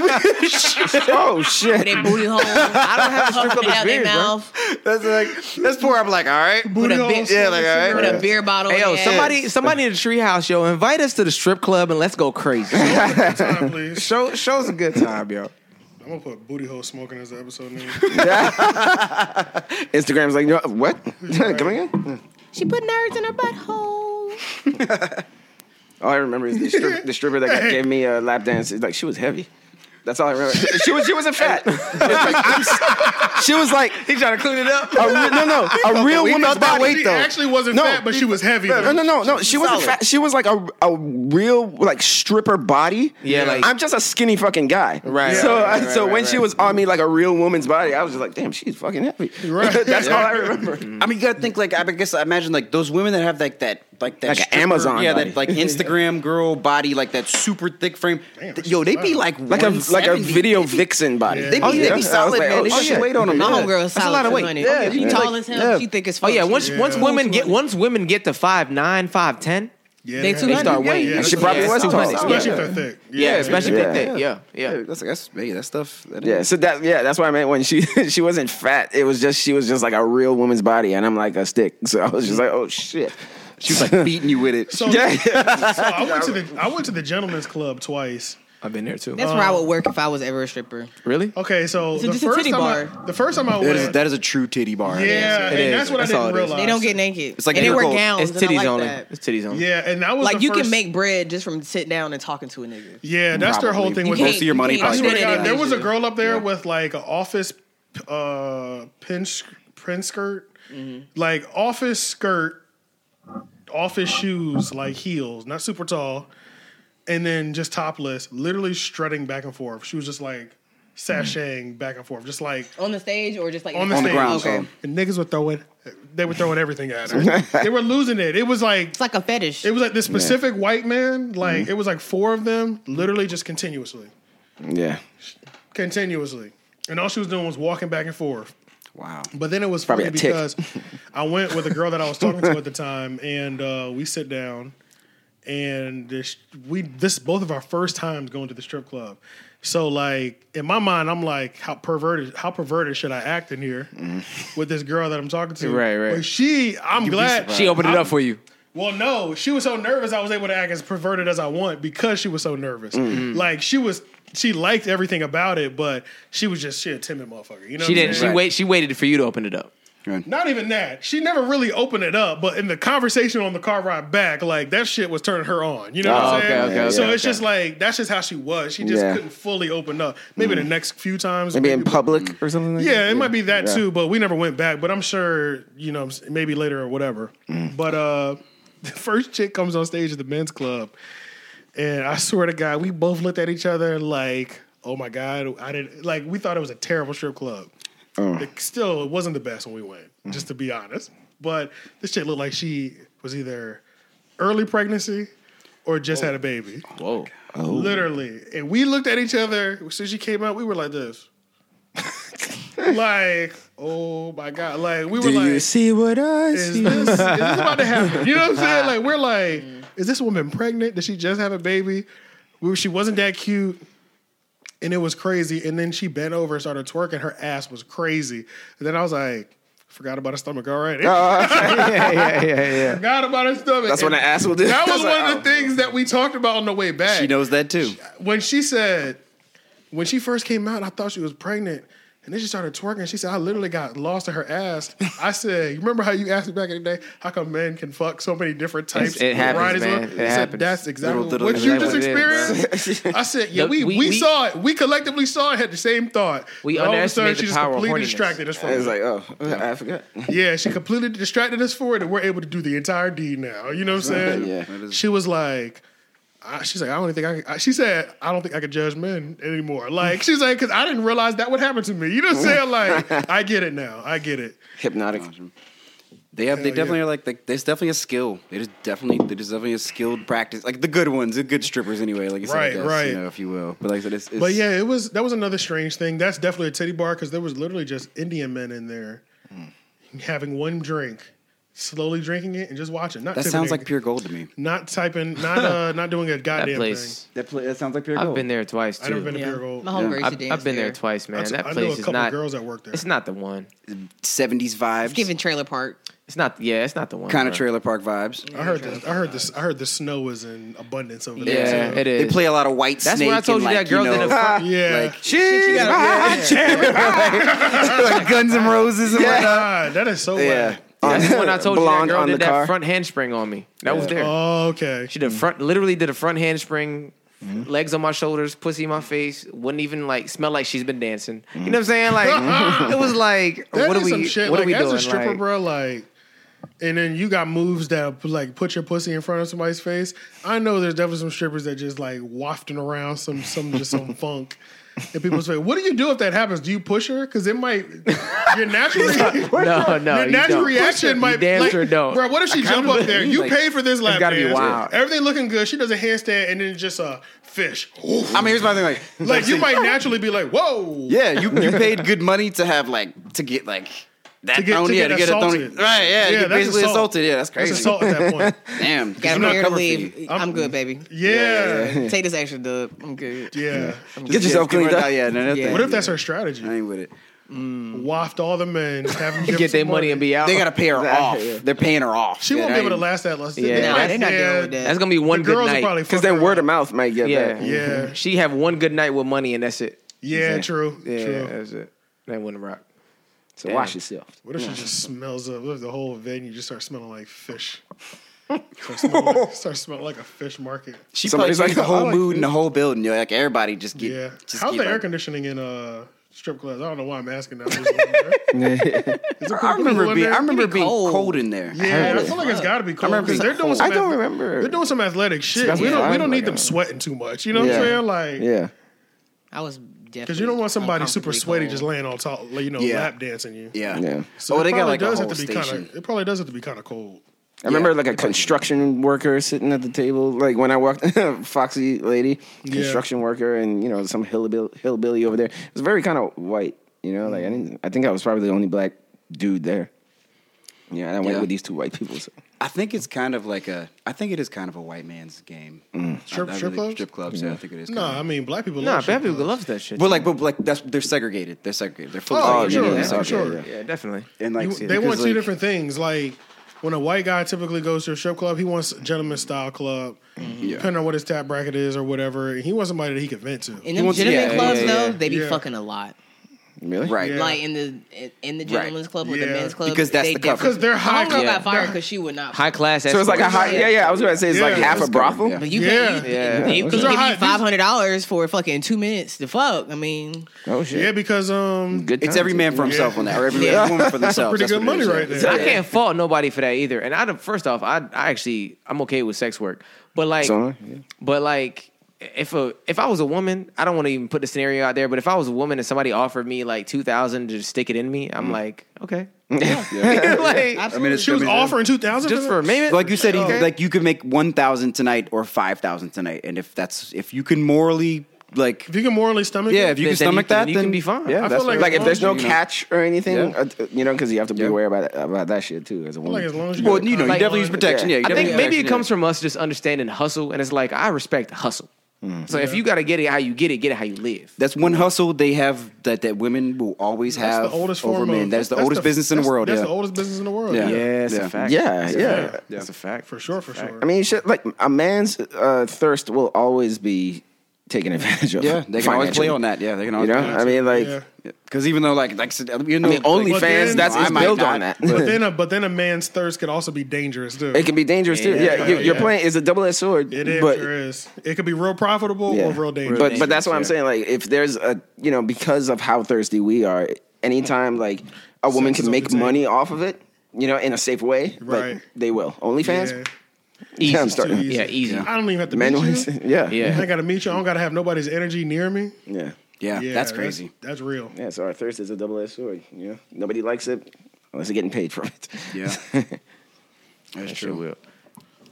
oh shit.
<laughs> They
<laughs>
booty hole. I
don't have a strip club
out their
experience, bro.
mouth
that's like that's where I'm like, all right,
Booty
With a
hole,
big-
yeah, like, all right.
with a beer bottle.
Hey yo,
in their ass.
somebody, somebody in the treehouse, yo, invite us to the strip club and let's go crazy.
Time, please.
<laughs> show, show us a good time, yo.
I'm gonna put booty hole smoking as the episode name.
Instagram's like, yo, what? Come again?
she put nerds in her butthole.
All I remember is the, strip, the stripper that got- gave me a lap dance. It's Like she was heavy. That's all I remember. She was she wasn't fat. She was like, I'm s- she was like
He trying to clean it up.
a re- no no a real
we
woman's
felt that
body.
weight,
she
though.
actually wasn't
No.
fat, but she was heavy.
No,
though.
no, no, no. She wasn't
solid.
fat. She was like a a real like stripper body.
Yeah, like-
I'm just a skinny fucking guy.
Right,
So
right, right,
I- so
right,
when
right.
she was on me like a real woman's body, I was just like, damn, she's fucking heavy. Right. <laughs> That's all I remember.
I mean, you gotta think like I guess I imagine like those women that have like that like that
Like an Amazon
yeah,
body.
that <laughs> like Instagram girl body, like that super thick frame. Th- Yo, they be like
Like a like a
170.
video vixen body.
They be,
Oh,
they
I
be
was
solid,
like,
man. They
oh,
put
shit.
weight on them.
My
yeah.
homegirl is
That's a
solid
lot of weight.
200.
Yeah,
she
yeah.
tall
Like-
as hell.
yeah.
She thick as
Oh
fuck.
yeah,
She-
once once women get
220.
once women get to five nine five ten,
Yeah,
They
that-
too
they
Yeah,
start
yeah,
weighing.
yeah,
she probably
yeah,
was
that's
tall.
what- Especially
Yeah.
if they're thick.
Yeah, especially
yeah.
if they thick. Yeah, yeah.
that's that's hey, that stuff. That
Yeah, so that yeah, that's what I meant when she <laughs> she wasn't fat. It was just she was just like a real woman's body, and I'm like a stick. So I was just like, oh shit.
she was like beating you with it.
So,
Yeah.
so I went to the I went to the gentleman's club twice.
I've been there too.
That's where I would work if I was ever a stripper.
really?
Okay, so
It's
the
just a
first
titty
time
bar.
I, the first time I
that
went,
is that is a true titty bar.
yeah, and
It is.
that's what
That's
I
all
didn't
it is.
realize.
They don't get naked.
It's like
and they wear
Miracle.
It's
gowns. and I
titties
like
only.
that.
It's titties only.
Yeah, and that was
Like
the
you
first,
can make bread just from sitting down and talking to a nigga.
Yeah, that's their whole thing
You
with
can't-
those-
of your money
I
probably
swear to
Yeah.
God, there was a girl up there with like an office uh, pin sk- print skirt,
Mm-hmm.
like office skirt, office shoes, like heels, not super tall, and then just topless, literally strutting back and forth. She was just like sashaying back and forth, just like
on the stage or just like
on the,
Mm-hmm. On the
stage.
ground,
Okay. so.
And niggas were throwing, they were throwing everything at
<laughs>
her. they were losing it. It was like
It's like a fetish.
it was like this specific white man. Like
Mm-hmm.
it was like four of them, literally just continuously
Yeah,
continuously. And all she was doing was walking back and forth.
Wow.
But then it was
Probably
funny
a tick.
because I went with a girl that I was talking to at the time, and uh, we sit down, and this we this is both of our first times going to the strip club. So like in my mind, I'm like, how perverted how perverted should I act in here
Mm.
with this girl that I'm talking to?
Right, right.
But she, I'm glad
She opened it up for you.
Well, no, she was so nervous. I was able to act as perverted as I want because she was so nervous.
Mm-hmm.
Like she was, she liked everything about it, but she was just she a timid motherfucker. You know,
She
what I'm saying?
didn't. She
Right.
wait. She waited for you to open it up.
Not even that. She never really opened it up, but in the conversation on the car ride back, like that shit was turning her on. You know what
Oh,
I'm
okay,
saying?
okay, okay,
so it's
okay.
just like that's just how she was. She just
Yeah.
couldn't fully open up. Maybe
Mm.
the next few times,
Maybe in
maybe-
public or something like
Yeah,
that.
it might be that
Yeah.
too, but we never went back. But I'm sure, you know, maybe later or whatever.
Mm.
But uh <laughs> the first chick comes on stage at the men's club, and I swear to God, we both looked at each other like, "Oh my God, I didn't." Like we thought it was a terrible strip club.
Oh.
It, still, it wasn't the best when we went,
Mm.
just to be honest. But this chick looked like she was either early pregnancy or
Oh.
just had a baby.
Whoa.
Literally. And we looked at each other. As soon as she came out, we were like this. like, oh my God. Like, we were
Do you
like,
see what I
is
see?
this, is this about to happen? You know what I'm saying? Like, we're like,
Mm-hmm.
is this woman pregnant? Did she just have a baby? We, she wasn't that cute. And it was crazy. And then she bent over and started twerking. Her ass was crazy. And then I was like, forgot about her stomach already.
<laughs> yeah, yeah, yeah, yeah.
forgot about her stomach.
That's when
And
the ass will <laughs> do.
That was
That's like,
one of the
oh.
things that we talked about on the way back
She knows that too.
when she said, when she first came out, I thought she was pregnant. And then she started twerking. She said, I literally got lost in her
<laughs>
ass. I said, You remember how you asked me back in the day how come men can fuck so many different types
It's- it
of
happens,
varieties of
man.
women?"
It
She said,
happens.
That's exactly
Little- little
what you
is
just
what it is,
experienced.
<laughs>
I said, Yeah,
The-
we, we,
we- we-
saw it. We collectively saw it, had the same thought.
We
And all of a sudden,
underestimate the
She just
power of
completely
horniness.
distracted us from
It's
it.
like, oh, I forgot.
Yeah, she completely distracted us for it, and we're able to do the entire deed now. You know what I'm saying?
Yeah.
She was like, I, she's like, I don't think I. Can, I- she said, I don't think I could judge men anymore. Like she's like, because I didn't realize that would happen to me. You know what I'm saying?
<laughs>
Like, I get it now. I get it.
Hypnotic.
They have. They
Hell
definitely
yeah.
are like. like there's definitely a skill. There's definitely. There's definitely a skilled practice. Like the good ones, the good strippers. Anyway, like you said,
Right,
I guess,
right.
You know, if you will. But like I said, it's. it's
But yeah, it was that was another strange thing. That's definitely a titty bar because there was literally just Indian men in there
Hmm.
having one drink, slowly drinking it and just watching. Not
That
tipping
sounds
their-
like pure gold to me.
not typing,
<laughs>
not uh, not doing a
That
goddamn
place.
thing.
That, play, that sounds like pure
I've been there twice too.
I never been to
Yeah.
Pure Gold.
My homegirl used to
I've,
dance
I've been there
there
twice, man.
That's-
that
I know a
place is
couple
not.
girls that work there.
It's not the one.
Seventies vibes.
It's giving trailer park.
It's not. Yeah, it's not the one.
kind of
bro.
trailer park vibes.
I heard this. I heard this. I heard the snow is in abundance over
Yeah,
there.
it is.
They play a lot of white.
That's
snake
where I told you
and,
that
like,
girl
you know,
did <laughs> a-
Yeah.
Like, like Guns and Roses and whatnot.
God, that is so
Yeah.
whack.
That's the one
<laughs>
I told you that
Blonde
girl
on
did
the
that
car.
front handspring on me. That was there.
Oh, okay.
She did a front, literally did a front handspring,
Mm-hmm.
legs on my shoulders, pussy in my face. Wouldn't even like smell like she's been dancing. You know what I'm
<laughs>
saying? Like it was like,
Mm. That
what
is
are we?
some shit.
What
like,
are we
as
doing?
a stripper,
Like,
bro, like, and then you got moves that like put your pussy in front of somebody's face. I know there's definitely some strippers that just like wafting around some some just
<laughs>
some funk. And people say, "What do you do if that happens? Do you push her? Because it
<laughs>
might your natural
<laughs>
<laughs>
No, no,
your
you
natural
don't.
reaction
You
might
damn
like,
sure don't.
Bro, what if she jump up there? You
like,
pay for this lap
gotta be
dance.
wild.
Everything looking good. She does a handstand and then just a fish. Oof.
I mean, here's my thing. Like,
<laughs> Like you might naturally be like, "Whoa,
<laughs> yeah, you, you paid good money to have like to get like that
To get-
thrown.
to get
yeah, to get a thrown.
assaulted.
Right. Yeah.
Yeah,
you
that's
basically
assault.
assaulted. Yeah, that's
that's
crazy.
assault at that point."
Damn. 'cause
Got
you're
a
not
prayer to
covered for
leave.
you.
I'm, good, baby.
Yeah.
Take this extra dub. I'm good.
Yeah.
<laughs> Get
Yeah,
yourself cleaned
right
up.
now, Yeah, no, no,
Yeah.
thank
What if
you.
that's her
I
strategy?
ain't with it.
Waft all the men, have them give
get
some
their money and be out.
They gotta pay her off.
yeah.
They're paying her off.
She
Yeah,
won't
that
be able to
ain't-
last that long.
Yeah.
Nah, they're not
yeah,
doing with that.
That's gonna be one
the
good
girls will
night.
probably
Because
fuck
then
her
word
up.
of mouth might get
yeah. Mm-hmm.
back.
Yeah.
She have one good night with money and that's it.
Yeah, true.
Yeah,
True.
that's it. That wouldn't rock.
So
Damn.
wash yourself.
What if she just smells up? What if the whole venue just starts smelling like fish? Start smelling like, start smelling like a fish market.
She
Somebody's
probably like the
like, "Oh, I
whole
like
mood and the whole building. You're like everybody just get.
Yeah.
Just
How's
get,
the air
like-
conditioning in uh strip clubs? I don't know why I'm asking that. <laughs> Is it pretty
I
cool
remember
in
being.
there?
I remember
Pretty
being
cold.
cold in there.
Yeah, I feel like it's got to be cold
remember
because they're doing.
cold.
Some
I don't
ath-
remember.
They're doing some athletic shit. We
Yeah,
don't.
I
We don't
don't
need
like
them
it.
sweating too much. You know what I'm
Yeah.
saying? Like,
Yeah.
I was definitely
Because you don't want somebody super
uncomfortably
sweaty
cold.
just laying on top, like, you know,
Yeah.
lap dancing you.
Yeah.
Yeah.
So
oh,
it
they got
probably
like a
does
whole
have to be
station.
Kinda, it probably does have to be kind of cold.
I remember
Yeah.
like a construction worker sitting at the table, like when I walked, <laughs> foxy lady, construction worker, and you know some hillbilly, hillbilly over there. It was very kind of white, you know. Like I didn't, I think I was probably the only black dude there. Yeah, and I went
Yeah.
with these two white people. So.
I think it's kind of like a. I think it is kind of a white man's game.
Strip-
I
strip clubs?
Strip clubs. Yeah, I think it is.
No,
kind
I
of-
mean black people.
Nah,
love strip
bad people
clubs.
loves that shit.
But like, but like that's they're segregated. They're segregated. They're fully
Oh,
segregated.
sure,
Yeah,
yeah,
so-
sure.
yeah, yeah.
yeah, definitely.
And like,
You-
see,
they want two
because, like,
different things. Like when a white guy typically goes to a strip club, he wants a gentleman style club,
Mm-hmm.
depending on what his tap bracket is or whatever. He wants somebody that he can vent to.
In them
wants-
gentlemen
yeah,
clubs
yeah,
though,
yeah.
they be
Yeah.
fucking a lot.
Really?
Right.
Yeah.
Like in the in the gentlemen's club or
Yeah.
the men's club
Because that's
they
the cover.
Because they're high.
Homegirl
Yeah.
got fired because she would not.
High class.
So it's like a high. Yeah, yeah. I was about to say it's like
Yeah.
half a
It's
brothel.
yeah.
But you
Yeah.
can't. You, They could
Those are
give
high-
you
these-
five hundred dollars for fucking two minutes to fuck. I mean,
Oh
Yeah, because um,
Good.
It's every man for himself
Yeah.
on that, or every
Yeah.
woman
<laughs>
for themselves.
pretty
That's
good
what it
money
is,
right there.
yeah.
I can't fault nobody for that either. And I don't- first off, I I actually I'm okay with sex work, but like,
So, yeah.
but like. If a if I was a woman, I don't want to even put the scenario out there. But if I was a woman and somebody offered me like two thousand to stick it in me, I'm
Mm.
like, okay, like
I mean, it's
she was
I mean,
offering two thousand
just for a minute.
Like you said, he-
Okay.
like you can make one thousand tonight or five thousand tonight, and if that's if you can morally like,
If you can morally stomach,
yeah,
it,
if you can
Then- then you
stomach
can-
that,
you
then
can be fine.
Yeah,
I
that's
feel like
fine.
Like if there's no
You know.
catch or anything,
Yeah.
uh, uh, you know, because you have to be
Yeah.
aware about about that shit too as a woman.
like as long as you
well,
got
you know, you
contact
definitely use
on it.
protection. Yeah, you
I think
definitely
maybe it
protection,
comes from us just understanding hustle, and it's like I respect hustle.
Mm.
So if you got to get it how you get it, get it how you live.
That's one hustle they have that, that women will always
That's
have
the oldest
over
form
men.
of
That's the oldest business in the
that's-
world.
That's
yeah.
the oldest business in the world.
Yeah.
Yeah,
it's
Yeah.
Yeah,
It's
yeah.
That's a fact.
for sure, for sure.
I mean, shit, like a man's uh, thirst will always be taken advantage of.
yeah, they can always
financially.
play on that. Yeah, they can
You
always.
know,
play on
I mean, like,
Yeah.
Because even though, like, like even
I
though,
mean,
But
OnlyFans,
then-
that's
I
it's
might
built
not,
on that.
but then, a, but then a man's thirst could also be dangerous, too.
it can be dangerous too. Yeah,
Yeah,
you're, you're
yeah.
playing. It's a double edged sword.
It is,
but,
sure is. It could be real profitable
yeah.
or real dangerous.
But but that's what I'm
yeah.
saying. Like, if there's a you know, because of how thirsty we are, anytime like a woman
Sex is
can
on the
make
table.
money off of it, you know, in a safe way,
Right.
Like, they will. OnlyFans,
Yeah.
Easy.
I'm starting.
Too easy.
Yeah, easy.
I don't even have to
men,
meet you.
<laughs> yeah,
Yeah.
I ain't got to meet you. I don't got to have nobody's energy near me.
yeah,
yeah,
Yeah,
that's crazy.
That's, real.
yeah. So our thirst is a double edged sword. You know, nobody likes it unless they're getting paid for it. <laughs>
Yeah, that's
That shit
true.
will.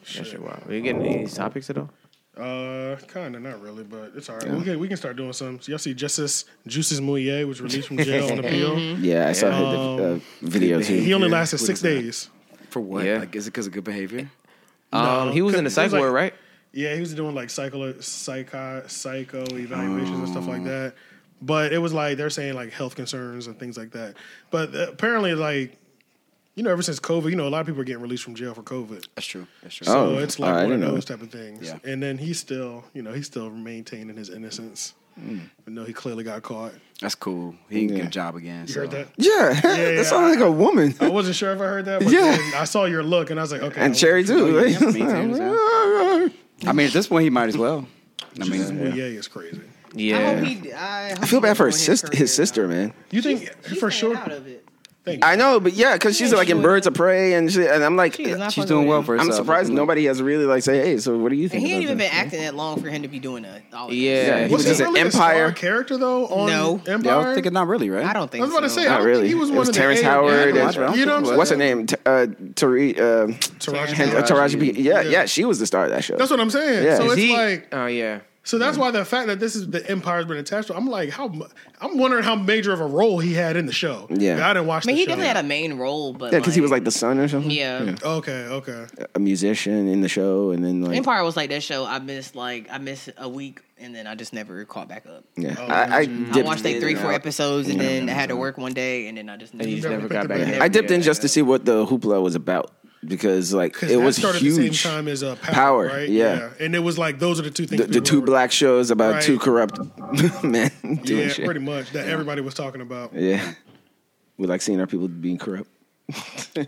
That shit wild. Are you getting any topics at all?
Uh, kind of, not really, but it's all right. We, can, we can start doing some. So y'all see Justice Juices Mouillet was released from jail on appeal.
Yeah, I saw the uh, video too.
He only
Yeah.
lasted six
What is that?
days.
For what?
Yeah.
Like, is it because of good behavior?
Um, he was in the
cause there's
psych ward,
like-
right?
Yeah, he was doing like psycho, psycho, psycho evaluations and stuff like that. But it was like they're saying like health concerns and things like that. But apparently, like you know, ever since COVID, you know, a lot of people are getting released from jail for COVID.
That's true. That's true.
Oh.
So it's like
I
one of
didn't know
those type of things.
Yeah.
And then he's still, you know, he's still maintaining his innocence.
Hmm.
But no, he clearly got caught.
That's cool. He can
Yeah.
get a job again.
You
so.
heard that?
Yeah,
yeah.
that sounded like a woman.
I wasn't sure if I heard that, but
Yeah.
then I saw your look and I was like, okay. oh,
and Cherry too.
Oh, yeah, me too,
<laughs>
so. I mean, at this point, he might as well. I mean,
oh, Yeah, it's crazy.
I
Yeah.
hope he. I, hope
I feel
he
bad for his
enjoyed
sister,
career,
his sister, man.
You think
though. She's
for
staying
sure?
out of it.
Thank you.
I know, but yeah, because she's like in Birds of Prey and shit, and I'm like,
She is not
she's
fucking
doing
with
well
him.
for
I'm
herself.
surprised nobody has really like say, hey, so what do you
And
think?
he ain't even
about
been
this?
acting that long for him to be doing that. All that.
Yeah.
he
Was
he
was
he
just an
really
empire.
a star character though on
No.
Empire?
Yeah, I was thinking not really, right?
I don't think.
I was about to say,
so.
I
Not
don't think
really.
he was
It
one
was
of the
Terrence
eight.
Howard.
Yeah,
I don't
and-
you know what I'm saying?
What's her name? T- uh, Tari, uh,
Taraji P.
Hen- uh, Taraji P. Yeah, yeah, she was the star of that show.
That's what I'm saying.
Yeah.
So
Is
it's
he,
like,
oh yeah.
so that's why the fact that this is the Empire's been attached to. I'm like, how? mu- I'm wondering how major of a role he had in the show.
Yeah.
I didn't watch.
I mean,
the
he
show.
definitely had a main role, but
Yeah, because he was like the son or something.
yeah.
Okay, okay.
a musician in the show, and then like,
Empire was like that show. I missed like I missed a week, and then I just never caught back up.
yeah, I, I, dipped
I watched like
in
three,
and
four
out.
episodes, and then I had to work one day, and then I just never.
He just
never
never got
picked
back.
it back
in.
up.
I dipped in
Yeah,
just
yeah.
to see what the hoopla was about because like
Because
it was
started
huge.
at the same time as uh, Power,
Power,
right?
yeah.
and it was like those are the two things.
the, the
people
two
were-
black shows about
Right.
two corrupt <laughs> men doing
Yeah,
shit.
pretty much that everybody was talking about.
Yeah, we like seeing our people being corrupt.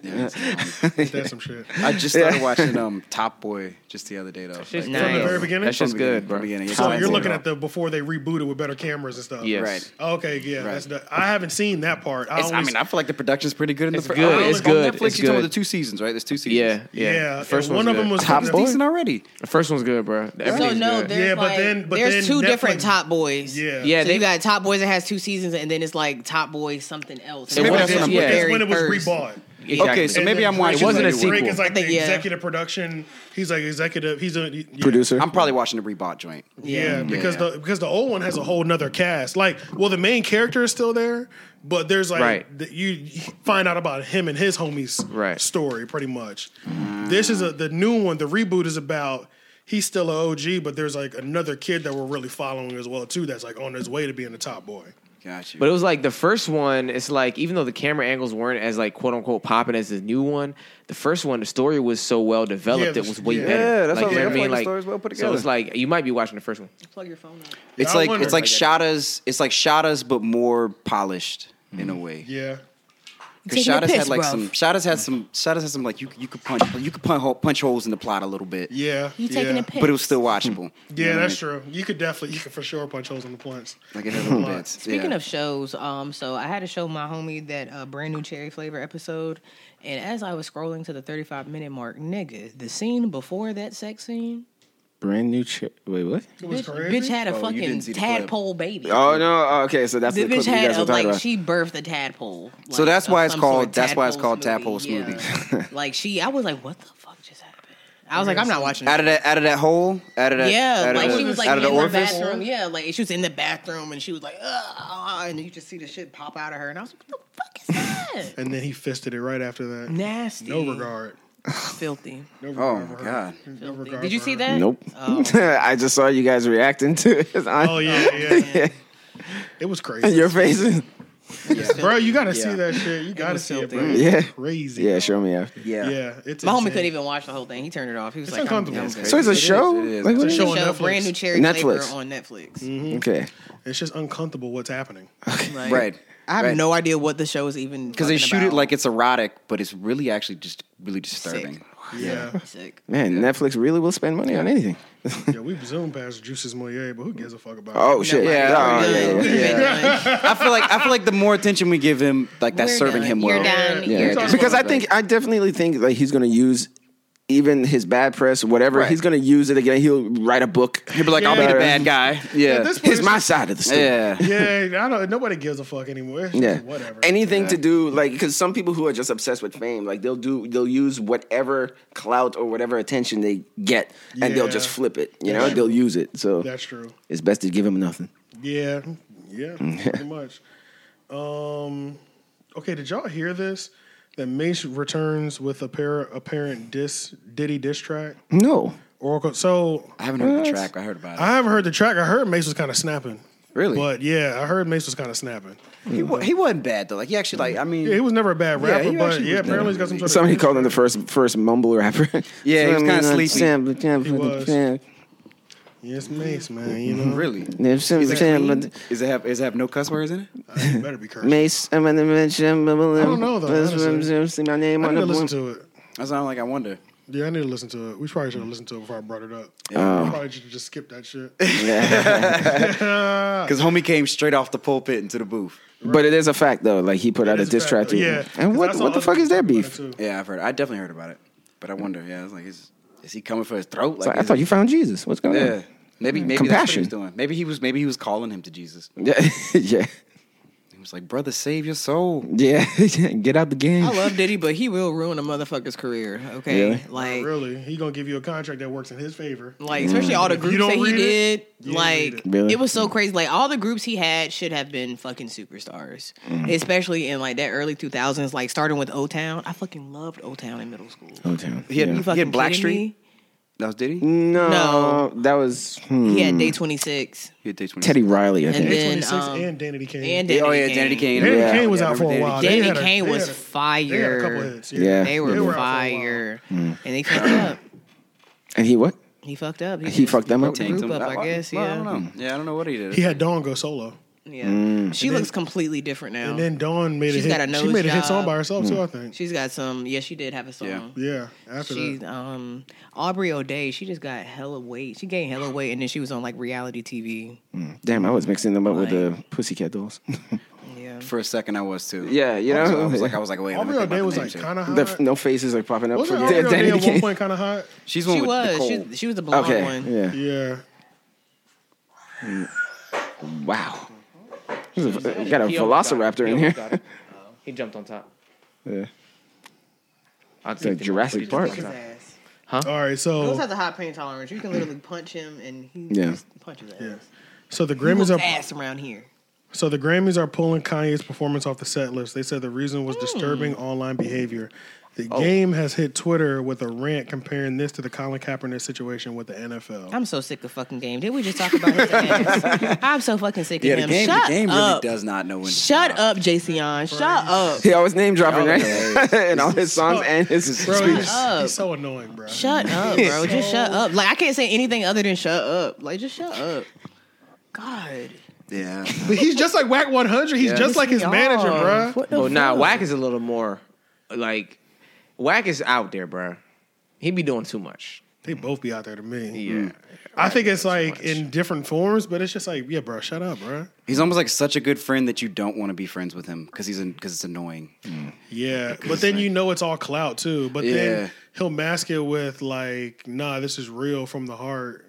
That's some
<laughs>
shit.
I just started watching um, Top Boy just the other day, though.
Shit's
Like, from the
very beginning?
That shit's
From the
good, bro.
beginning, yeah.
So
Right.
you're looking at the before they rebooted with better cameras and stuff. Oh,
Yes.
Right.
Okay. Yeah. That's the, I haven't seen that part. I,
It's, I
always-
mean, I feel like the production's pretty good in
It's
the first.
good,
I don't
it's
know,
good,
On Netflix,
it's
you told me
good.
the two seasons, right? There's two seasons.
Yeah, yeah.
yeah.
The first
and
one's
one of them
good.
was
Top
It's
Boy?
decent already.
The first one's good, bro.
So
Everything's
no,
good.
there's
Yeah, but
like
then- but
there's
then
two
Netflix-
different Top Boys.
Yeah.
Yeah,
so
they-
you got Top Boys that has two seasons, and then it's like Top Boy something else.
It
And
Maybe
was-
that's
yeah.
when- that's
very
when it was
first.
rebought.
Exactly.
Okay, so maybe I'm watching.
It wasn't a
later one.
sequel.
Drake is like
I think,
the
yeah.
executive production. He's like executive. He's a he- yeah.
Producer.
I'm probably watching the rebought joint.
Yeah,
Mm, Yeah.
because the because the old one has a whole nother cast. Like, well, the main character is still there, but there's like
Right.
the, you you find out about him and his homies'
Right.
story pretty much. This is a the new one. The reboot is about he's still a OG, but there's like another kid that we're really following as well too. That's like on his way to being the top boy.
Got you.
But it was like the first one. It's like even though the camera angles weren't as like quote unquote popping as the new one, the first one the story was so well developed.
Yeah,
it was way
yeah.
better.
Yeah, that's what I
like,
was like,
you know what
I feel
I mean.
like the
Like,
story was well put
so
together.
it's like you might be watching the first one.
Plug your phone up.
it's
I
like
wonder-
it's like Shada's. It's like Shada's, but more polished in a way.
Yeah,
Because
Taking a
Shada's had
piss,
like
bruv.
some. Shada's had some. Shada's had some like you you could punch you could punch, hole- punch holes in the plot a little bit.
yeah,
You taking
yeah.
a piss?
But it was still watchable. You
Yeah,
know what I
that's
mean?
true. You could definitely, you could for sure punch holes in the plants.
Like it had
<laughs>
little bits.
Speaking
yeah.
of shows, um, so I had to show my homie that uh, brand new cherry flavor episode, and as I was scrolling to the thirty-five minute mark, nigga, the scene before that sex scene,
Brand new chair. Wait, what?
It was
bitch,
crazy.
bitch had a
Oh, you
fucking
didn't see the clip.
tadpole baby.
Oh no. Oh, okay, so that's
the
the, clip
bitch
you
had
guys
a,
were talking
like
about.
she birthed a tadpole.
So
like,
that's
of
why it's
some
called-
sort.
that's why it's called
Tadpole's movie,
Tadpole
yeah.
<laughs>
like she, I was like, what the fuck just happened? I was like, I'm not watching.
out
That.
of that out of that hole out of that
Yeah,
out
like
of
she
the,
was like
out
in
of the
the
orifice.
bathroom. Yeah, like she was in the bathroom and she was like, ah, and you just see the shit pop out of her, and I was like, what the fuck is
<laughs>
that?
and then he fisted it right after that.
Nasty.
No regard.
Filthy.
No
Oh
regard.
my
for her.
god!
No regard.
Did you
for
see
her.
that? Oh.
Nope. <laughs>
<laughs>
I just saw you guys reacting to it.
Oh
<laughs>
yeah, yeah.
Man,
It was crazy.
Your faces.
bro. You gotta see that shit. You gotta
was
see it,
filthy.
bro.
Yeah.
Crazy.
Yeah, show me after.
Yeah, it's
My homie
insane.
couldn't even watch the whole thing. He turned it off. He was
It's
like, I'm-
uncomfortable.
I'm good.
So it's a
It is,
show.
it is.
Like, what
It's a
is it?
show. on Mm-hmm.
Show,
Netflix.
brand new cherry
Netflix.
flavor on Netflix.
Okay.
It's just uncomfortable what's happening.
Like,
Right,
I have
right.
no idea what the show is even
because they
fucking
shoot it
about.
like it's erotic, but it's really actually just really disturbing.
Yeah,
<laughs> sick.
Man, Netflix really will spend money on anything.
yeah. We zoomed past Juices Moyer, but who gives a fuck about?
Oh
it?
shit!
Nobody.
Yeah.
We're
Oh, yeah, yeah.
done. We've been done.
I feel like I feel like the more attention we give him, like that's
We're
serving
done.
him
You're
well.
done.
Yeah,
You're
We're
done.
talking
because I
about
think I definitely think like he's gonna use even his bad press, whatever.
Right.
He's gonna use it again. He'll write a book. He'll be
Like I'll be
Yeah.
the bad guy.
At
Yeah,
this point,
Here's my side of the story.
yeah.
yeah. I don't. Nobody gives a fuck anymore. It's just
Yeah,
whatever.
Anything to do like because some people who are just obsessed with fame, like they'll do they'll use whatever clout or whatever attention they get, and they'll
Yeah.
just flip it. You know, they'll use it. So
That's true.
it's best to give him nothing.
Yeah, yeah, pretty much. Um, okay, did y'all hear this? That Mace returns with a pair apparent diss Diddy diss track.
No,
Oracle. So
I haven't heard the track. I heard about it.
I haven't heard the track. I heard Mace was kind of snapping.
Really?
But yeah, I heard Mace was kind of snapping.
he, wa- he wasn't bad though. Like he actually like I mean
Yeah, he was never a bad
Yeah,
rapper,
he
but
actually
yeah,
was
apparently he's got
better.
some sort of.
somebody called him the first first mumble rapper. <laughs>
Yeah, he was kinda sleepy.
He
was. Yes, Mace, man. You know,
really.
Mace,
Is it have is it have no cuss words in it?
you better be cursing.
I'm gonna mention. I don't
know, though, honestly.
See my name
I
on
need
the
to listen
board.
to it.
That sounds like I wonder.
Yeah, I need to listen to it. We probably should have listened to it before I brought it up.
Oh.
We probably should have just skipped that shit.
Because homie came straight off the pulpit into the booth.
But it is a fact though. Like he put out a
is a
diss
fact,
track.
though.
to it.
Yeah,
And
'cause I
what
saw
what the
other
fuck is
people talk about
that beef?
it, too.
Yeah, I've heard. I definitely heard about it, but I wonder. Yeah, it's like is is he coming for his throat?
It's like, I
is
thought
it-
you found Jesus. What's going
Yeah, maybe maybe
Compassion.
that's what he was doing. Maybe he was maybe he was calling him to Jesus.
on? Yeah, yeah, <laughs>
He was like, brother, save your soul.
yeah. <laughs> Get out the game.
I love Diddy, but he will ruin a motherfucker's career. Okay,
Really?
like,
Really, he gonna give you a contract that works in his favor.
like especially all the
you
groups
don't
that he
read
did.
it, you don't read
Like,
it.
Really?
it was so crazy. Like, all the groups he had should have been fucking superstars,
Mm-hmm.
especially in like that early two thousands. Like, starting with O Town. I fucking loved O Town in middle school.
Oh, damn.
He had,
Yeah.
he
Fucking
had Blackstreet.
kidding me?
That was Diddy.
No,
No.
that was hmm,
He had Day Twenty Six
He had Day 26.
Teddy Riley. I
And
think.
then-
Twenty six
um,
and Danity Kane.
and
Yeah,
Danny
oh yeah,
Kane.
Danny Kane.
Danny
yeah,
Kane was
yeah,
out
I remember
for a
Danny
while.
Kane.
Oh, They
Danny
had a-
Kane
they
was
had a- They had a couple
fire.
hits.
Yeah.
They were
They were out for a
fire,
Hmm.
and they fucked up.
<clears throat>
and he what?
He fucked up.
He fucked them up.
Tanked
Group
him.
up, I guess,
well, I
yeah.
don't know. Yeah, I don't know what he did.
He had Dawn go solo,
Yeah,
Hmm.
she looks completely different now.
and then Dawn made
She's
a hit.
got a
she
nose
made a hit
job.
song by herself
Hmm.
too. I think.
She's got some. Yeah, she did have a song.
Yeah.
yeah. After
She
that,
um Aubrey O'Day, she just got hella weight. She gained hella weight and then she was on like reality TV.
Damn, I was mixing them up with the Pussycat Dolls.
Yeah.
For a second, I was too.
Yeah, <laughs> you
I was,
know?
I was like, I was like, wait. let me
Aubrey
think about
O'Day
the
was
name
like
too.
kind of hot.
the, no faces are popping up for
Wasn't
Dan-
Aubrey O'Day
Danny
at one
Kane.
point kind of hot?
She's the one
She
with
was.
Nicole.
She, she was the
<laughs>
blonde
Okay, <laughs>
one.
yeah.
Yeah.
Wow. uh,
Uh,
There's a- got a Velociraptor in here.
He jumped on top.
Yeah.
I'll
It's like
take the-
Jurassic
what
Park.
did you
His
just-
ass.
All right,
Those
so
has a high pain tolerance. You can literally punch him and he
Yeah.
just punches his ass.
so the
He
Grammys
whoops
are
ass around here.
So the Grammys are pulling Kanye's performance off the set list. They said the reason was disturbing
Hmm.
online behavior. The
Oh.
game has hit Twitter with a rant comparing this to the Colin Kaepernick situation with the NFL.
I'm so sick of fucking game. Did we just talk
<laughs>
about his ass? I'm so fucking sick of
Yeah, the
him.
game,
Shut
the game really
up.
does not know when. to
Shut
stop.
up, Jason. Shut up.
He always name dropping,
Y'all
right? <laughs>
hilarious.
and all his songs and his
bro,
speech.
he's,
up.
he's so annoying, bro.
Shut up, bro. Just shut up. Like I can't say anything other than shut up. Like just shut up. God.
Yeah.
But he's just like Whack 100. He's just like his
Y'all,
manager, bro.
What the
Oh, nah,
fuck?
Whack is a little more like Whack is out there, bro. He be doing too much.
They both be out there to me.
Yeah.
I think it's like in different forms, but it's just like, yeah, bro, shut up, bro.
<laughs> He's almost like such a good friend that you don't want to be friends with him because he's because it's annoying.
Yeah, but then you know it's all clout too. But
Yeah.
then he'll mask it with like, "Nah, this is real from the heart."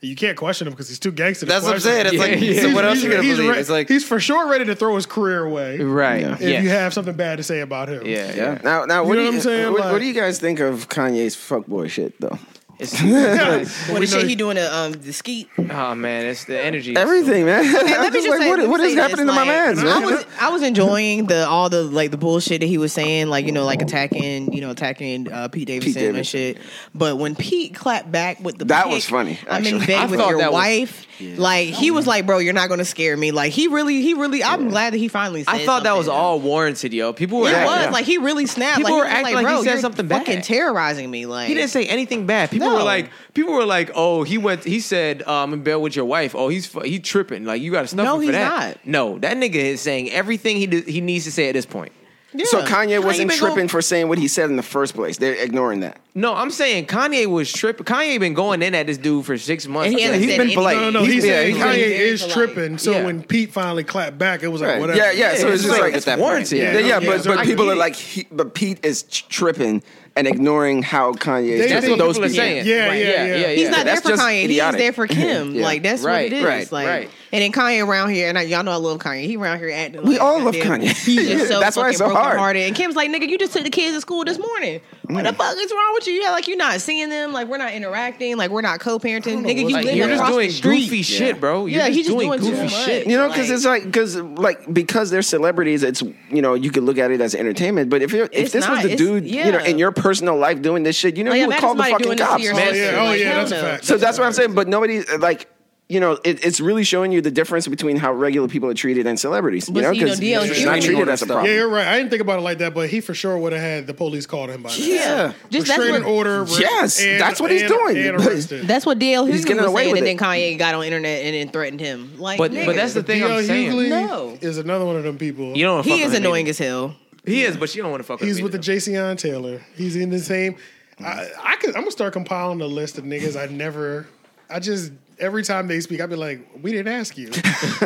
You can't question him because he's too gangster. to
That's what I'm
question.
saying. It's like,
Yeah,
so
He's-
what else
he's-
you gonna
he's
believe?
re-
it's like,
he's for sure ready to throw his career away
Right.
Yeah.
Yeah.
If
if you have something bad to say about him. <laughs>
yeah.
yeah.
Yeah.
Now, now, what,
You know
do you,
what I'm saying?
What, what
Like-
do you guys think of Kanye's fuckboy shit, though?
It's, <laughs>
What
We
the
know-
shit he doing to um the skeet?
oh man, it's the energy. is
Everything, man. <laughs> I'm
Let me
just
just
like,
say,
what,
let me
what is
say this,
happening to my
like,
man's,
I
man?
was I was enjoying the all the like the bullshit that he was saying, like you know, like attacking, you know, attacking uh, Pete Davidson and
Davidson,
shit. But when Pete clapped back with the
That
pic,
was funny,
I'm in
actually.
bed
I
with
thought
your
that was-
wife. Like he was like, bro, you're not gonna scare me. Like he really, he really. I'm glad that he finally. Said
I thought that was
something.
all warranted, yo. People were
It
acting-
was
yeah.
like he really snapped.
People
like, he
were
was
acting like he
bro,
said
you're
something
fucking
bad.
terrorizing me. Like
He didn't say anything bad. People were
No.
like, people were like, oh, he went. He said, uh, I'm in bed with your wife. Oh, he's fu- he tripping. Like you got to snuff
No,
him for
he's
that.
not.
No, that nigga is saying everything he did, he needs to say at this point.
Yeah.
So
How you
Kanye wasn't
been
tripping
going-
for saying what he said in the first place. They're ignoring that.
No, I'm saying Kanye was tripping. Kanye been going in at this dude for six months.
And he
I'm
hasn't
like,
said
been
anything.
polite.
No, no, no. He's,
He's- yeah,
saying
he's-
Kanye
he's very
is
polite.
tripping. So
Yeah.
when Pete finally clapped back, it was like,
Right.
whatever.
Yeah, yeah. So
Yeah,
it's just
it's
like,
like, it's warranted.
Yeah, yeah.
Yeah,
but
so
but
I
people
get
are
it.
like, he, but Pete is tripping and ignoring how Kanye.
They-
is
That's
tripping.
what
Those
people are
people.
saying.
Yeah, yeah, yeah.
He's not there
That's
for
just
Kanye.
idiotic.
He's there for Kim.
Yeah.
Like that's
Right,
what it is.
right,
like,
right.
and then Kanye around here, and I, y'all know I love Kanye. He around here acting.
We
like,
all love
goddamn-
Kanye.
He's just so
That's
That's
why
fucking
it's so hard.
brokenhearted. And Kim's like, nigga, you just took the kids to school this morning. What the fuck is wrong with you? Yeah, like you're not seeing them. Like we're not interacting. Like we're not co-parenting. Nigga, you
Like,
live
you're just
across
doing
the street.
goofy shit, bro. You're
Yeah,
just
he's just
doing
doing too
goofy
much.
shit.
You know, because
Like-
it's like because like because they're celebrities, it's you know you could look at it as entertainment. But if you're if
It's
this
not,
was the
it's-
dude you know
yeah.
in your personal life doing this shit, you know
Like,
you would
imagine
call the
somebody
fucking
doing this to
cops.
your
Oh,
sister.
yeah. Oh,
Like,
yeah.
hell
That's a
no.
fact.
So that's what I'm saying. But nobody like you know it, it's really showing you the difference between how regular people are treated and celebrities. You
But
know
see, you know,
because
DL's
it's not
doing
treated
all
as a
that
Yeah,
problem.
you're right. I didn't think about it like that, but he for sure would have had the police called him by now.
Yeah. Just that's
Restraining
what-
order. re-
Yes,
and-
that's what he's
and-
doing.
and
But-
arrested.
<laughs> That's what DL Hughley was
getting away
saying,
with
and
it.
then Kanye got on internet and then threatened him. Like,
But-
nigga,
but that's the thing I'm
D.L.
saying.
Hughley
No.
is another one of them people.
You don't wanna fuck
he
with
is
him
annoying
either.
as hell.
He is, but you don't want to fuck.
He's
him
with the
either.
Jason Taylor. He's in the same.
Mm.
I, I could. I'm gonna start compiling a list of niggas I never. I just every time they speak, I'd be like, "We didn't ask
<laughs>
you."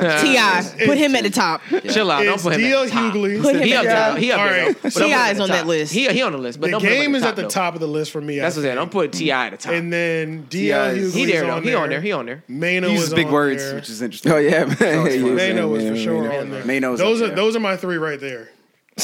Ti, put him at the top.
<laughs>
Chill out. Don't
It's
put him.
D.L.
at the top.
Hughley.
Put him
He
at
up
the
there.
top.
He up
All
there.
right.
though. But don't
T.I.
put him
is
at
on
the
that
top.
list.
He, he on the list, but
The
don't put him
game is at the
though.
top of the list for me. I
That's what I'm
think.
saying. I'm putting Ti at the top.
And then D.L.
is-
Hughley's
he there though.
on
He
there.
on there. He on there.
Mano
he
was
uses big
on
words,
there.
which is interesting.
Oh <laughs> yeah, man.
Mano was for sure on there.
Mano's
those are
up there.
those are my three right there.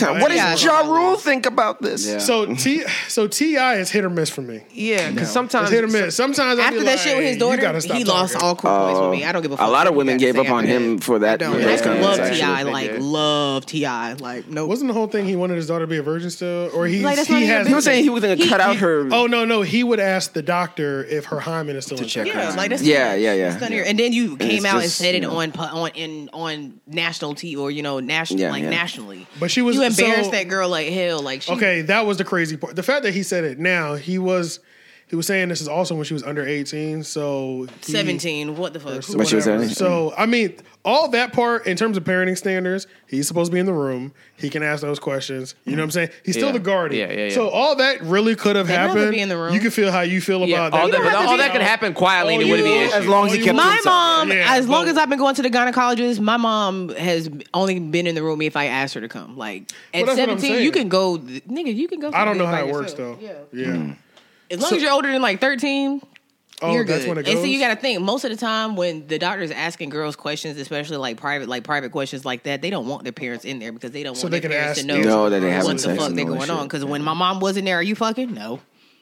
What does
Yeah.
Ja Rule think about this?
Yeah.
So T so Ti is hit or miss for me.
Yeah, because
It's
sometimes
hit or miss. Sometimes I
After
be
that
like,
shit with his
"You
daughter, he
gotta stop
lost
talking."
all cool points with me. I don't give a fuck.
Oh, lot of
what
women
you
gave
gotta
up
say
on
after
him for that.
I don't.
those
I
kinds of
love
actions.
Ti.
they
Like
did.
love Ti. Like no.
Wasn't the whole thing he wanted his daughter to be a virgin still, or he
Like, that's not
he
even
has
He was saying he was gonna
He-
cut out her.
Oh no, no. He would ask the doctor if her hymen is still
To
intact.
check
Yeah, like that's
Yeah, yeah, yeah.
That's none of your- And then you came
it's
out and
just,
said it
you know.
on pu- on in on national T or you know national
Yeah,
like
yeah.
nationally.
But she was-
you embarrassed
so-
that girl like hell. Like she,
Okay, that was the crazy part. The fact that he said it now, he was he was saying this is also when she was under eighteen, so he-
seventeen. What the fuck?
When she was
whatever.
under-
So I mean, all that part in terms of parenting standards, he's supposed to be in the room. He can ask those questions. You know what I'm saying? He's still
Yeah.
the guardian.
Yeah, yeah, yeah.
So all that really could have
They'd rather
happened.
be in the room.
You can feel how you feel
Yeah,
about that.
all
You
that-
don't
but
have to
all
be
that could
out.
happen quietly and it
Oh, you
wouldn't be an
want-
issue.
As long as
all
he
you
kept to
want-
My
himself.
mom,
Yeah,
as long
but-
as I've been going to the gynecologist, my mom has only been in the room if I asked her to come. Like at
Well, that's what I'm
17,
saying.
you can go, nigga, you can go.
I don't know
by
how it works
yourself.
though.
Yeah.
Yeah.
As long as you're older than like 13,
Oh,
you're
that's
good.
when it
And so
goes?
you got to think. Most of the time, when the doctor is asking girls questions, especially like private, like private questions like that, they don't want their parents in there because they don't
So
want
they
their
can
parents to
ask
know
you.
No, that they having
what the
sex
fuck
and
they
all that
going on.
shit.
Because when my mom wasn't there, are you fucking? No,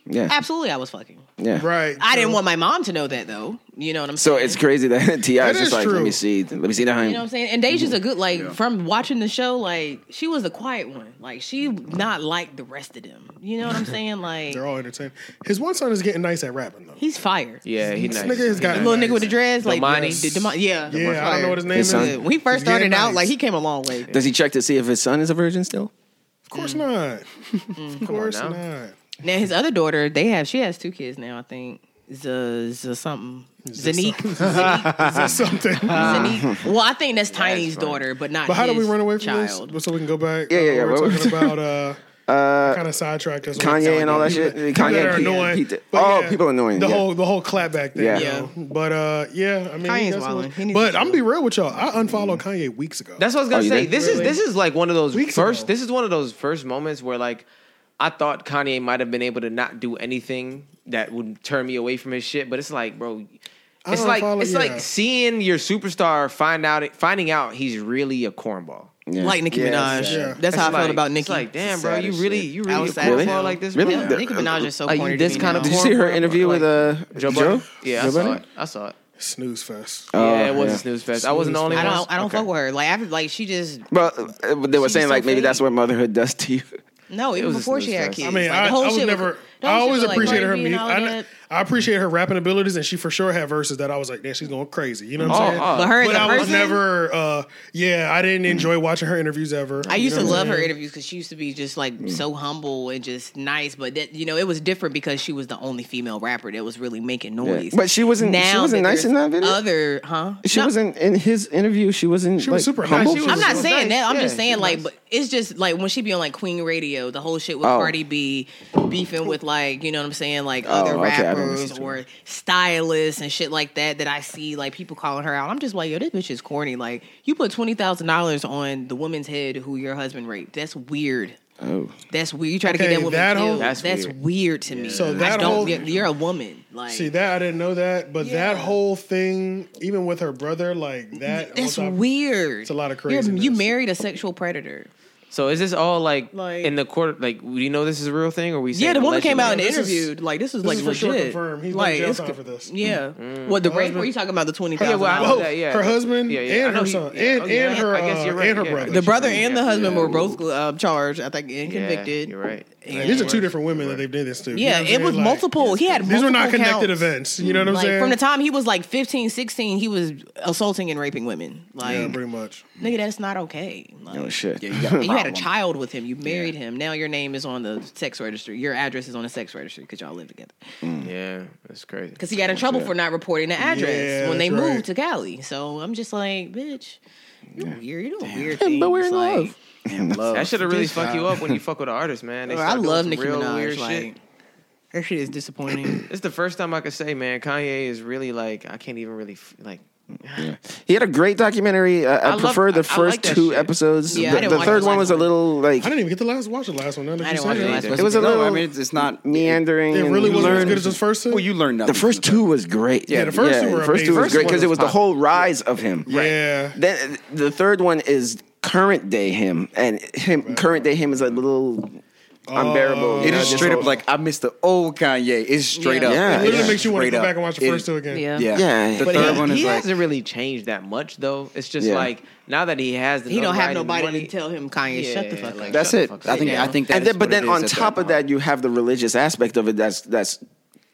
Yeah.
absolutely, I was fucking.
Yeah.
Right.
I didn't
so-
want my mom to know that though. You know what I'm
So
saying?
it's crazy that <laughs> Ti is
is
just like, let
true.
me see, let me see the
You know what I'm saying? And Deja's a good like from watching the show. Like she was the quiet one. Like she not like the rest of them. You know what
<laughs>
I'm saying? Like
They're all entertained. His one son is getting nice at rapping though.
he's fire.
Yeah, he nice.
This nigga has
He
got
nice.
The little nigga with the dreads, like
Damani?
the- the Dama- yeah,
Yeah, I don't know what his name
His
is.
son?
When he first
He's getting
started out,
nice.
like he came a long way.
Does he check to see if his son is a virgin still?
Of course
<laughs>
not. Of course
now.
not.
Mm. Now his other daughter, they have she has two kids now. I think Z, Z something Zanique. Zanique.
Is that something?
<laughs> Zanique.
<laughs>
Well, I think that's Tiny's
funny.
daughter, but not.
But how do we
his
run away from
child.
this? So we can go back.
Yeah, yeah, yeah.
We're
What
talking
was-
about
<laughs>
uh, kind of sidetracked us.
Kanye and all
<laughs>
that shit.
People that
Kanye
are
and Pete-
annoying.
Pete-
But
oh,
yeah,
people annoying.
The
yeah.
whole the whole clapback thing. Yeah.
Yeah.
But uh, yeah, I mean,
Kanye's
that's
wildin'.
what-
He needs
But
to
I'm
chill. Mm.
be real with y'all. I unfollowed Kanye weeks ago.
That's what I was gonna
Oh, you
say.
think?
This is this is like one of those
Weeks
first.
ago.
This is one of those first moments where like I thought Kanye might have been able to not do anything that would turn me away from his shit, but it's like, bro.
I
It's
don't
like
follow-
it's
yeah.
like seeing your superstar find out finding out he's really a cornball.
Yeah.
Like Nicki
Yeah,
Minaj.
yeah.
That's how I
It's
felt
like-
about
It's
Nicki.
like, damn,
It's
bro,
sad
you
as
really
shit.
you
I
really a
was sad as
cornball
hell.
like this?
Really?
bro?
The-
Nicki Minaj is so
Like,
corny.
this
to me
kind of
now.
Did you see her interview with uh, Joe?
Joe Budden? Yeah, I
Joe
saw
Budden?
it. I saw it.
snooze fest.
Oh,
yeah, it was
yeah.
a snooze fest. I wasn't the only
I
one.
don't. I don't
Okay.
fuck with her. Like after, like she just
Well, uh, they were
She's
saying
so
like maybe that's
fake.
what motherhood does to you.
no. Even
was a
before she
snooze
had
fest.
kids.
I
I mean,
like,
I,
the whole
I was
shit
never.
the
I
whole shit
always
was, like,
appreciated her
rapey and
music.
all
I, kn-
that.
I appreciate her rapping abilities, and she for sure had verses that I was like, "Damn, she's going crazy." You know what I'm
Oh,
saying?
oh.
But her as
but
a
I was
person,
never. Uh, yeah, I didn't enjoy watching her interviews ever.
I used to love her interviews because she used to be just like so humble and just nice. But that you know, it was different because she was the only female rapper that was really making noise.
But she wasn't- she wasn't
that
nice in that
there's
video?
Other, huh?
She
No,
wasn't in his interview. She wasn't.
She was
like,
super nice.
humble.
She was
I'm not
She was nice.
saying that. I'm
Yeah,
just
she
saying
was
like,
nice.
but it's just like when she be on like Queen Radio, the whole shit with
Oh.
Cardi B beefing with like you know what I'm saying, like other
okay, I remember this
rappers or stylists and shit like that. That I see like people calling her out. I'm just like, yo, this bitch is corny. Like you put twenty thousand dollars on the woman's head who your husband raped. That's weird.
Oh.
That's weird. You try to
Okay,
get that woman
that
killed.
whole-
that's
That's
weird.
weird.
to me.
So
I
that
don't
whole-
get, you're a woman. Like
See that I didn't know that, but that whole thing, even with her brother, like that.
that's
on top-
weird.
It's a lot of
You're- You
craziness.
married a sexual predator.
So is this all like,
Like-
in the court? Like, do you know this is a real thing, or we?
Yeah,
saying
the woman came out and
allegedly?
This is-
interviewed. like this is
this
like
is for
legit.
sure confirmed. He's
like
going to jail
it's
time
co-
for this. Mm.
Yeah. Well, the rape.
husband-
Were you talking about the twenty
Yeah,
thousand?
well, I know
Both.
that. Yeah,
Her
that-
husband and
I know
her
he-
son.
yeah,
And-
oh, yeah,
and her,
I guess
uh,
you're right.
and her
yeah,
brother.
I
the
guess
brother
you're right,
and
yeah.
the husband
Yeah.
were both uh, charged. I think and convicted.
Yeah, you're right.
And-
These are two different women that they've did this to. You know
Yeah,
what I'm
it
saying?
was
Like,
multiple. He had
These were not
multiple
connected
counts.
events. You know what I'm
Like
saying?
from the time he was like 15, 16, he was assaulting and raping women. Like
yeah, pretty much.
nigga, that's not okay. Like,
Oh shit.
Yeah, you, got a
And <laughs>
<laughs>
you had a
problem.
child with him. You married him. Now your name is on the sex registry. Your address is on the sex registry because y'all live together.
Yeah, that's crazy.
Because he got in trouble for not reporting the address
Yeah,
when they
that's right.
moved to Cali. So I'm just like, bitch, you're weird. You're doing weird things.
<laughs> But we're in
like,
love.
That should have really fucked you up when you fuck with an artist, man. They
bro,
start
I
doing
love
some
Nicki
real
Minaj.
weird shit.
Like, her shit
<clears throat>
is disappointing.
It's the first time I could say, man, Kanye is really like I can't even really f- like.
He had a great documentary. Uh, I,
love-
prefer the
I- I
first
like that
two
shit.
episodes.
Yeah, I
the
didn't
the
watch
third
the
one
last
was a
one.
little like
I didn't even get to last watch the last one. Now that
I
you
didn't watch
say
the
that.
last one.
it was a
No,
little
I mean it's, it's not.
meandering.
It
and
really wasn't as
learned-
good as those first two.
Well, you learn nothing.
The first
from
two was great.
Yeah, the first two were
the first two
amazing.
was great because it was the
First
whole rise of him.
Yeah.
Then the third one is current day him, and him current day him is a little unbearable.
Oh. It
you know,
is
just
straight
a-
up like I miss the old Kanye. It's straight
Yeah.
up.
Yeah.
It literally
Yeah.
makes you want to
Straight
go
up.
back and watch the
It-
first two again.
Yeah.
Yeah.
Yeah.
The
But
third
he,
one is
he
like
hasn't really changed that much though. It's just
Yeah.
like now that he has the
He don't have
notoriety and
nobody to
money-
tell him Kanye
Yeah,
shut the fuck
like,
up.
That's it.
I think I think that.
and
is
then, but
what it
then
is
on
at
top of
point.
that, you have the religious aspect of it. That's that's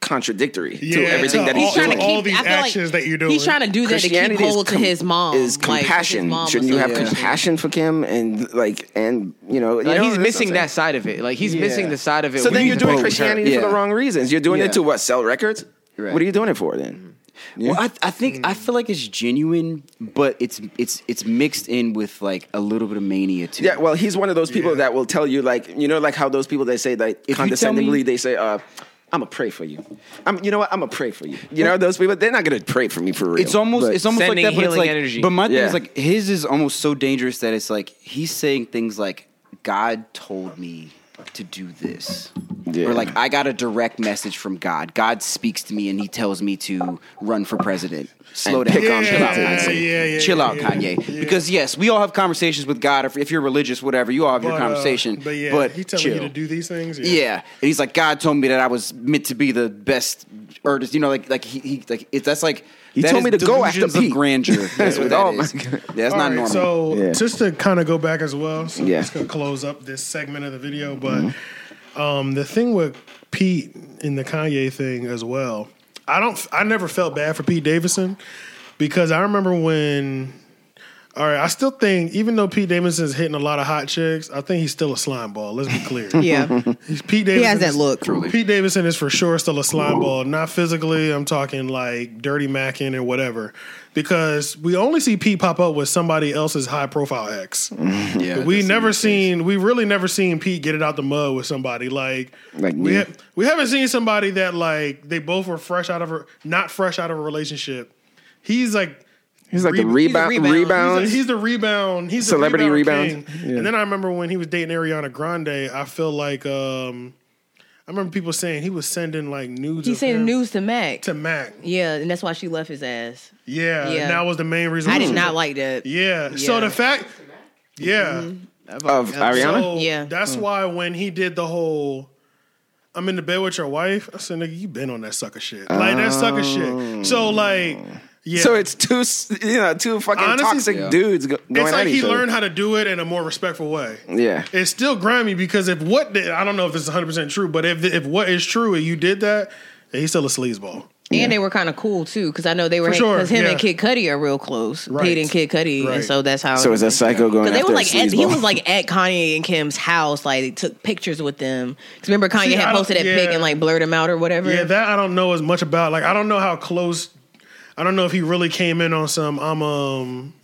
contradictory to
Yeah,
everything
to
that
all-
he's,
He's trying to
doing.
keep
all these
I feel like
actions that you're doing.
He's trying to do that to keep
Christianity is
hold to
com-
his mom.
is
like, his
compassion.
mom was
Shouldn't you
so
have
good.
compassion for Kim and like and you know, you
Like,
know,
he's
that's
missing
what I'm
that side of it. Like he's
Yeah.
missing the side of it.
saying. So
where
then
you
you're doing
both
Christianity
Yeah.
for the wrong reasons. You're doing
Yeah.
it to what sell records.
Right.
What are you doing it for then?
Well, I, I think
Hmm.
I feel like it's genuine, but it's it's it's mixed in with like a little bit of mania too.
Yeah, well, he's one of those people
Yeah.
that will tell you, like, you know, like how those people they say, like,
tell
condescendingly,
me-
they say, uh, "I'm gonna pray for you." I'm, you know what? I'm gonna pray for you. You know, those people, they're not gonna pray for me for real.
It's almost
But-
it's almost like
sending
that, but it's
healing
like.
energy.
But my thing
Yeah.
is like his is almost so dangerous that it's like he's saying things like God told me to do this.
Yeah.
Or like I got a direct message from God. God speaks to me and he tells me to run for president. Slow
And
down.
pick on
Chill out,
Putin.
Kanye.
Yeah, yeah,
Chill out,
yeah,
Kanye. Because yes, we all have conversations with God. If, if you're religious, whatever, you all have your
uh,
conversation.
but yeah, he telling
chill.
you to do these things.
Yeah, and he's like, God told me that I was meant to be the best artist. You know, like like he, he like it, that's like
He
that
told
is
me to go
delusions
after
of
Pete.
<laughs> grandeur. That's what
Oh
that
my
is.
God.
Yeah, that's
All
not
right,
normal.
So
Yeah.
just to kind of go back as well, so
Yeah.
yeah. just gonna close up this segment of the video. But
Mm-hmm.
um, the thing with Pete in the Kanye thing as well, I don't, I never felt bad for Pete Davidson because I remember when. All right, I still think even though Pete Davidson's hitting a lot of hot chicks, I think he's still a slime ball. Let's be clear.
Yeah.
He's Pete Davidson.
He has that
is-
look.
Pete Davidson is for sure still a slime ball. Not physically, I'm talking like dirty macking or whatever. Because we only see Pete pop up with somebody else's high profile ex.
yeah,
we
that's-
never seen, we really never seen Pete get it out the mud with somebody. Like,
Like
we,
me.
ha- we haven't seen somebody that like they both were fresh out of a, not fresh out of a relationship. He's like,
He's like the
Re- he's a
rebound,
rebound.
rebounds.
He's, a, he's the rebound. He's the
Celebrity
rebound.
rebounds.
king. And then I remember when he was dating Ariana Grande. I feel like um, I remember people saying he was sending like nudes.
He
of him
sent news to Mac.
to Mac.
Yeah, and that's why she left his ass.
Yeah,
Yeah.
and that was the main reason.
I
why
did
she-
not like that.
Yeah. So
Yeah.
the fact. Yeah.
of Mm-hmm. Ariana. Hmm.
So
Yeah.
That's why when he did the whole. I'm in the bed with your wife. I said, "Nigga, you been on that sucker shit. Like that sucker shit." So like, yeah.
Oh. So, it's two, s- you know, two fucking
Honestly,
toxic
yeah.
dudes go, going
it's
at
like
each
he
other.
learned how to do it in a more respectful way.
yeah,
it's still grimy because if what the- I don't know if it's 100 percent true, but if if what is true and you did that, then he's still a sleazeball.
And they were kind of cool too, because I know they were
For sure,
because him
yeah.
and Kid Cudi are real close.
Right.
Pete and Kid Cudi,
Right.
and so that's how.
So is that psycho going
Because they
after
were like
a
at, he
sleazeball?
was like at Kanye and Kim's house, like they took pictures with them. Because remember Kanye
See, I
had
don't-
posted that
yeah.
pic and like blurred him out or whatever.
Yeah, that I don't know as much about. Like I don't know how close. I don't know if he really came in on some. I'm um.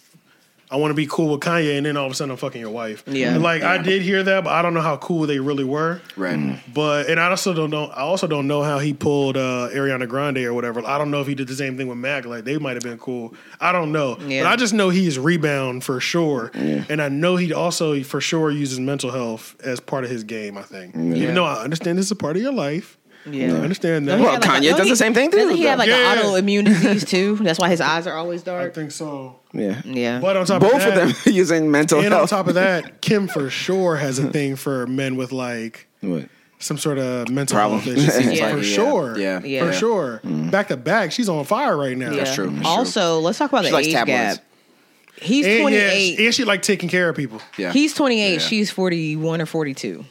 I want to be cool with Kanye, and then all of a sudden I'm fucking your wife.
Yeah.
like I did hear that, but I don't know how cool they really were.
right.
But and I also don't know. I also don't know how he pulled uh, Ariana Grande or whatever. I don't know if he did the same thing with Mac. Like they might have been cool. I don't know.
Yeah.
But I just know he's rebound for sure, and I know he also for sure uses mental health as part of his game. I think. Even though I understand this is a part of your life.
Yeah.
I understand that.
He
Well,
had, like,
Kanye
don't
does the
he-
same thing,
Doesn't
too,
he have like
though.
an
Yeah. <laughs>
autoimmune disease too? That's why his eyes are always
I
dark.
think so.
yeah,
Yeah.
But um, on top of
Both
that,
of them <laughs> using mental
and on
<laughs> health.
top of that, Kim for sure has a thing for men with like
What?
some sort of mental
Problem.
health issues.
<laughs>
Seems
like
for
it, yeah.
sure.
Yeah.
Yeah.
for sure.
Mm-hmm.
Back to back, she's on fire right now.
Yeah.
That's true, that's true.
also, let's talk about
She
the
likes
age
tabloids.
gap. He's
And,
twenty
yes,
eight.
and she like taking care of people.
Yeah.
He's 28.
Yeah.
She's 41 or 42.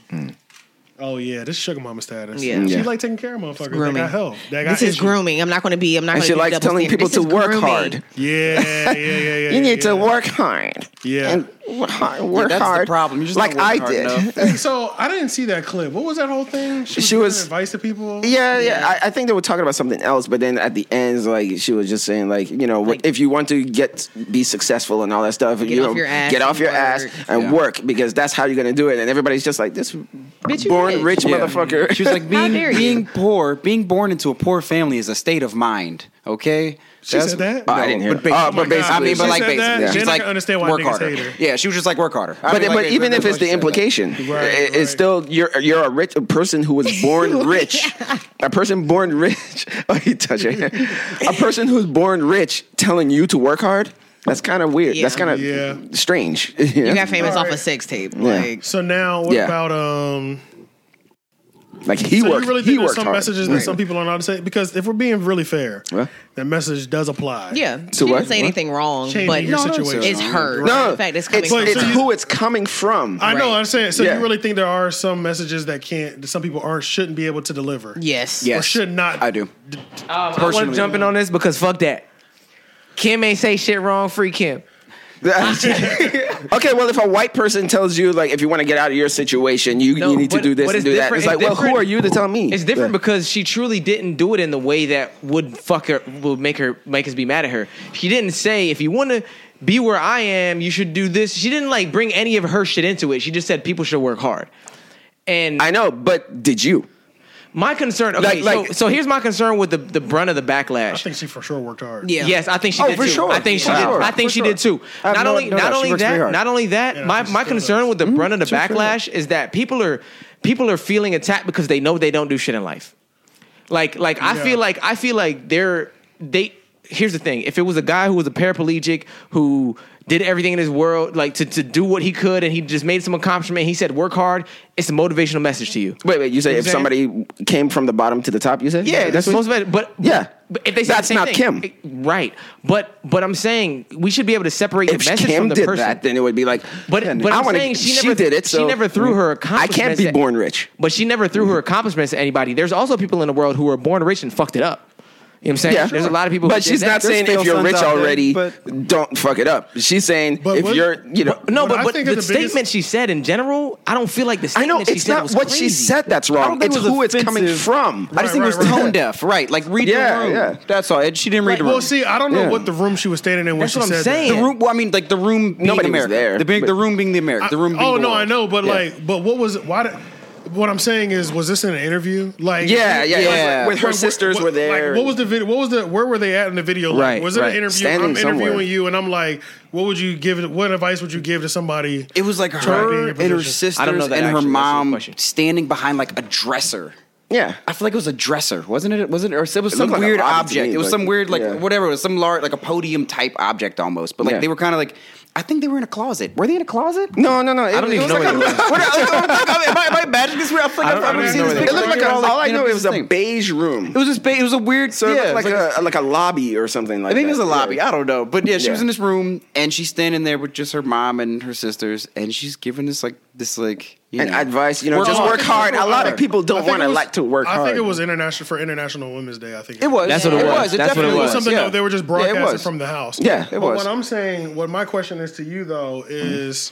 Oh yeah, this is sugar mama status.
Yeah.
She
Yeah.
like taking care of motherfuckers. They
grooming.
got help. They got
This is
issues.
grooming. I'm not going to be. I'm not
And
going
she
to
likes telling people to work hard.
<laughs>
Yeah, yeah, yeah, yeah.
You need
yeah.
to work hard.
Yeah.
and work hard. Work
that's the
hard.
problem. You're just
like
not
I
working hard
did.
enough.
Hey, so I didn't see that clip. What was that whole thing? She was,
She
giving
was-
advice to people.
<laughs> Yeah, yeah. I, I think they were talking about something else, but then at the end, like she was just saying, like you know,
Like-
if you want to get be successful and all that stuff, you
off
know,
your ass
get off
and
your
work.
ass and
Yeah.
work because that's how you're gonna do it. And everybody's just like this
Bitch,
born rich, motherfucker.
She was like
How
being
dare you.
being poor, being born into a poor family is a state of mind. Okay.
She said that?
Oh, I didn't hear
But
it.
basically,
Oh, but
my God.
I mean, but
She
like
said that,
basically,
then
she's
I
like
can understand why
work
niggas
harder.
hate her.
Yeah, she was just like work harder. I
But,
mean,
but
like,
even
that's
if
why
it's the
she said that.
implication,
Right,
it- it's
right.
still you're you're a rich a person who was born rich, a person born rich. <laughs> Oh, you touch your hair. A person who's born rich telling you to work hard. That's kind of weird. That's
Yeah.
kind of
Yeah.
strange. <laughs> You
You
know?
got famous
All
off
right.
a sex tape. Like,
So now, what
Yeah.
about um?
Like he
So
worked.
you really
he
think there's
worked
some
hard.
messages that some people aren't allowed to say? Because if we're being really fair,
Well.
that message does apply.
yeah.
So
she
what?
didn't say
What?
anything wrong,
Changing
but
your situation.
it's her.
No,
In fact, it's coming
it's,
from
it's
so
her.
you-
who it's coming from.
I know.
Right.
I'm saying. So
Yeah.
you really think there are some messages that can't, that some people aren't, shouldn't be able to deliver?
Yes.
Or should not.
I do.
I want to jump in on this because fuck that. Kim ain't say shit wrong. Free Kim.
<laughs> okay, well, if a white person tells you like if you want to get out of your situation, you,
No,
you need to
but-
do this and
but it's
do that.
different-
It's like,
it's
well, who
different-
are you to tell me?
It's different because she truly didn't do it in the way that would fuck her, would make her, make us be mad at her. She didn't say, if you want to be where I am, you should do this. She didn't like bring any of her shit into it. She just said people should work hard. And
I know, but did you?
my concern, okay,
Like- like-
so, so here's my concern with the, the brunt of the
I
backlash.
think she for sure worked hard.
Yeah.
Yes, I think she
Oh,
did
for
too.
sure.
I think she
For
did.
sure.
I think
For
she
sure.
did too.
I have
Not
no-
only
no
not
doubt. She
only
works very
that,
hard.
not only that,
Yeah,
my
she
my
still
concern
does.
with the brunt of the
Mhm. She works Mm-hmm. very hard.
backlash is that people are people are feeling attacked because they know they don't do shit in life. Like like I
Yeah.
feel like I feel like they're they here's the thing. If it was a guy who was a paraplegic who did everything in his world like to, to do what he could and he just made some accomplishment, he said work hard, it's a motivational message to you.
Wait, wait. You say
You know
if
what I'm
somebody came from the bottom to the top, you said
Yeah, that's
what-
most better. But
Yeah.
but if they said the
That's
same
not
thing-
Kim.
right? But but I'm saying we should be able to separate
If
the message
Kim
from the
did
person.
that, then it would be like.
But-
man,
but
I
I'm
wanna-
saying she
she
never-
did it.
she
So
never threw her
I can't
accomplishments
be
at-
born rich.
But she never threw
Mm-hmm.
her accomplishments at anybody. There's also people in the world who were born rich and fucked it up. You know what I'm saying?
Yeah,
There's a lot of people. who
But
did
she's
that.
not
There's
saying
still
if you're
sons
rich
out there.
already,
but-
don't fuck it up. She's saying
But
if
what-
you're, you know,
but-
No,
What
but,
I
but the,
think is the biggest-
statement she said in general, I don't feel like the
I
statement
know
she
it's
said
not
was
what she
crazy.
said that's
I
wrong.
don't think
It's
it was
who it's coming
offensive.
from.
I just think
Right,
it
right,
was
right.
tone deaf, right? Like read
Yeah,
the room.
yeah.
That's all. And she didn't read the room.
Well, see, I don't know
Yeah.
what the room she was standing in when
That's
she
what I'm
said
saying.
that.
the room. Well, I mean, like the room being
Nobody was
America.
there,
The, big,
but-
the room being the America. The room.
I-
Being
oh
the
no,
world.
I know, but
Yeah.
like, but what was why? Did, what I'm saying is, was this in an interview? Like,
Yeah, yeah,
like,
yeah.
With her
what-
sisters
what-
were there.
Like, what was the video? What was the? Where were they at in the video? Like,
Right,
was it
right.
an interview?
Standing
I'm interviewing
somewhere.
you, and I'm like, what would you give? What advice would you give to somebody?
It was like
trying to be in
her
your
and her
position?
sisters
I don't know
and
that
her
actually. That's a good
mom
question.
standing behind like a dresser.
Yeah.
I feel like it was a dresser, wasn't it? Wasn't it? Or it was some
looked like a
weird
rocket to
object.
me,
it was
but-
some weird, like
yeah.
whatever. It was some large, like a podium type object almost. But like
Yeah.
they were kind of like, I think they were in a closet. Were they in a closet?
No, no, no. I
don't even know
Like
what it
a-
What- am, I, am I imagining this? weird? I feel like I've
I don't-
I've
I
never
don't
seen
know
this
what it
picture.
it looked like
They're
a,
all,
all I know
you
it was
this
a
thing.
beige room.
It was just. Ba- it was a weird.
So it
yeah,
looked like, a, like a lobby or something like
I
that.
think it was a lobby.
Yeah.
I don't know. But yeah, she was
Yeah.
in this room and she's standing there with just her mom and her sisters, and she's giving this like this like you
And
know,
advice, you know, just work hard. A lot of people
I
don't
think
want
it
to
was-
like to work
I
hard.
think it was international for International Women's Day. I think
It was.
That's what it was. That's what it
definitely
It was
was,
something
yeah.
that they were just
Yeah, it
broadcasting
was.
from the house.
Yeah, it
but
was.
What I'm saying, what my question is to you though is,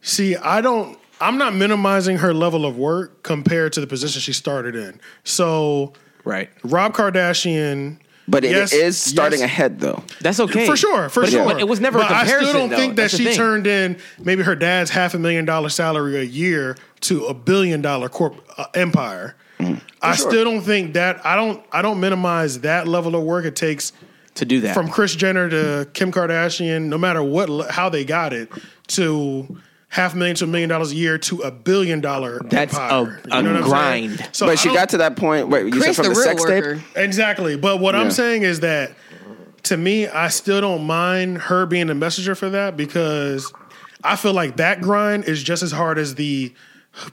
see, I don't, I'm not minimizing her level of work compared to the position she started in. So
Right.
Rob Kardashian,
But it is
yes,
starting
yes,
ahead though.
That's okay
For sure, for
But it-
sure.
but It was never
But
a comparison.
I still don't
though.
think that
That's the
she
thing.
turned in maybe her dad's half a million dollar salary a year to a billion dollar corp uh, empire.
Mm-hmm.
I still don't think that. I don't. I don't minimize that level of work it takes
to do that.
from Chris Jenner to Kim Kardashian, no matter what le- how they got it to half a million to a million dollars a year to a billion dollar
That's
empire.
a- a
You know what I'm saying?
grind.
So
but she
I
got
don't-
to that point. Wait, you said
Chris,
from
the
the,
real
sex
worker.
tape?
exactly. But what
Yeah.
I'm saying is that to me, I still don't mind her being the messenger for that because I feel like that grind is just as hard as the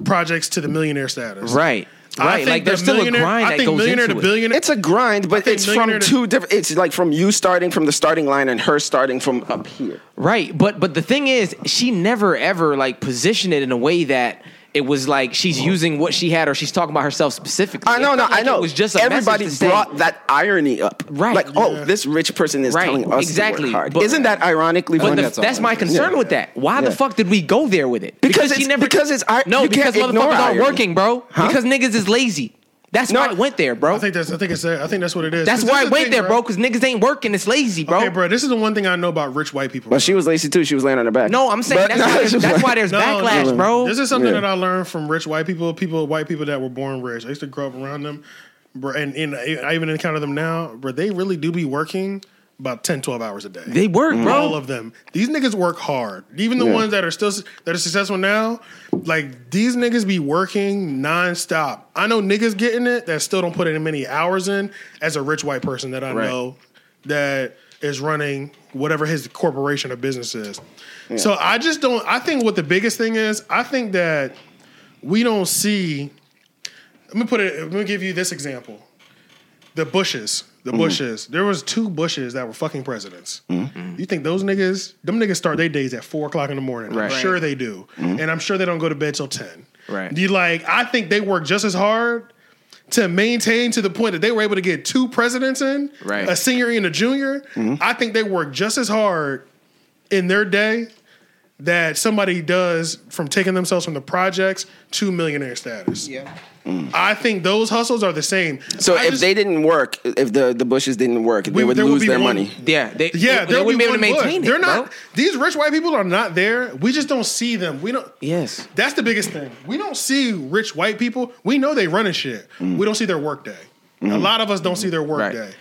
projects to the millionaire status.
right.
I
Right.
think
Like there's
the
still a
millionaire-
grind
I
that
think
goes
millionaire to
into it.
billionaire.
It's a grind, but
think
it's from
millionaire to-
two different. It's like from you starting from the starting line and her starting from up here.
Right, but but the thing is, she never ever like positioned it in a way that it was like she's using what she had or she's talking about herself specifically.
I know,
It
no,
felt
I
like
know.
It was just a
everybody
message to say-
brought that irony up,
Right.
Like, oh,
Yeah.
this rich person is
Right,
telling us to
exactly.
work hard.
But-
Isn't that ironically
But
funny?
the,
that's
that's,
all I'm
my
saying.
concern
Yeah.
with that. Why
Yeah.
the fuck did we go there with it?
Because it's- because it's ir-
no
you
because
can't ignore
motherfuckers aren't
irony.
working, bro.
Huh?
Because niggas is lazy. That's
No,
why it went there, bro.
I think that's. I think it's. I think that's what it is.
That's
'Cause
why
this
it
is the
went
thing,
there, bro. Because niggas ain't working. It's lazy, bro.
Okay, bro. This is the one thing I know about rich white people.
But she was lazy too. She was laying on her back.
No, I'm saying
But- <laughs>
that's, why there's,
she was
that's
like-
why there's
No,
backlash,
no.
bro.
This is something
Yeah.
that I learned from rich white people, people, white people that were born rich. I used to grow up around them, bro, and, and I even encounter them now, but they really do be working about 10, 12 hours a day.
they work, bro.
Mm. all of them. These niggas work hard. Even the
Yeah.
ones that are still that are successful now, like these niggas be working nonstop. I know niggas getting it that still don't put in many hours in as a rich white person that I know that is running whatever his corporation or business is. So I just don't I think what the biggest thing is, I think that we don't see let me put it let me give you this example. The Bushes. The
Mm-hmm.
Bushes. There was two Bushes that were fucking presidents.
Mm-hmm.
You think those niggas, them niggas start their days at four o'clock in the morning.
Right. Mm-hmm.
I'm sure they do. And I'm sure they don't go to bed till ten.
Right.
You like, I think they work just as hard to maintain to the point that they were able to get two presidents in,
Right.
a senior and a junior. I think they work just as hard in their day that somebody does from taking themselves from the projects to millionaire status.
Yeah.
I think those hustles are the same.
So
I
if
just-
they didn't work, if the the bushes didn't work, they would
there would
lose
be
their
one-
money.
yeah, they,
yeah,
they,
there
wouldn't be able
one
to maintain
Bush.
it.
They're not.
bro.
These rich white people are not there. We just don't see them. We don't.
Yes.
That's the biggest thing. We don't see rich white people. We know they running shit. We don't see their work day. A lot of us don't see their work
Mm. Mm-hmm. Right.
day.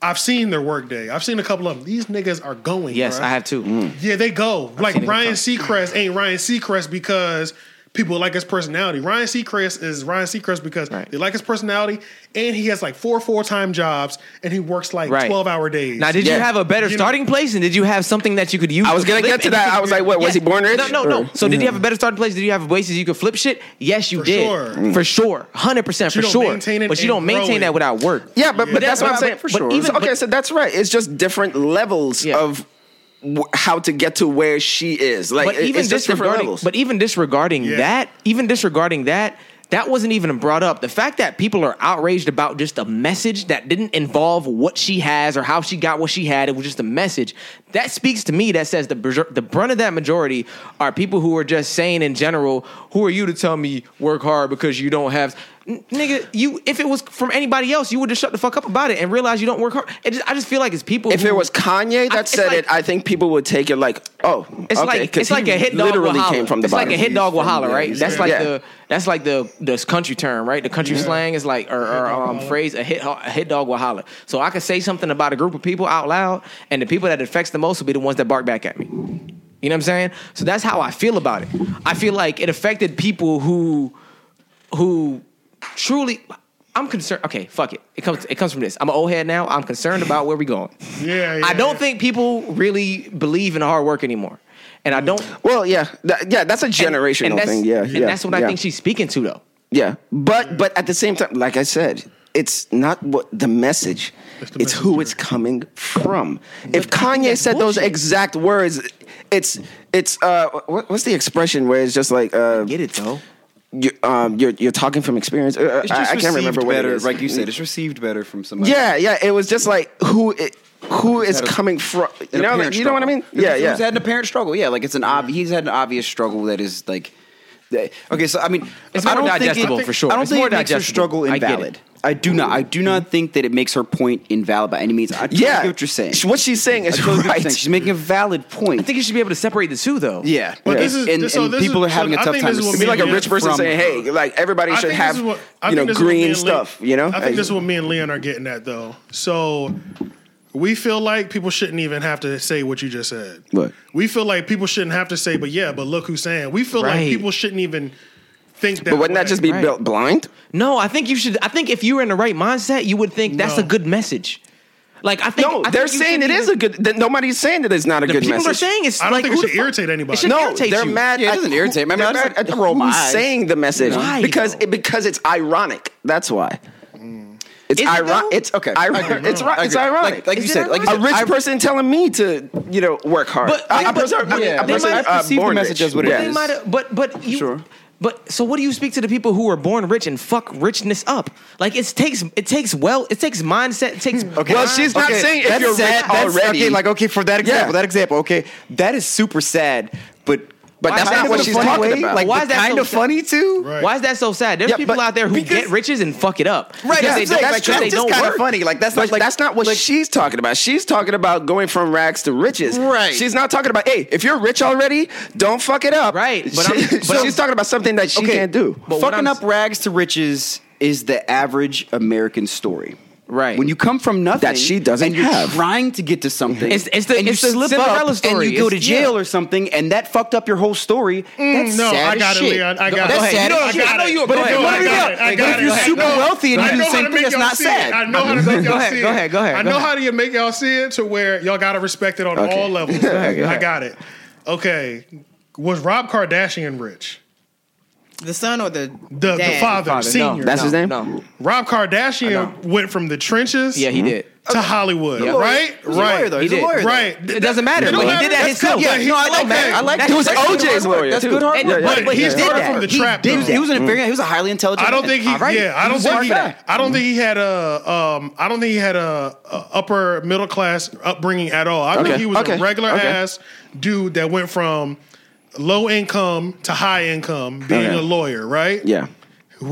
I've seen their work day. I've seen a couple of them. These niggas are going.
Yes,
bruh.
Mm.
I have too.
Yeah, they go. like
seen it
Ryan
come.
Seacrest ain't Ryan Seacrest because people like his personality. Ryan Seacrest is Ryan Seacrest because
Right.
they like his personality, and he has like four full time jobs, and he works like
Right.
twelve hour days.
Now, did
Yeah.
you have a better
You know-
starting place, and did you have something that you could use?
I was gonna
flip
get to
and
that.
you
I
could-
was like, what, was he born rich?
No, no, no.
Or- Mm.
So, did you have a better starting place? Did you have places you could flip shit? Yes, you
For
did.
Mm.
sure.
For sure, hundred percent,
you
for
don't
sure.
maintain it
But you
and
don't
grow
maintain
it.
that without work.
Yeah, but, but that's what I'm saying.
For
But
sure.
even-
But-
okay, so that's right. It's just different levels
Yeah.
of w- how to get to where she is. Like,
but
it-
even
it's just different
disregarding,
levels.
but even disregarding
Yeah.
that, even disregarding that, that wasn't even brought up. The fact that people are outraged about just a message that didn't involve what she has or how she got what she had, it was just a message. That speaks to me. That says the br- the brunt of that majority are people who are just saying in general, "Who are you to tell me work hard because you don't have?" N- nigga, you if it was from anybody else, you would just shut the fuck up about it and realize you don't work hard. It just, I just feel like it's people.
if
who-
it was Kanye
I-
that
it's
said
like-
it, I think people would take it like, oh,
It's
okay,
like
'cause
it's like
he
a hit dog
Literally
will holler.
came from the
it's
bottom.
like a hit dog will holler, right?
he's
That's
from-
like
yeah.
the that's like the this country term, right? The country slang is like or, or um, phrase a hit ho- a hit dog will holler. So I could say something about a group of people out loud, and the people that it affects the most will be the ones that bark back at me. You know what I'm saying? So that's how I feel about it. I feel like it affected people who who truly. I'm concerned. Okay, fuck it. It comes. It comes from this. I'm an old head now. I'm concerned about where we going.
Yeah, yeah,
I don't
yeah.
think people really believe in hard work anymore, and I don't.
Well, yeah, that, yeah, that's a
and-
generational
and that's-
thing. Yeah,
and
yeah,
that's what I
yeah.
think she's speaking to, though.
Yeah, but but at the same time, like I said, it's not what the message. It's,
the
who
messenger.
it's coming from. if Kanye said those exact words, it's it's uh, what, what's the expression where it's just like uh,
Get it though.
you, um, you're you're talking from experience. Uh,
It's just
I, I can't remember
received
what
better,
it is. Mm.
Like you said, it's received better from somebody.
yeah, yeah. It was just like who it, who is
had a-
coming from. You
an
know,
apparent
like, you know what I
struggle.
mean? Yeah,
He's-
yeah.
He's had an apparent struggle. Yeah, like it's an ob- he's had an obvious struggle that is like. that- Okay, so I mean,
It's
I
more
don't think it-
digestible, for sure.
I don't
It's
think
more
it makes her
digestible.
struggle
I get it.
invalid. I, do not. I do not think that it makes her point invalid by any means. I totally
Mm. yeah,
get what you're saying.
What she's saying
I
is
totally get what you're
<laughs>
saying.
right.
She's making a valid point.
I think you should be able to separate the two, though.
yeah,
But
Yeah.
this is-
and,
this- so
and
this is-
people are
so
having
I
a tough
think
time.
this is what
It'd be
receiving
like a
media
rich person
from-
saying, "Hey, like everybody
I
should
think this
have
is what- I
you know
think this is what me
green
and Leon-
stuff." You know,
I think this is what me and Leon are getting at though. So we feel like people shouldn't even have to say what you just said.
What?
We feel like people shouldn't have to say, but yeah, but look who's saying. We feel like
Right.
people shouldn't even think that.
But wouldn't that
way.
just be
Right.
built blind?
No, I think you should. I think if you were in the right mindset, you would think that's
No.
a good message. Like I think
No,
I think
they're
you
saying
should
it
be-
is a good. That nobody's saying that it's not a
The
good
people
message.
are saying it's.
I don't
like,
think it
who the
should
fuck-
irritate anybody.
It should
No,
no,
irritate
they're
you.
mad.
Yeah, it
at
doesn't
who-
irritate me. I mean,
they're
I just
mad
like
at
roll my
who's
eyes.
saying the message
Why,
because
though?
it, because it's ironic. That's why. It's
Is it, though?
ironic. It's okay. it's ri- it's ironic.
Like, like you
Is it
said, like you
a
said,
rich
I-
person telling me to you know work hard.
But-
I,
yeah,
a person,
but-
I mean,
yeah,
a
they
person,
might
uh,
perceive the
born
message
rich.
as what it
yeah.
They
is.
might have, but but you.
Sure.
But so, what do you speak to the people who are born rich and fuck richness up? Like it takes it takes well it takes mindset it takes.
Well, she's not
Okay,
saying if
that's
you're rich
sad, that's-
already.
Okay, like okay, for that example,
Yeah.
that example, okay, that is super sad, but
But that's
kind
not
of
what
in a
she's
funny
talking
way,
about.
Like
Why
why
is that
kind
so
of
sad?
funny too?
Right.
Why is that so sad? There's
Yeah,
people
but-
out there who
because-
get riches and fuck it up.
Right,
Because
that's what
they
I'm
don't,
saying.
because they
That's
don't
just kinda
work.
funny. Like, that's not
But
like-
that's not what
like-
she's talking about. She's talking about going from rags to riches.
Right.
She's not talking about hey, if you're rich already, don't fuck it up.
Right,
<laughs>
but
She-
I'm- but I'm-
she's talking about something that she can't do.
But what
fucking
I'm-
up rags to riches is the average American story.
Right.
When you come from nothing
That she doesn't
and you're
have.
trying to get to something.
It's- it's the-
and you
it's the
slip
Cinderella
up
story.
And you go to
It's- yeah.
jail or something and that fucked up your whole story. that's
no,
sad
I
as
got it,
shit.
Leon. I got
that's
it. You
Sad
know,
as
I
shit.
got it.
But if
But if,
you- I got it.
I
but
got
if
it.
you're
I
super
know-
wealthy and
I
you do
know
the
how to
same thing,
make
that's
y'all
not
see it.
sad.
I know how to make y'all
ahead,
see
go
it.
ahead, go ahead,
I
go
know
ahead.
how to make y'all see it to where y'all got to respect it on
Okay.
all levels.
ahead, go
I
ahead.
got it. Okay. Was Rob Kardashian rich?
The son or the
The, the
dad?
father,
Father, no.
senior.
That's his
No,
name.
no.
Rob
I
Kardashian went from the trenches
Yeah, he
Hmm?
did.
to Hollywood,
Yeah.
right?
He's a lawyer,
Right.
though. He's
He
a
did.
lawyer, though.
Right.
It doesn't matter.
It don't
But he
matter.
did that
That's
himself.
good. Yeah,
Yeah,
he-
no, I like
okay.
that. I like
That's
He was
that's good
OJ's
hard work.
lawyer,
That's
too.
good hard
Yeah,
work.
yeah,
But he
Yeah.
started
Did
from the
that. He
trap,
did-
though.
He was an
Mm.
very he was a highly intelligent.
I don't think he.
man. All right.
Yeah, I
He
don't
was
think
smart
he.
guy.
I don't think he had a. Um, I don't think he had a, a upper middle class upbringing at all. I think
Okay,
he was
okay,
a regular
okay.
ass dude that went from low income to high income, being
Okay.
a lawyer, right?
Yeah.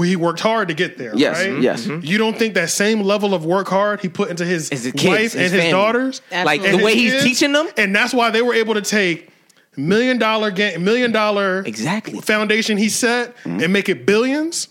he worked hard to get there.
Yes,
right?
yes. Mhm.
You don't think that same level of work hard he put into his,
Is his kids,
wife
his
and his
family.
daughters,
Like
Absolutely.
the
and
way
his
he's
kids?
teaching them.
and that's why they were able to take million dollar game, million dollar
Exactly.
foundation he set and make it billions.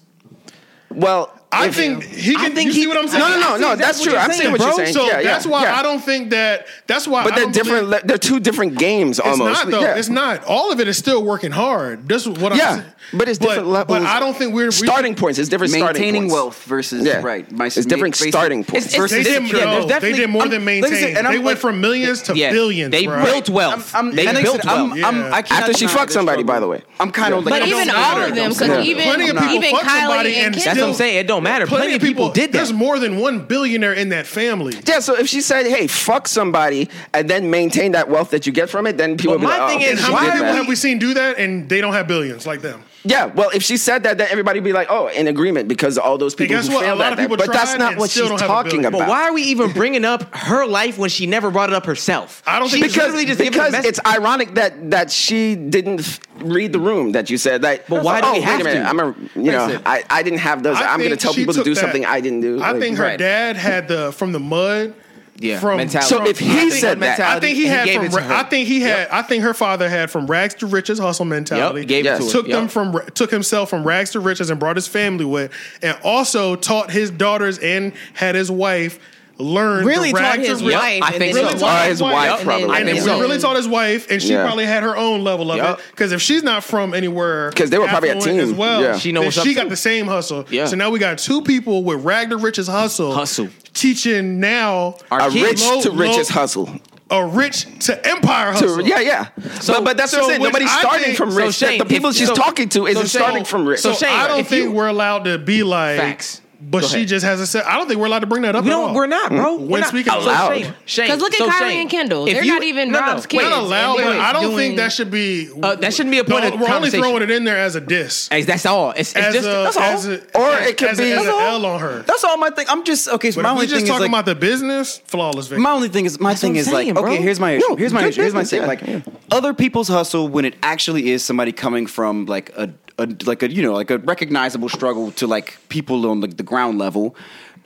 Well,
I
If-
think he can.
I think
you see
he-
what I'm saying?
No, no, no,
I think
no, that's true.
you're
I'm seeing what you're
bro.
saying.
So
Yeah, yeah,
that's why
yeah.
I don't think that. That's why.
But
I
they're
don't
different.
believe-
le- they're two different games
it's
almost.
not though.
Yeah.
It's not. All of it is still working hard. This is what
Yeah,
I'm.
but it's different levels.
But I don't think we're we-
starting points. It's different starting
Maintaining
points.
wealth versus
Yeah.
right.
It's different starting points.
It's, it's,
They did,
yeah, there's
no, they
definitely-
did more
I'm-
than
like I said,
maintain.
and
They
I'm
went
like-
from millions to
Yeah.
billions.
They
bro.
built wealth.
I'm, I'm,
they
and like I
built
said, I'm,
wealth.
I'm,
Yeah.
I cannot
After she
deny
fucked
the
somebody,
struggle.
by the way.
I'm kind of like,
But
it
even
don't
all
matter.
of them,
Yeah.
because even
Plenty of people
even
fuck somebody
Kylie
and
and Kendall,
That's what I'm saying. It don't matter. Plenty, of people, did that.
There's more than one billionaire in that family.
Yeah, so if she said, "Hey, fuck somebody," and then maintain that wealth that you get from it, then people.
But
would be
my
like,
thing
oh,
is,
she
How
why
did
many
are
that.
people have we seen do that and they don't have billions like them?
Yeah, well, if she said that, then everybody would be like, "Oh, in agreement," because all those people
guess
who
what? A
failed
lot
at
of
that.
people
But that's
tried
not
and
what
still
she's
don't have a
talking
billion.
about.
But why are we even bringing up her life when she never brought it up herself?
I don't
she
think
was literally just giving a
because
message.
it's ironic that that she didn't f- read the room that you said that.
But why do
oh,
we have
wait a minute,
to?
I'm a you know
Listen.
I, I didn't have those.
I
I'm going to
think
tell
she
people to
took
do
that-
something I didn't do.
I
Like,
think her
right.
dad had the from the mud.
Yeah,
from
mentality.
So if he
I think-
said that-
I think he
He
had
gave
from.
it to her.
I think he had. I think her father had from rags to riches hustle mentality.
Yep, gave
it to her,
Took them
yep.
from took himself from rags to riches and brought his family with, and also taught his daughters and had his wife learn
Really
the
taught
rags
his
to riches.
wife.
I
and
think
then
so.
his
Really taught
wife-
his wife,
and then-
probably. I
And
think
he
then-
so.
really taught his wife, and she
Yeah.
probably had her own level of
Yup.
it. Because if she's not from anywhere,
'Cause they were probably a
affluent
team.
as well.
Yeah.
She
She know what's up,
She got
too.
the same hustle.
Yeah.
So now we got two people with rag to riches hustle,
Hustle.
teaching now
A
kids-
rich
low-
to richest
low-
hustle.
a rich to empire hustle.
To, yeah, yeah. but, but that's what
so
I'm saying.
which
Nobody's
I
starting
think-
from
so
rich. The-
Shane,
the people
if-
she's
so-
talking to isn't
so Shane-
starting from rich.
so
So
Shane,
I don't
if
think
you-
we're allowed to be like
Facts.
But
Go
she
ahead.
just has a set. I don't think we're allowed to bring that up.
we
at
don't.
all.
We're not, bro. We're
When
not
speaking
So
aloud.
Shane, Shane,
'Cause look at
so
Kyrie
Shane,
and Kendall.
if
They're
you-
not even
no, no,
Rob's
wait.
kids.
Not allowed.
And
but
they're
I don't think
doing-
that should be.
Uh, that shouldn't be a
The
point
only-
of
We're only
conversation.
throwing it in there as a diss.
Hey, that's all. It's, it's
As
just
a-
that's all.
as a-
Or it could
as a-
be-
as an
That's all.
L on her.
That's all my thing. I'm just okay. So
But
my
if we
only
just
thing is
talking
like
about the business, flawless victory.
my only thing is my thing
what
is
I'm saying,
like okay.
bro.
Here's my issue.
No,
here's my
good
issue. Here's my
business,
thing.
yeah,
Like
yeah.
other people's hustle when it actually is somebody coming from like a, a like a you know like a recognizable struggle to like people on like the ground level.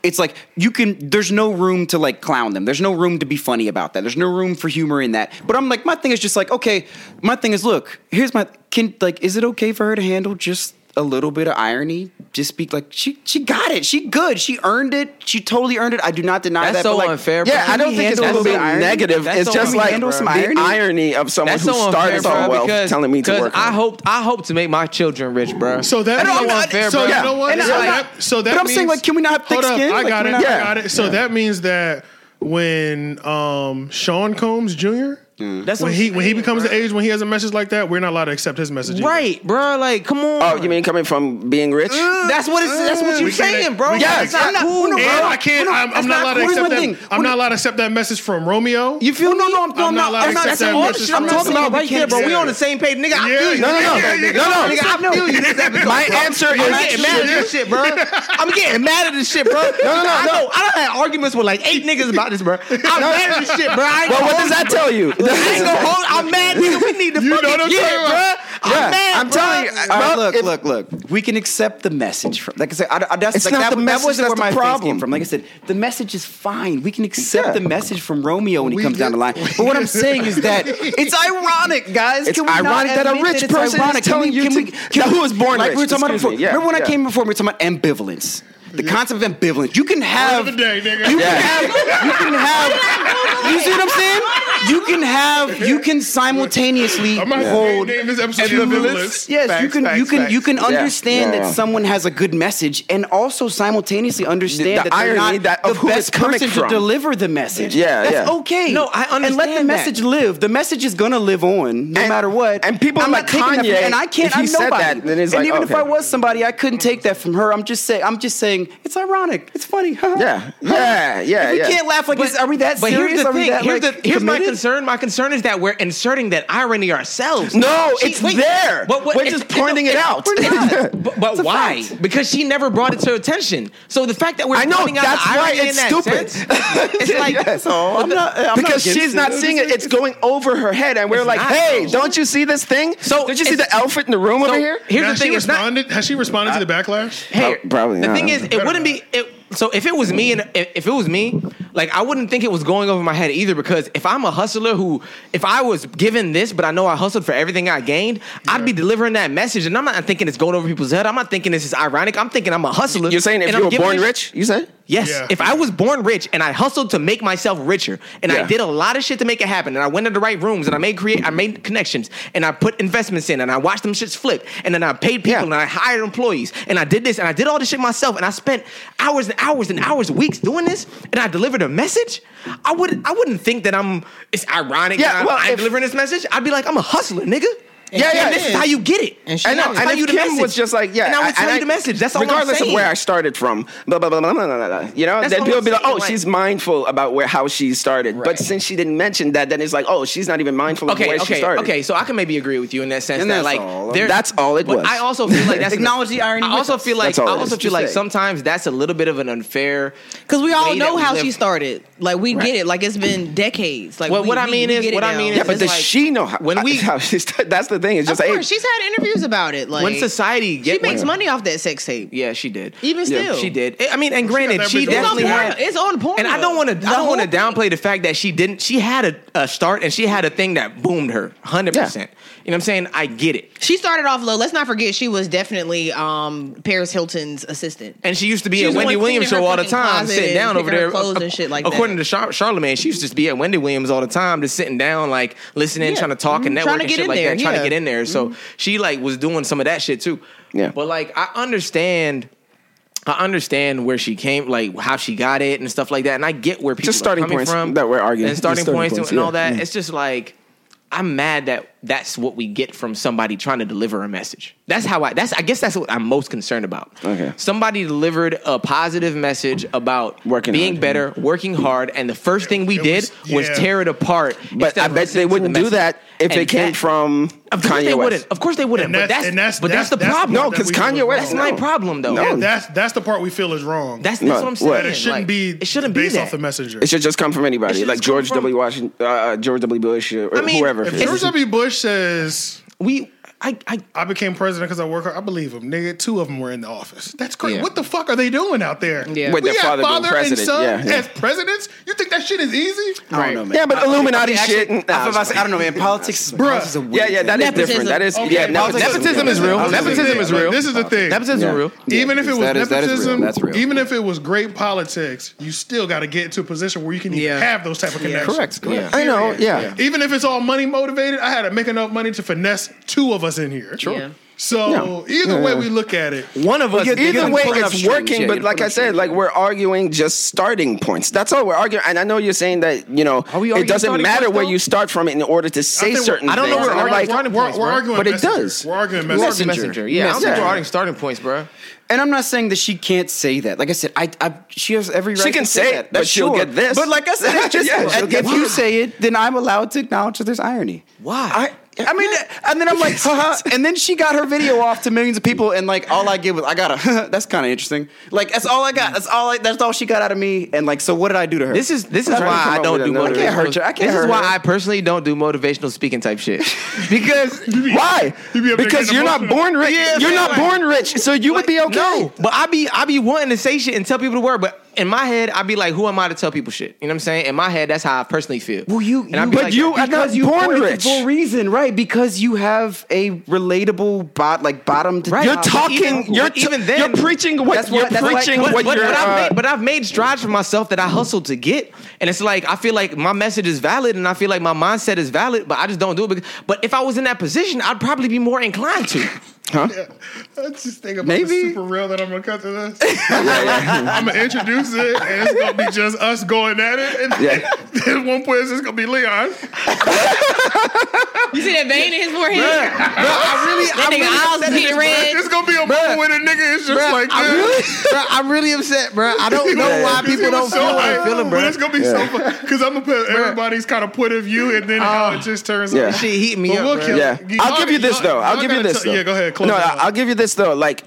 It's like you can. There's no room to like clown them. There's no room to be funny about that. There's no room for humor in that. But I'm like, my thing is just like, okay. My thing is, look. Here's my can. Like, is it okay for her to handle just a little bit of irony? Just speak like she she got it. She good. She earned it. She totally earned it. I do not deny
That's
that.
so
but like,
unfair, bro.
yeah, I
Can
don't
we
think it's going
handle
to be
some irony?
negative.
That's
it's
so
just
unfair.
like
Handle some
the
irony?
irony of someone
That's
who
so unfair,
started
bro.
on wealth
because
telling me to
'cause
work.
I
hard.
hope I hope to make my children rich, bro.
So that's
so
so
unfair,
So
bro.
you know what?
And
so,
I'm
that,
not-
so that
but I'm
means,
saying, like, can we not have thick
hold up,
skin?
I
Like,
got
can
it.
we not-
I got it. So that means that when um, Sean Combs Jr.
That's
when
what
he
I'm
when he
saying,
becomes
bro.
the age when he has a message like that, we're not allowed to accept his message. either.
right, bro. Like, come on.
Oh, you mean coming from being rich?
That's what it's. That's what
We
you're
can't-
saying, bro.
we
can't
It's not
accept-
cool,
And
bro.
I can't. I'm,
that's
I'm not
not
allowed to accept
cool. Here's my
that.
thing.
I'm not allowed to accept that message from Romeo.
You feel
Well, no,
me?
no, I'm, no,
I'm not
I'm not.
allowed
I'm
to
not.
accept
That's
that
all-
message
I'm
from
talking
Romeo.
about right
can't
there, bro.
accept
We
that.
on.
the same page, nigga. I
Yeah,
feel you.
yeah, yeah, yeah, yeah.
no, nigga. I
Stop,
feel you. This episode,
My
bro.
answer
I'm
is-
getting mad at this shit, bro. I'm getting mad at this shit, bro.
no,
No,
no,
I
no.
Know, I done had arguments with like eight niggas about this, bro. I'm
<laughs>
mad at this shit, bro. I ain't
Well,
gonna
what does
hold
that
you,
tell you?
bro. I ain't gonna hold. I'm mad, nigga. We need to
You know
fucking
what I'm
get
talking
it, bro.
about.
I'm
Yeah,
mad.
I'm
bro.
telling you,
All right,
Bro,
look,
if-
look, look. We can accept the message from. Like I said, I, I, that's
It's
like,
not
that,
the message,
That wasn't
that's
where
the
my problem.
problem.
came
<laughs>
from. Like I said, the message is fine. We can accept
Yeah.
the message from Romeo when he
We
comes down
get-
the line. But what I'm saying is <laughs> that it's ironic, guys.
It's
Can we not
ironic that a
admit
rich
it's
person is
ironic? Can
telling
we-
you
can
to-
we- can
that
we-
who was born
like we were
rich.
talking about
Excuse
before.
me. Yeah,
Remember when I
yeah.
came before? We were talking about ambivalence. The concept of ambivalence. You can have.
Word of the day, nigga.
You
Yeah.
can have. You can have. You see what I'm saying? You can have. You can simultaneously
I might have to
hold.
name this episode
two-
Ambivalence.
Yes, you can. you can. You can understand
Yeah.
that someone has a good message, and also simultaneously understand
The- the
that they're
irony
not
that-
the
of who it's
best
coming
person
from.
to deliver the message.
Yeah,
that's
yeah.
okay.
No, I
And let the
understand that.
message live. The message is gonna live on, no
And-
matter what.
and people
I'm
like
not taking that
Kanye,
from- and I
if
can't.
he
I'm
said
nobody.
that, then it's
and
like,
even if
okay.
I was somebody, I couldn't take that from her. I'm just saying. I'm just saying. It's ironic. It's funny. <laughs>
Yeah, yeah, yeah,
If we
yeah.
can't laugh like this. Are we that
But
serious?
here's the
Are we
thing.
that,
here's
like,
the, here's my
committed?
concern. My concern is that we're inserting that irony ourselves.
No,
She-
it's there. We're
it's-
just pointing
no,
it
it's-
out. <laughs>
we're not. but but
It's a
why?
fact.
Because she never brought it to her attention. So the fact that we're
I know,
pointing out
that's
the
why
irony
it's
in that
stupid.
sense,
<laughs>
it's <laughs> like
Yes.
Oh, I'm not, I'm
because
not
she's not seeing it. It's going over her head, and we're
It's
like,
not,
"Hey,
though.
don't you see this thing?
So,
don't you see
it's-
the elephant in the room
so
over here?"
Here's
Now,
the thing.
She
It's not.
responded. Has she responded to the backlash?
Hey,
Prob- probably
the
not.
thing is, it wouldn't be. It, so if it was me, and if, if it was me, Like I wouldn't think it was going over my head either because if I'm a hustler who, if I was given this, but I know I hustled for everything I gained, I'd be delivering that message, and I'm not thinking it's going over people's head. I'm not thinking this is ironic. I'm thinking I'm a hustler.
You're saying if
and
you
I'm
were
giving
born
this-
rich, you said?
Yes.
Yeah.
If I was born rich and I hustled to make myself richer and
Yeah.
I did a lot of shit to make it happen and I went to the right rooms and I made create I made connections and I put investments in and I watched them shits flip and then I paid people
Yeah.
and I hired employees and I did this and I did all this shit myself and I spent hours and hours and hours weeks doing this and I delivered a message, I would I wouldn't think that I'm it's ironic
Yeah,
that I'm,
well,
I'm
if-
delivering this message. I'd be like, I'm a hustler, nigga.
Yeah, yeah,
And this
yeah.
is how you get it. And
she- I know,
I'll
and
tell
if
you the
Kim
message.
was just like, yeah,
and I would tell you the message. That's all. I'm
Regardless
saying.
of where I started from, blah blah blah blah blah blah. blah. You know,
That's
then
all
people
I'm
be like,
saying,
oh,
like-
she's mindful about where how she started. But
Right.
since she didn't mention that, then it's like, oh, she's not even mindful of
okay,
where
okay,
she started.
Okay, so I can maybe agree with you in that sense
And
that
that's
like
all.
there-
That's all it
but
was.
I also feel like that's
Acknowledge the irony
I
with
also
us.
feel like
That's all
I
it
also
is.
feel like
Just say.
sometimes that's a little bit of an unfair
Because we all
way that
know
we
how
live-
she started. Like we
Right.
get it. Like it's been decades. Like
Well,
we-
what I
we-
mean
we
is-
get it
what I
now.
mean is-
Yeah, but
it's
does
like,
she know how,
when
<laughs>
we-
how she started? That's the thing. It's
Of
just
course,
hey,
she's had interviews about it. Like
when society
she
get
makes
when-
money off that sex tape.
Yeah, she did.
Even
Yeah,
still.
she did. I mean, and granted,
that
she,
big
It's on
definitely
porn.
had.
It's on porn.
And I don't want to.
The
I don't want to
whole thing.
downplay the fact that she didn't. She had a, a start and she had a thing that boomed her, hundred percent. You know what I'm saying? I get it.
She started off low. Let's not forget she was definitely um, Paris Hilton's assistant.
And she used to be
She
at
was the
Wendy
one cleaning
Williams show
her
all the
fucking
time,
closet
sitting
and
down over
picking
there.
her clothes
Ac-
and shit like that.
according to Char- Charlemagne, she used to just be at Wendy Williams all the time, just sitting down, like listening,
Yeah.
trying to talk and
Mhm.
network
Trying to
and
get
shit
in
like that,
there,
trying to
yeah. Mm-hmm.
get in there. So she like was doing some of that shit too.
Yeah.
But like I understand. I understand where she came, like how she got it and stuff like that, and I get where people
Just
are
starting
coming
points
from
that we're arguing.
and starting,
Just starting
points,
points,
and all
yeah,
that.
yeah.
It's just like I'm mad that that's what we get from somebody trying to deliver a message. That's how I. That's I guess that's what I'm most concerned about.
Okay.
Somebody delivered a positive message about
Working
being
hard,
better, working hard, and the first thing we
It
did
was-
was
yeah.
tear it apart.
but
instead
I bet
of
they
listening to the
wouldn't do
message.
that if
And
it came
that-
from
Of course
Kanye
they
West.
wouldn't. Of course they wouldn't.
And
but
that's-
that's,
and that's-
but that's, the
that's- that's
problem.
the
No,
part that
because
we feel is
Kanye West.
that's my problem though.
No.
That's that's the part we feel is wrong.
That's that's
No,
what I'm saying.
what?
that it shouldn't
Like,
be.
It shouldn't be
based
that.
off the messenger.
It should just come from anybody,
should
like
just come
George
from-
W. Washington, uh, uh, George W. Bush, or
I mean,
whoever.
if
it
If
is.
George W. Bush says
We. I. I.
I became president because I work hard, I believe him. Nigga, two of them were in the office. That's crazy.
Yeah.
What the fuck are they doing out there?
Yeah.
With
we
their
have
father
father,
being
and
president,
son
yeah, yeah.
as presidents. You think that shit is easy?
I don't know, man.
yeah, but Illuminati
Actually,
shit. and-
I, was about to say,
nah,
I don't know, man. Politics, politics is a weird
yeah, yeah, that is
Nepotism.
different. That is
Okay,
yeah.
politics- Nepotism is real.
Nepotism is real.
This is the thing.
Nepotism
Yeah.
real.
even if it was
that is- that is real.
nepotism,
That's real.
even if it was great politics, you still got to get into a position where you can even
Yeah.
have those type of connections.
Correct, correct.
I know. Yeah.
<laughs> Even if it's all money motivated, I had to make enough money to finesse two of us in here.
Sure. Yeah.
So either way we look at it,
One of us.
Either way,
pull-up
it's
strings,
working.
yeah,
but
you're
like I
pull-up
said, like we're arguing just starting points. That's all we're arguing. And I know you're saying that you know
we
it
arguing
doesn't
starting
matter
points,
where
though?
you start from in order to say
think we're-
certain.
I
don't know
things.
where
And I'm
we're
like,
arguing-
we're, we're
bro.
arguing,
But it
messenger.
does.
We're arguing, <laughs>
Messenger.
messenger.
Yeah, I don't think
Messenger.
we're arguing starting points, bro.
And I'm not saying that she can't say that. Like I said, I, I she has every right.
She can
to
say it,
that.
but
That's
she'll
sure.
get this.
But like I
<laughs>
said, it's just,
Yeah, she'll
if
get
you
this.
say it, then I'm allowed to acknowledge that there's irony.
Why?
I, I mean, and then I'm
<laughs>
like, haha. And then she got her video off to millions of people, and like, all I get was, I got a, <laughs> that's kind of interesting. Like, that's all I got. That's all. I, that's all she got out of me. And like, so what did I do to her?
This is this is
Trying to
why
come
I
up
don't
with
do
another- I
motivational.
can't
hurt you. I can't
this
hurt
is why
her.
I personally don't do motivational speaking type shit because
Why?
You be up there
Because
getting
you're not
emotional.
born rich.
Yeah,
you're
man,
not
like-
born rich, so you would be okay.
no, but I be I be wanting to say shit and tell people the word, but in my head I be like, who am I to tell people shit? You know what I'm saying? In my head, that's how I personally feel.
Well, you,
I
you
be
but
like,
you are
because
not
you
born
born
rich.
for a reason, right? Because you have a relatable bot, like bottom to
Right.
You're
But
talking.
even-
you're
but even
t-
then-
You're preaching what.
That's why-
you're
that's why-
preaching
but,
what
but,
you're.
but
uh,
I've made, but I've made strides for myself that I hustled to get, and it's like I feel like my message is valid, and I feel like my mindset is valid, but I just don't do it. Because, but if I was in that position, I'd probably be more
<laughs>
inclined to.
I just think about
Maybe.
the super real that I'm gonna cut to this.
<laughs>
I'm gonna introduce it, and it's gonna be just us going at it. And
Yeah.
then <laughs> at one point, it's just gonna be Leon.
You see that vein in his forehead? that
really
nigga
upset
eyes
at
getting red.
It's gonna be a moment when a nigga is just
Bruh,
like,
I'm,
this.
really, bruh, I'm really upset, bro. I don't know why
'Cause he
people
was
don't
so
feel what
hyped.
I'm
But
feeling, bro.
it's gonna be so fun because I'm gonna put everybody's kind of point of view and then how it just turns
Yeah.
out.
Shit
Oh. She hit me
But
up,
we'll
bruh.
kill it.
Yeah,
You-
I'll
y'all-
give you this
y'all-
though. I'll
y'all
give you
gotta
this
tell-
though.
Yeah, go ahead. Close
no,
it
I-
out.
I'll give you this though. Like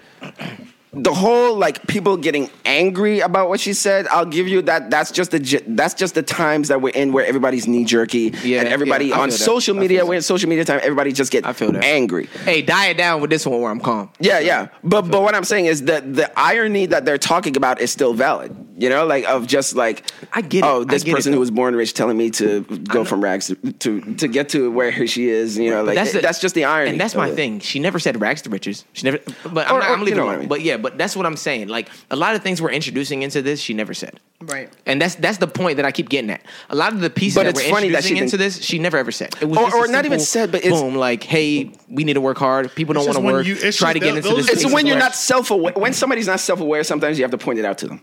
the whole like people getting angry about what she said. I'll give you that. That's just the ge- that's just the times that we're in where everybody's knee jerky
Yeah,
and everybody
yeah, I
on
feel that.
social media. We're in social media time. Everybody just get
I feel that.
angry.
Hey, diet down with this one where I'm calm.
Yeah, yeah. But but what I'm saying is that the irony that they're talking about is still valid. You know, like of just like
I get it.
Oh, this
I get it,
person
though.
who was born rich telling me to go from rags to, to to get to where she is. You know, like that's,
the-
just the irony.
And that's
of
my
it.
thing. She never said rags to riches. She never. But I'm,
Or-
not,
or-
I'm leaving
you know
it
what I
alone.
mean.
But yeah, but that's what I'm saying. Like a lot of things we're introducing into this, she never said.
Right.
And that's that's the point that I keep getting at. A lot of the pieces
But
that
it's
we're
funny that
introducing
she
into
didn't-
this, she never ever said. It was
Or-
just a
or not even
simple
said, but it's-
boom, like, hey, we need to work hard. People don't
It's
want
just
to
when
work.
you- it's
Try to
just
get
the-
into
those
this.
are
It's
Things
when you're
where-
not self aware. When somebody's not self aware, sometimes you have to point it out to them.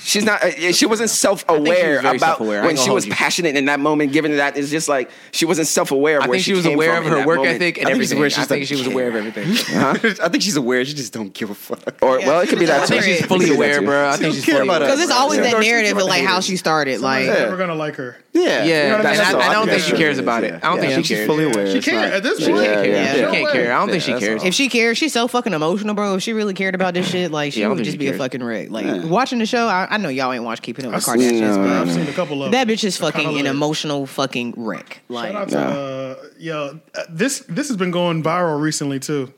She's not. Uh, she wasn't self aware
very
about
self-aware. I
when
ain't gonna
she was
hold you.
passionate in that moment. Given that, it's just like she wasn't self aware.
I think she was aware of her work ethic and
I think she's
everything.
aware
I
she's
think
like,
she was aware of everything.
<laughs> I think she's aware. She just don't give a fuck.
Or
Yeah.
well, it could be that
I
too.
think she's
It could
fully
be that
aware,
too.
bro. I think
don't
she's
care
fully
about
aware.
us.
Because it's always
Yeah.
that
Or she
narrative
about
of
the
like how
haters.
she started. Like,
She's never gonna like her.
Yeah,
Yeah,
what I
and
mean?
I,
That's
I
all.
don't think
Yeah,
she
sure.
cares about it. I don't
Yeah,
think she
she's
cares.
fully aware.
She
It's
can't
not-
at this
Yeah,
point.
yeah,
can't
yeah.
care.
She
No
can't
way.
care. I don't think she
Yeah,
cares.
that's
if she cared, she's so fucking emotional, bro. If she really cared about this shit, like she
Yeah, I don't
would
think
just
she
be a
cares.
fucking wreck. Like
Yeah.
watching the show, I, I know y'all ain't watched Keeping Up
I've
with the
seen, uh,
Kardashians,
No,
I've
but
seen a couple of
that
them.
bitch is fucking
kinda
an
lit.
emotional fucking wreck. Like,
Shout out to uh, yo. uh, This this has been going viral recently too.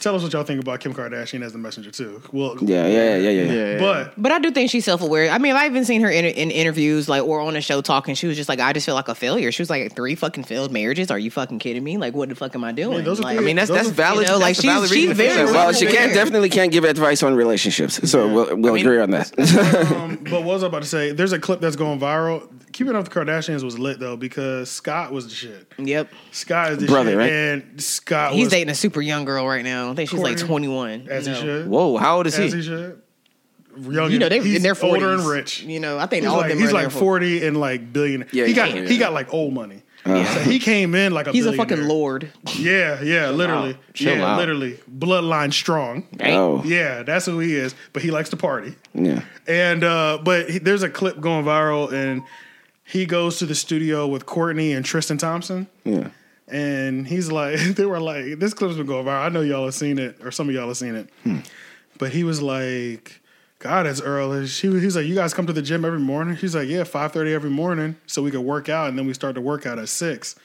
Tell us what y'all think about Kim Kardashian as the messenger too. Well,
Yeah, yeah, yeah, yeah. yeah. <laughs>
but
But I do think she's self aware. I mean, I've even seen her in, in interviews, like or on a show talking. She was just like, "I just feel like a failure." She was like, three fucking failed marriages. Are you fucking kidding me? Like, what the fuck am I doing?"
those are
like,
good-
I mean, that's that's
Those are-
valid.
you know, like,
that's a
she's-
valid
she's
reason for
very
saying
Well,
that.
she can't definitely can't give advice on relationships. So we'll we'll
mean-
agree on
<laughs>
that.
um, but what was I about to say? There's a clip that's going viral. Keeping Up with the Kardashians was lit though because Scott was the shit.
yep.
Scott is the
Brother,
shit,
right?
and Scott
He's
was
dating a super young girl right now. I think she's like
Courtney,
twenty one.
as he
You
should.
Whoa, how old is
as he
he?
should. Young,
know, they
he's
in their 40s.
older and rich.
You know, I think
He's
all
like,
of them
he's
are in
like
their
40 and like billionaire.
Yeah,
he
yeah,
got
yeah.
he got like old money. So he came in like a
He's a fucking
billionaire.
lord.
Yeah, yeah, literally.
Chill
yeah,
out.
literally. Bloodline strong.
<laughs>
oh,
Yeah, that's who he is, but he likes to party.
yeah.
And uh but he, there's a clip going viral and he goes to the studio with Courtney and Tristan Thompson.
yeah.
And he's like, <laughs> they were like, this clip's been going viral. I know y'all have seen it, or some of y'all have seen it. But he was like, God, it's early. She was, he was like, you guys come to the gym every morning? He's like, yeah, 5.30 every morning so we could work out. And then we start to work out at 6.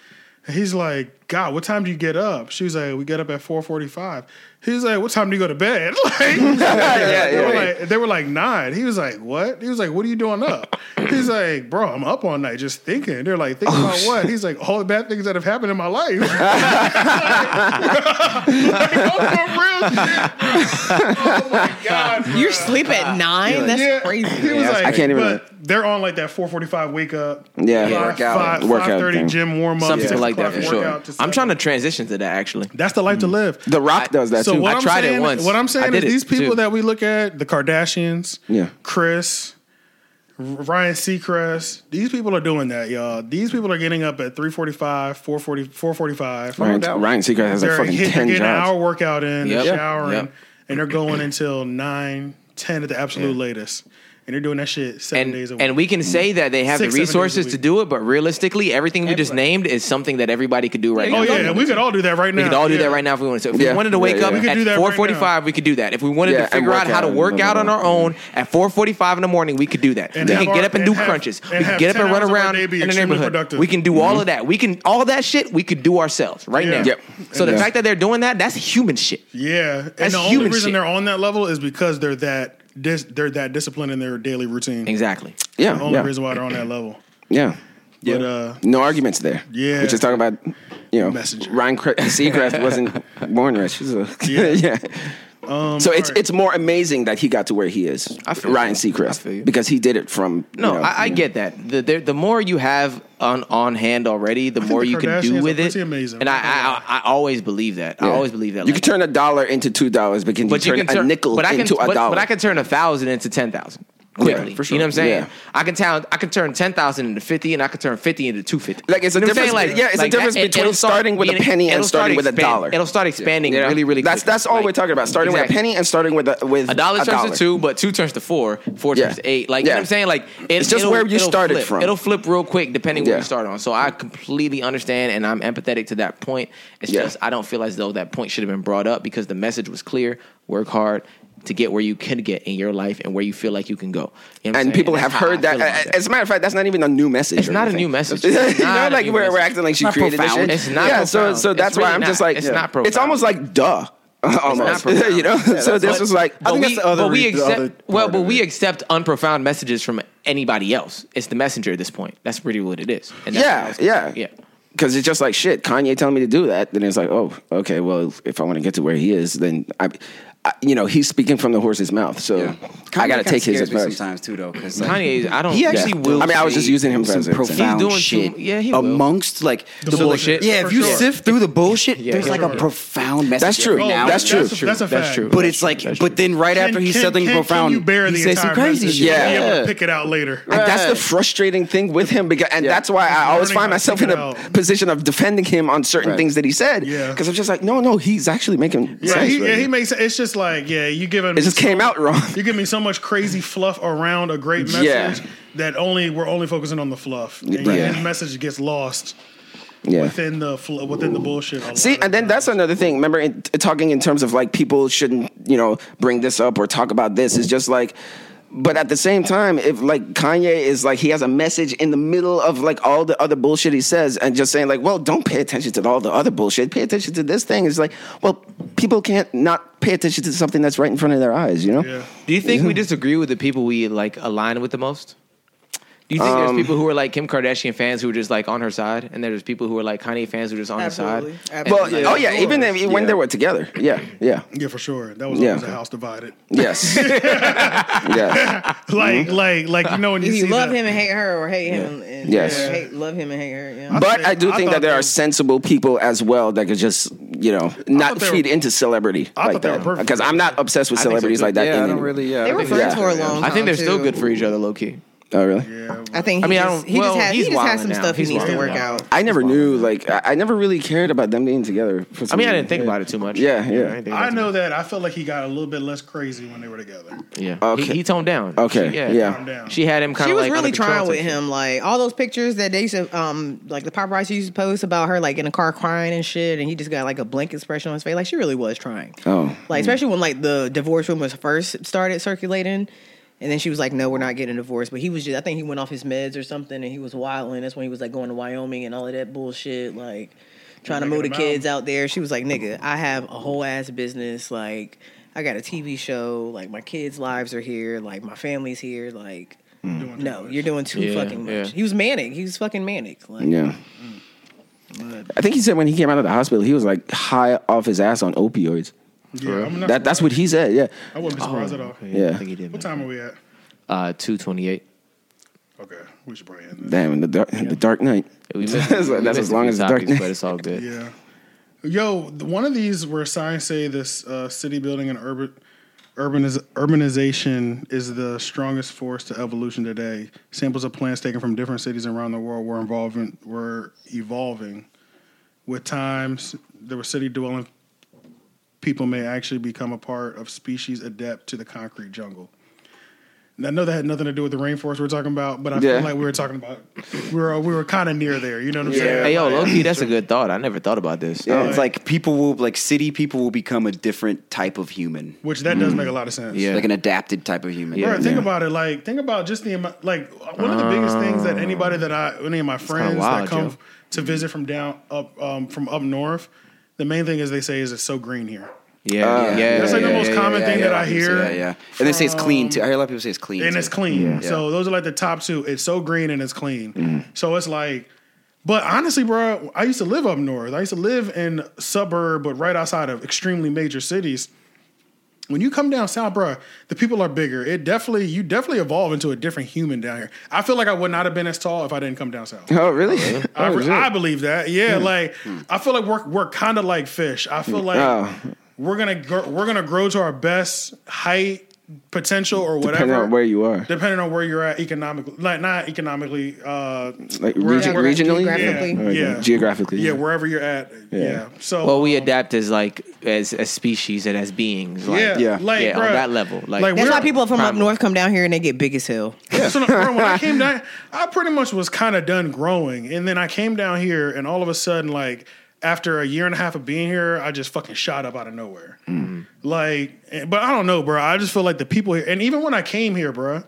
And he's like, God, what time do you get up? She was like, we get up at 4.45. He's like, what time do you go to bed? <laughs> Like,
<laughs> yeah,
they, were
yeah.
like, they were like, nine. He was like, what? He was like, what are you doing
<coughs>
up? He's like, bro, I'm up all night just thinking. They're like,
Oh,
thinking about what? He's like, all the bad things that have happened in my life.
<laughs>
<laughs> Like, oh, for real shit. Oh my god, bro.
You
<laughs>
sleep at nine? That's
Yeah. He
crazy.
was
Yeah,
like,
I can't even-
But they're on like that 4:45 wake up.
Yeah.
five-
Workout.
five-
Workout
5:30
thing.
gym warm up.
Some people like that for sure. I'm Mm. trying to
Tr-
transition to that actually.
That's the life to live.
The Rock does that
so
too.
what
I
am
tried it
saying,
once.
What I'm
I
saying is
did it
these people
too.
that we look at, the Kardashians,
Yeah.
Chris, Ryan Seacrest, these people are doing that, y'all. These people are getting up at 3:45, 4:40, 4:45.
Ryan, Ryan Seacrest has like
they're
fucking
<laughs>
hit- they're
ten
getting an
jobs.
hour workout in,
Yep.
they're showering,
Yep.
and they're going until 9, 10 at the absolute latest. And they're doing that shit seven
And
days a week.
and we can say that they have
Six,
the
seven days a
resources to
week.
do it, but realistically, everything we just
Everybody.
named is something that everybody could do right now.
oh, yeah, and we could all do that right now.
We could all do
Yeah.
that right now if we wanted to. If
Yeah.
we wanted to wake
Yeah,
up
yeah. We
could do
at
that right
4:45, we could do that. If we wanted
Yeah,
to
and
figure out
work
how to
out.
work out on our own at 4:45 in the morning, we could do that.
And
we
have
can get
our-
up and
and
do
have-
crunches.
and
we can
have
get up
10
and run
hours of our
around
day be
in the
extremely
neighborhood.
productive.
We can do all of that. We can all that shit. We could do ourselves right
Yeah.
now.
Yep.
So the
Yeah.
fact that they're doing that, that's human shit.
Yeah, and
That's
the only
human
reason
shit.
they're on that level is because they're that dis- they're that disciplined in their daily routine.
Exactly.
Yeah,
The only
yeah,
reason why they're on that level.
yeah.
But uh,
No arguments there.
Yeah.
we're just talking about you know
Messenger. <laughs>
Ryan Cre- Seacrest wasn't born rich. He's a- <laughs> yeah. so it's
alright.
it's more amazing that he got to where he is,
I feel
Ryan
you.
Seacrest,
I feel you.
because he did it from. you
No,
know,
I, I
you know.
get that. The, the the more you have on on hand already, the more
the
you can do
Kardashians
with
are
it.
pretty amazing.
And I,
I'm not
I I always believe that. I
Yeah.
always believe that.
You
Like,
can turn a dollar into two dollars, but can you turn a nickel
but I can,
into a
but,
dollar?
But I can turn a thousand into ten thousand quickly.
for
You know what I'm saying?
sure. Yeah.
I can turn I can turn ten thousand into fifty, and I can turn fifty into two fifty.
Like, it's a difference- yeah, it's a difference between starting with a penny and starting with a dollar.
It'll start expanding
You know?
really, really.
That's
quickly.
that's all
Like,
we're talking about. Starting with a
exactly.
penny and starting with a with
A dollar turns to two, but two turns to four, four
Yeah.
turns to eight. Like you know
Yeah.
what I'm saying? Like it-
It's just
it'll-
where you
it'll
started
flip.
from.
It'll flip real quick depending where
Yeah.
you start on. So I completely understand and I'm empathetic to that point. It's
Yeah.
just I don't feel as though that point should have been brought up because the message was clear. Work hard to get where you can get in your life and where you feel like you can go. You know what I'm saying?
And people
that's
have
how I
heard that.
feel about
As a matter of fact, that's not even a new message.
It's
or
not a
anything.
new
<laughs>
message.
you
It's not
know,
a
like
new
we're, we're
message.
acting like she
not
created
profound.
this shit.
It's not
Yeah, so
profound.
so that's
It's really
why I'm just
not.
like
It's not
It's almost
profound.
like duh. <laughs> almost.
profound.
you know, so this was like
But
think
we,
that's the other
but we
re- the
accept
other
well,
part
but
of
we
it.
accept unprofound messages from anybody else. It's the messenger at this point. That's really what it is. And that's what I
yeah,
was-
yeah,
yeah.
Because it's just like shit. Kanye telling me to do that, then it's like, oh, okay. Well, if I want to get to where he is, then I, I you know, he's speaking from the horse's mouth. So I got to
kinda
take his
scares me
advice.
sometimes too, though. Because like,
Kanye, I don't.
He actually
Yeah.
will.
I mean, I was just
say
using him for
some
as an example.
profound
He's doing
shit.
too- yeah, he will.
amongst like the,
bullshit.
Yeah,
For
if you
sure.
sift through the bullshit, there's
for
like
sure.
a profound message.
That's true.
every now
That's
and
true.
then.
That's, a, oh, that's a
That's
fact.
true.
But it's like, but then right after
Can-
he says
can-
something
can-
profound,
Can you bear
he
the
says
entire
some crazy
message?
shit.
Yeah,
Yeah.
be able to pick it out later.
Like, that's the frustrating thing with him because, and that's why I always
learning
find
how to
myself in
figure
a
it out.
position of defending him on certain
Right.
things that he said.
Yeah.
because I'm just like, no, no, he's actually making
Yeah,
sense.
he,
right
yeah, he
now.
makes it's just like yeah, you giving
it just came out
<laughs>
wrong.
you give me so much crazy fluff around a great message
Yeah.
that only we're only focusing on the fluff, and,
Right.
and the message gets lost
Yeah.
within the fl- within the bullshit. a lot
See,
of
and then
times.
that's another thing. Remember, in, talking in terms of like people shouldn't, you know, bring this up or talk about this is just like. But at the same time, if like Kanye is like he has a message in the middle of like all the other bullshit he says, and just saying like, well, don't pay attention to all the other bullshit. Pay attention to this thing. It's like, well, people can't not pay attention to something that's right in front of their eyes. You know?
yeah.
Do you think we disagree with the people we like align with the most? Do you think
Um,
there's people who are like Kim Kardashian fans who are just like on her side, and there's people who are like Kanye fans who are just on
Absolutely.
her side?
Well,
And, like,
oh yeah, even if, when they were together, yeah, yeah,
Yeah, for sure. That was
Yeah.
always a house divided. <laughs>
yes, yes.
Like,
Mm-hmm.
like, like you know when you,
If you
see
love
the-
him and hate her, or hate him and
Yes.
or hate, love him and hate her. Yeah.
But I do
I
think
thought
that there
they-
are sensible people as well that could just, you know, not
they were-
feed into celebrity
I thought
like
they were
that.
perfect.
Because I'm not obsessed with
I think so,
celebrities
too.
like that.
Yeah,
in
I don't
any-
really. Yeah,
They
I
were
think-
friends
yeah.
for a long time.
I think they're still
too.
good for each other, low key.
Oh, really?
Yeah,
I think. He
I mean, I
just,
don't-
he
well,
just has, he
he's
just has
wildin'
some
now.
stuff he
He's
needs to
wildin'
work
now.
out.
I never knew. Like, I, I never really cared about them being together. For
I
some
mean, I
reason.
didn't think
Yeah.
about it too much.
Yeah, yeah.
didn't think
I
about it
know that. I felt like he got a little bit less crazy when they were together.
too much. Yeah.
Okay.
He, he toned down.
Okay,
She-
yeah.
Calm down.
She had him kind
She
of
was
like
really
under control
trying with
type shit.
him, like all those pictures that they used to, um, like the paparazzi used to post about her, like in a car crying and shit, and he just got like a blank expression on his face. Like she really was trying.
Oh.
like especially when like the divorce rumors first started circulating, and then she was like, "No, we're not getting a divorce." But he was just, I think he went off his meds or something, and he was wilding. That's when he was like going to Wyoming and all of that bullshit, like trying to move the
Making 'em out.
kids out there. She was like, "Nigga, I have a whole ass business. Like, I got a TV show. Like, my kids' lives are here. Like, my family's here. Like."
Mm.
Doing too
No,
much.
you're doing too
Yeah,
fucking much.
yeah.
He was manic. He was fucking manic. Like,
Yeah.
Mm.
I think he said when he came out of the hospital, he was like high off his ass on opioids.
Yeah, I'm not
That, oh, that's what he said. Yeah.
I wouldn't be surprised at all.
Yeah.
I think he did.
What
man.
time are we at?
Uh, two twenty-eight.
Okay, we should probably end this.
Damn, the dark, the Dark Knight. <laughs>
We missed-
That's-
we
that's
missed
as
a
long
few
as the
topics,
darkness.
but it's all good.
Yeah. Yo, th- one of these where signs say this uh, city building and urban urbaniz- urbanization is the strongest force to evolution today. Samples of plants taken from different cities around the world were involving were evolving. With times, there were city dwelling people may actually become a part of species adapt to the concrete jungle. And I know that had nothing to do with the rainforest we're talking about, but I
Yeah.
feel like we were talking about we were we were kind of near there. You know what I'm saying?
Hey yo,
Like-
Loki, that's a good thought. I never thought about this.
Yeah, it's like people will like city people will become a different type of human,
Which that does make a lot of sense.
Yeah.
like an adapted type of human.
Bro, think about it. Like, think about just the amount. Like, one of the biggest things that anybody that I, any of my friends
Uh, wild,
that come
Joe.
to visit from down up, um, from up north, the main thing is they say is it's so green here.
Yeah, yeah,
That's like the
yeah,
most
yeah,
common
yeah,
thing
yeah.
that I hear.
Yeah, yeah. And they say it's clean too. I hear a lot of people say it's clean.
and
too.
it's clean. So those are like the top two. It's so green and it's clean.
Mm.
So it's like, but honestly, bro, I used to live up north. I used to live in suburb, but right outside of extremely major cities. When you come down south, bro, the people are bigger. It definitely, you definitely evolve into a different human down here. I feel like I would not have been as tall if I didn't come down south.
<laughs> Oh, really?
I,
Oh, shit.
I believe that. Yeah, like I feel like we're we're kind of like fish. I feel like
Oh.
we're gonna gr- we're gonna grow to our best height potential or whatever
Depending on where you are,
depending on where you're at economically, like not economically, uh,
like
where-
region,
where-
regionally,
yeah,
Geographically.
Or,
yeah,
geographically,
yeah, wherever you're at, yeah. So,
Well, we adapt as like as as species and as beings. Like,
yeah,
yeah.
like
yeah,
bruh,
on that level. Like,
Like,
That's
We're-
why people from up
Primal.
north come down here and they get big as hell.
So, no, bro, when I
<laughs>
came down, I pretty much was kind of done growing, and then I came down here, and all of a sudden, like after a year and a half of being here, I just fucking shot up out of nowhere.
Mm-hmm.
Like, and- but I don't know, bro. I just feel like the people here, and even when I came here, bro.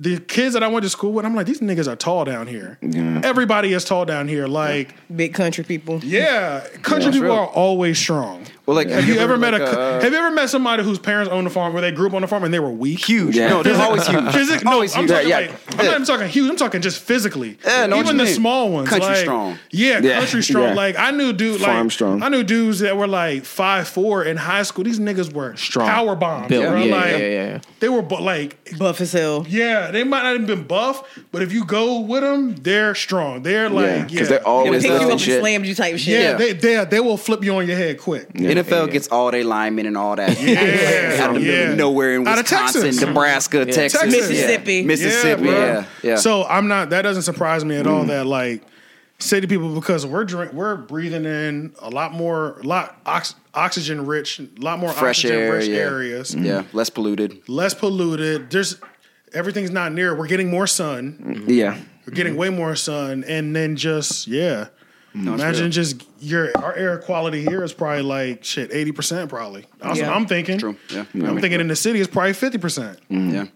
The kids that I went to school with, I'm like, these niggas are tall down here. Everybody is tall down here. Like,
Big country people.
Yeah, country people
real.
are always strong.
Well, like,
Have you ever met
like,
a?
uh,
have you ever met somebody whose parents owned a farm where they grew up on a farm and they were weak?
huge?
Yeah.
No, they're always huge.
<laughs> Physic- no,
Always
I'm
huge.
talking
Yeah,
like
yeah.
I'm not even talking huge. I'm talking just physically.
Yeah, I know what
even the
you mean.
small ones,
Country
like-
strong.
Yeah,
Yeah,
country strong.
yeah.
Like I knew dude, like
Farm strong.
I knew dudes that were like five four in high school. These niggas were
Strong.
power bombs.
Built.
bro.
Yeah,
like,
yeah, yeah, yeah.
They were bu- like
Buff as hell.
yeah, they might not have been buff, but if you go with them, they're strong. They're like yeah,
because they're
Pick
always
you
up
up
and
and
shit.
slammed you type
yeah,
shit.
They, they they will flip you on your head quick.
NFL gets all their linemen and all that.
<laughs> Yeah,
out of the middle
yeah.
of nowhere in
Out of
Wisconsin,
Texas.
Nebraska, Texas,
Texas.
yeah.
Mississippi.
Mississippi.
bro.
Yeah, yeah. Mm.
So I'm not. That doesn't surprise me at all. That like city people because we're drink, we're breathing in a lot more, lot ox, oxygen rich, a lot more
fresh
oxygen
air,
rich
yeah. Mm.
areas, Mm-hmm.
yeah, less polluted.
less polluted. There's everything's not near. We're getting more
Mm-hmm.
sun.
Yeah,
We're getting way more sun, and then just yeah. Imagine just your our air quality here is probably like shit eighty percent probably. That's
Yeah.
what I'm thinking.
True. Yeah.
I'm thinking in the city it's probably fifty percent.
Yeah.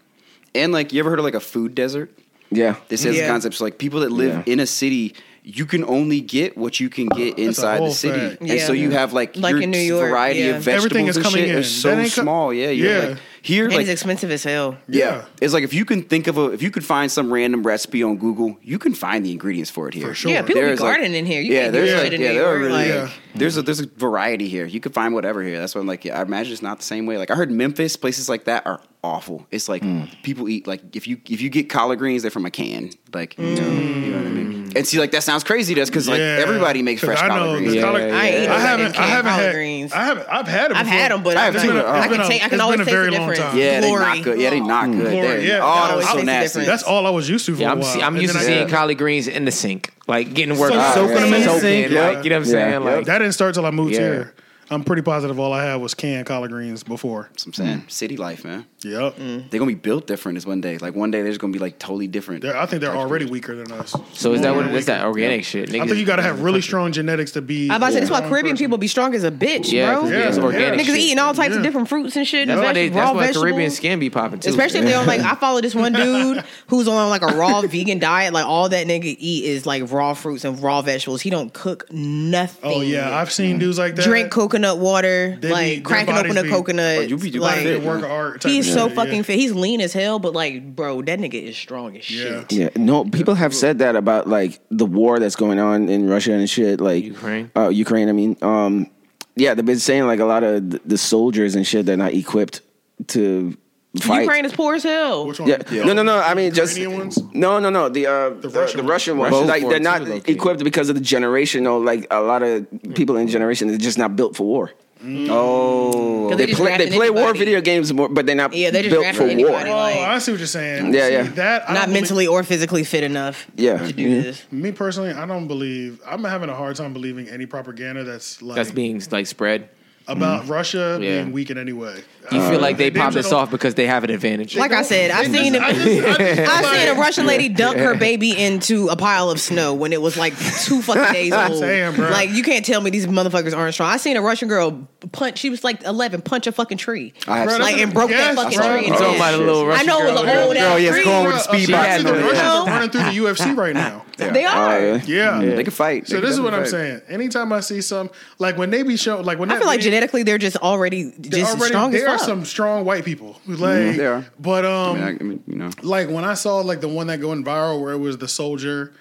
And like, you ever heard of like a food desert?
yeah.
This is
Yeah.
the concept. So like, people that live
Yeah.
in a city, you can only get what you can get inside
whole
the city,
fact.
and so
Yeah.
you have like,
Like
your
in New York,
variety
yeah.
of vegetables
Everything is
and
coming
shit
in.
is so
That ain't co-
small. Yeah, you have,
Yeah.
Like, here,
And
like,
it's expensive as hell.
Yeah.
yeah, it's like if you can think of a, if you could find some random recipe on Google, you can find the ingredients for it here.
For sure.
Yeah, people
There's,
be
like-
gardening in here. You
yeah,
can't do
there's
shit
like,
in
yeah,
New
there are
York.
really,
yeah.
like,
there's a there's a variety here. You can find whatever here. That's why I'm like, yeah, I imagine it's not the same way. Like I heard Memphis places like that are awful. It's like people eat like if you if you get collard greens, they're from a can. Like you, know, you know what I mean. And see, like that sounds crazy to us because like
Mm. Yeah.
everybody makes
'Cause
fresh
I know
collard
the
greens.
collard-
Yeah,
I ain't yeah. eating
I haven't.
goddamn
I haven't
collard
had.
greens.
I haven't. I've had them.
I've
before.
had them, but
I
I,
have
just-
too.
It's been a-
I
it's
I
been
can
a-
take. I can
it's
always
been a
taste
very
the
long
difference.
time.
Yeah, they
Glory.
not good. Yeah, they not good.
Mm. Glory,
They're-
yeah. I
Oh,
always
that's so
taste the
nasty.
difference.
That's all I was used to for
Yeah,
a
I'm,
while.
see, I'm
And
used to
then I
seeing
got-
collard greens in the sink, like getting worked
So-
up,
soaking
like,
them in the
soaking,
sink,
like,
yeah.
you know what I'm
Yeah,
saying?
yeah.
Like,
That didn't start till I moved
Yeah.
here. I'm pretty positive all I had was canned collard greens before.
That's what I'm saying city life, man.
Yep.
Mm.
They're gonna be built different. Is one day like one day they're just gonna be like totally different.
They're, I think they're already weaker than us.
so is that what? What's that organic shit?
I think you got to have really strong genetics to be.
I'm about to say that's why
strong
Caribbean
person.
people be strong as a bitch,
Yeah,
bro.
'cause it's
Yeah.
organic.
Niggas
shit.
eating all types
Yeah.
of different fruits and shit.
That's why they.
vegetables, raw
That's why
vegetables.
Caribbean skin be popping too.
Especially if they don't like, I follow this
<laughs>
one dude who's on like a raw vegan diet. Like all that nigga eat is like raw fruits and raw vegetables. He don't cook nothing.
Oh yeah, I've seen dudes like that.
Mm. drink coconut water,
They be-
like
their
cracking
bodies
open a
be-
coconut.
Oh, you be- you
Like,
like,
they
fit.
work of art. type
he's
of
so
shit,
fucking
yeah.
fit. He's lean as hell, but like, bro, that nigga is strong as
Yeah.
shit.
Yeah, no, people have said that about like the war that's going on in Russia and shit, like
Ukraine.
Uh, Ukraine, I mean, um, yeah, they've been saying like a lot of th- the soldiers and shit they're not equipped to fight.
Ukraine is poor as hell.
Which one?
yeah. no, no, no. I mean, just
Ukrainian ones?
no, no, no. The uh, the,
Russian
Russian the
ones.
Russian ones,
Both
like
for
they're
it,
not
too, Mm. low-key.
equipped because of the generational. Like a lot of people in generation are just not built for war.
Mm.
oh,
'Cause
They,
just
play they
drafting
play war
anybody.
video games more, but they're not
Yeah, they're just
built for
drafting
war.
anybody.
Oh,
Like-
I see what you're saying.
Yeah,
See,
yeah.
That I
Not
don't
mentally or physically fit enough
Yeah,
to
Mm-hmm.
do this.
Believe, me personally, I don't believe. I'm having a hard time believing any propaganda that's like
that's being like spread.
about Russia
Yeah.
being weak in any way.
You feel like they
damn
pop
sure
this
don't-
off because they have an advantage.
Like I said, I've seen
I
I've
just, I just,
seen
<laughs>
a
like,
Russian lady dunk her baby into a pile of snow when it was like
<laughs>
two fucking days old.
Damn, bro.
like you can't tell me these motherfuckers aren't strong. I seen a Russian girl punch. She was like eleven, punch a fucking tree.
I have
Bro,
seen
that's
like and
a-
broke
yes,
that fucking
bro.
tree. in
I'm talking
half.
about a little
I
Russian
know it
girl.
was an old ass
Girl, Oh, yes,
tree.
going with
Bruh,
the speed
uh,
box.
see, The
Yeah.
Russians are
Yeah.
running through the UFC right now.
They are.
Uh,
Yeah.
They can fight.
So
They can
this is what I'm
definitely
saying.
fight.
Anytime I see some, like when they be show, like when
I
that
feel like
video-
genetically they're just already
they
just
already-
strong as
There are
fuck.
some strong white people. who, Like,
Mm-hmm. they are.
But um,
I mean, I- I mean, you know,
like when I saw like the one that going viral where it was the soldier,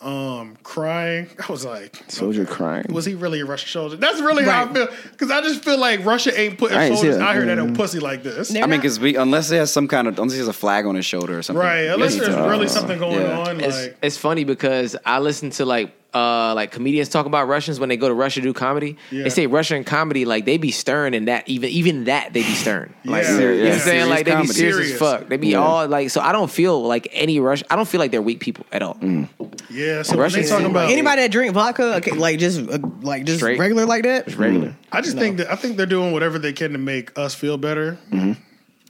um, crying, I was like,
soldier crying.
was he really a Russian soldier? That's really how I
Right.
feel because I just feel like Russia ain't putting
I ain't see
soldiers
that.
out here that are pussy like this.
They're
I mean,
not-
because we unless he has some kind of unless he has a flag on his shoulder or something,
Right,
you
unless
need
there's
to- uh,
really something going
Yeah.
on,
it's,
like
it's funny because I listen to like uh like comedians talk about Russians when they go to Russia to do comedy.
Yeah.
They say Russian comedy like they be stern and that even even that they be stern. Like
Yeah.
you know what
Yeah.
I'm saying like they be
Serious
serious,
comedy.
as fuck. They be all like so I don't feel like any Russian. I don't feel like they're weak people at all.
yeah. So when they
Russians
talking
seem
about
Anybody that drink vodka, okay, like just uh, like just
Straight.
regular like that,
Regular.
I just think that I think they're doing whatever they can to make us feel better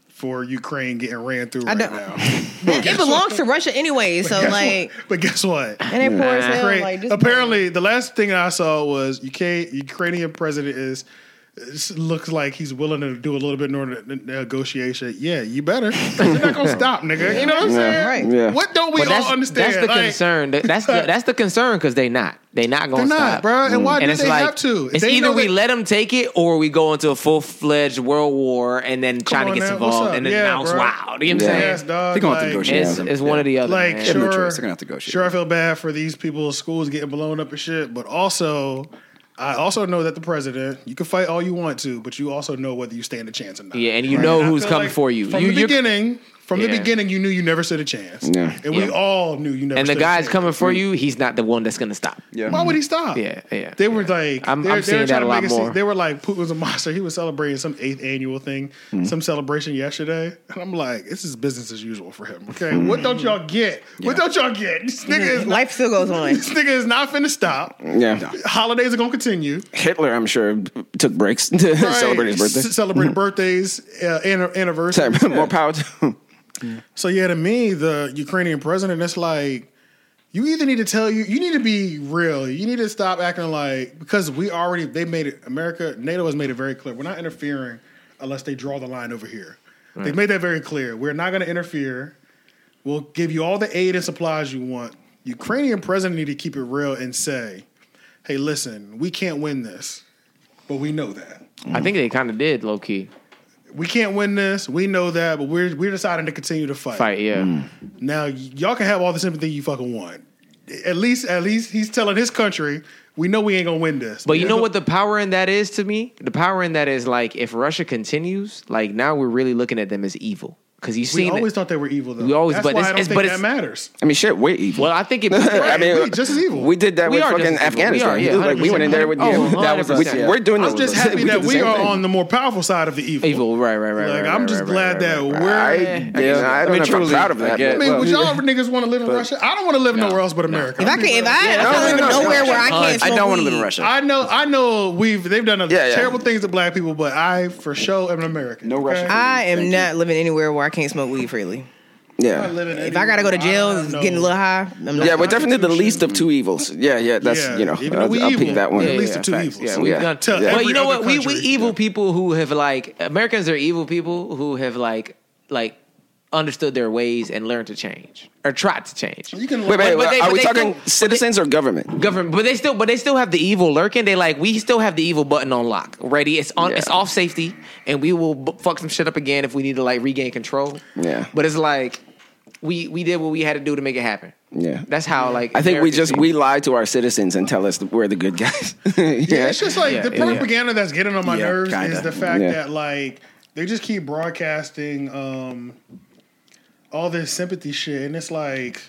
for Ukraine getting ran through right
don't-
now. <laughs>
it, it belongs to Russia anyway. So
Guess what?
like,
but guess what?
and they poor as hell.
Ukraine-
Like, just-
apparently, the last thing I saw was UK Ukrainian president is s- looks like he's willing to do a little bit more ne- negotiation. Yeah, you
<laughs>
better. You're not gonna stop, nigga. You know what I'm saying?
Right.
Yeah.
What don't we
But that's,
all understand?
that's the
Like,
concern. That- That's the, that's the concern because they not. They not going
They're
to
not,
stop, Mm.
bruh. And why do
it's
they
like,
have to?
It's
They
either
know
we
that-
let them take it or we go into a full fledged world war and then China
on
gets
now, what's up?
involved and then
Yeah,
announce
bruh.
wow. You know what I'm
Yeah.
saying?
Yes, dog.
They're gonna have to
like-
negotiate.
It's,
Yeah.
it's one or the other.
Like
man.
sure,
no choice. They're gonna have to negotiate.
Sure, I feel bad for these people's schools getting blown up and shit, but also, I also know that the president. You can fight all you want to, but you also know whether you stand a chance or not.
Yeah, and you know
I
who's
feel
coming
like
for you.
From
you
the
you're-
beginning, from the
Yeah.
beginning, you knew you never stood a chance.
Yeah.
and we
Yeah.
all knew you never.
and the
stood a
guy's
chance.
coming for you. He's not the one that's going to stop.
Yeah.
Why would he stop?
Mm. Yeah, yeah,
They were
yeah.
like,
I'm-
they were-
I'm
they
seeing
were
that
trying
a
to
lot
make it seem-
more.
They were like, Putin was a monster. He was celebrating some eighth annual thing,
Mm.
some celebration yesterday. And I'm like, this is business as usual for him. Okay,
Mm.
what don't y'all get? What don't y'all get? This nigga is
Life still goes on.
This nigga is not finna stop.
Yeah.
Holidays are gonna
<laughs>
continue.
Hitler, I'm sure, b- took breaks to celebrate his birthday.
S-
Mm-hmm.
celebrate birthdays, uh, an- anniversary.
Sorry, more power to him.
So yeah, to me, the Ukrainian president, it's like you either need to tell you, you need to be real. You need to stop acting like because we already they made it. America, NATO has made it very clear we're not interfering unless they draw the line over here. They've made that very clear. We're not going to interfere. We'll give you all the aid and supplies you want. Ukrainian president need to keep it real and say, "Hey, listen, we can't win this, but we know that."
I think they kind of did low key
We can't win this. We know that, but we're we're deciding to continue to
fight. Yeah,
Mm.
now y- y'all can have all the sympathy you fucking want. At least, at least he's telling his country, we know we ain't gonna win this.
but you know what the power in that is to me? The power in that is like if Russia continues, like now we're really looking at them as evil because you've
We
seen.
always
it.
thought they were evil though.
We always-
That's
but
why
it's-
I don't
it's-
think
but
that
it's-
matters.
I mean, shit, we're evil.
well, I think
<laughs>
it.
I mean,
we just as evil.
We did that
We
with
are
fucking
just as evil. We
Afghanistan.
are, yeah,
like we went in there with
100%.
yeah, that was
Oh,
we, are doing.
I'm
the-
just
the-
happy
did
that
the
we
same
are
thing.
on the more powerful side of the evil.
Evil, right, right, right.
Like,
right,
I'm
right,
just
right,
glad
right,
that
right, right.
we're-
I,
Yeah.
yeah, I don't know if I'm
truly,
proud of that.
I get-
I
<laughs> but-
mean,
well,
would y'all niggas want to live in Russia? I don't want to live nowhere else but America.
If I can, if I,
Yeah,
I
no,
don't live
no,
in
no,
nowhere
no.
where I
I
can't.
I don't
smoke
want to live in
weed.
Russia.
I know, I know, we've they've done a
Yeah, yeah.
terrible things to black people, but I for sure am an American.
No Russian.
I am
Thank you.
not living anywhere where I can't smoke weed freely.
I
yeah,
live in
If I gotta go to
anywhere, I
jail,
don't know.
getting a little high, I'm not.
yeah, we're definitely the least of two evils. Yeah, yeah, that's
Yeah,
you know,
even though we
I'll, I'll
evil,
pick that one.
at least the two
facts.
evils.
Yeah, we've
Yeah.
done.
To
But
every
you know
other
what? We we
country.
evil people who have like Americans are evil people who have like like understood their ways and learned to change or tried to change.
You can
Wait, wait,
But- but they-
are
but
we
they
talking
still- but they-
citizens or government?
Government, but they still, but they still have the evil lurking. They like we still have the evil button on lock, ready. It's on,
Yeah.
it's off safety, and we will b- fuck some shit up again if we need to like regain control.
Yeah.
but it's like we we did what we had to do to make it happen.
Yeah.
that's how like
I think we
Americans
just
see
we
it.
lie to our citizens and tell us that we're the good guys.
Yeah, it's just like
Yeah,
the
yeah, yeah.
propaganda that's getting on my
Yeah,
nerves
kinda.
is the fact
Yeah.
that like they just keep broadcasting um all this sympathy shit, and it's like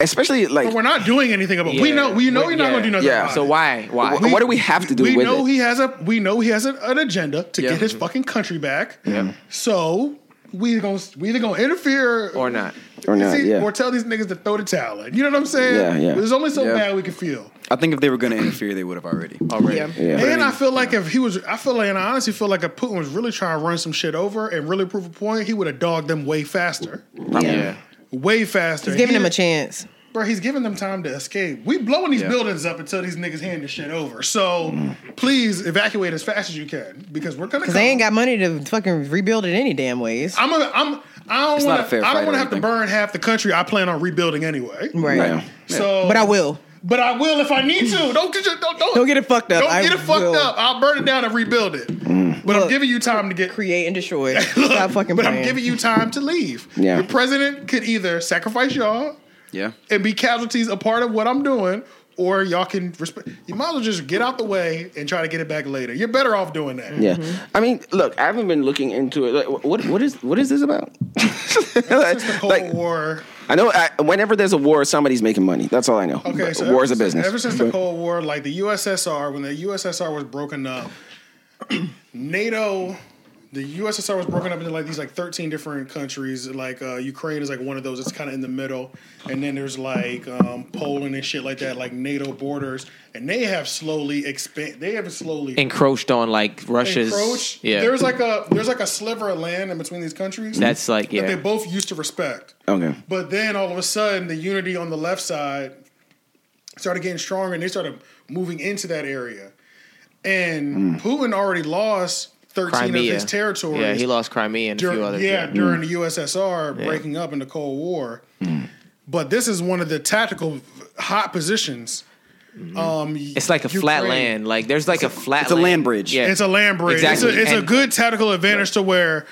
especially like
but we're not doing anything about. it. We
Yeah.
know, we know,
We-
you're not
yeah.
gonna do nothing.
Yeah.
about
So
it.
why why
Wh- what do we have to do
We
with
know
it?
he has a. We know he has an, an agenda to
Yeah.
get his fucking country back.
Yeah.
So we gonna we either gonna interfere
or not?
Or not,
see,
yeah.
or tell these niggas to throw the towel in. You know what I'm saying?
Yeah, yeah.
There's only so
Yeah.
bad we can feel.
I think if they were going to interfere, they would have already.
Oh,
Already.
Yeah.
and I feel like if he was, I feel like, and I honestly feel like if Putin was really trying to run some shit over and really prove a point, he would have dogged them way faster,
yeah.
way faster.
He's giving
He-
him a chance.
bro. He's giving them time to escape. We blowing these buildings up until these niggas hand this shit over. So please evacuate as fast as you can because we're gonna.
Cause they
come.
ain't got money to fucking rebuild it any damn ways.
I'm. A, I'm. I don't
not
want
a fair
to. I don't
fight or
want to have to
anything.
burn half the country. I plan on rebuilding anyway.
Right.
Yeah.
So,
But I will.
But I will if I need to. Don't get your, don't, don't
Don't get it fucked up.
Don't
I
get it fucked
will.
up. I'll burn it down and rebuild it. But I'm
Look.
giving you time to get
Create
<laughs>
and destroy. Stop fucking
but
playing.
I'm giving you time to leave.
Yeah.
Your president could either sacrifice y'all
Yeah.
and be casualties a part of what I'm doing, or y'all can respect. You might as well just get out the way and try to get it back later. You're better off doing that.
Yeah,
Mm-hmm.
I mean, look, I haven't been looking into it. Like, wh- what what is what is this about?
<laughs> It's the Cold
<laughs> like,
War.
I know I, whenever there's a war, somebody's making money. That's all I know.
Okay,
But
so
war is a
ever since-
business.
Ever since the Cold War, like the USSR, when the USSR was broken up, <clears throat> NATO, the USSR was broken up into like these like thirteen different countries. Like uh, Ukraine is like one of those. It's kind of in the middle, and then there's like um, Poland and shit like that, like NATO borders, and they have slowly expand. They have slowly
Encroached on like Russia's.
encroached.
Yeah.
There's like a there's like a sliver of land in between these countries.
That's like, yeah.
that they both used to respect.
okay,
But then all of a sudden, the unity on the left side started getting stronger, and they started moving into that area. and Putin already lost thirteen
Hmm. Crimea.
of his territories.
Yeah, he lost Crimea and a
dur-
few Hmm. other.
yeah, during the USSR breaking up in the Cold War.
Hmm.
But this is one of the tactical hot positions. Um,
Hmm. It's like a flat
Ukraine-
land. Like there's like a flat.
it's a land bridge.
Yeah.
It's a land bridge. It's,
Exactly.
a, it's a
And-
good tactical advantage to where,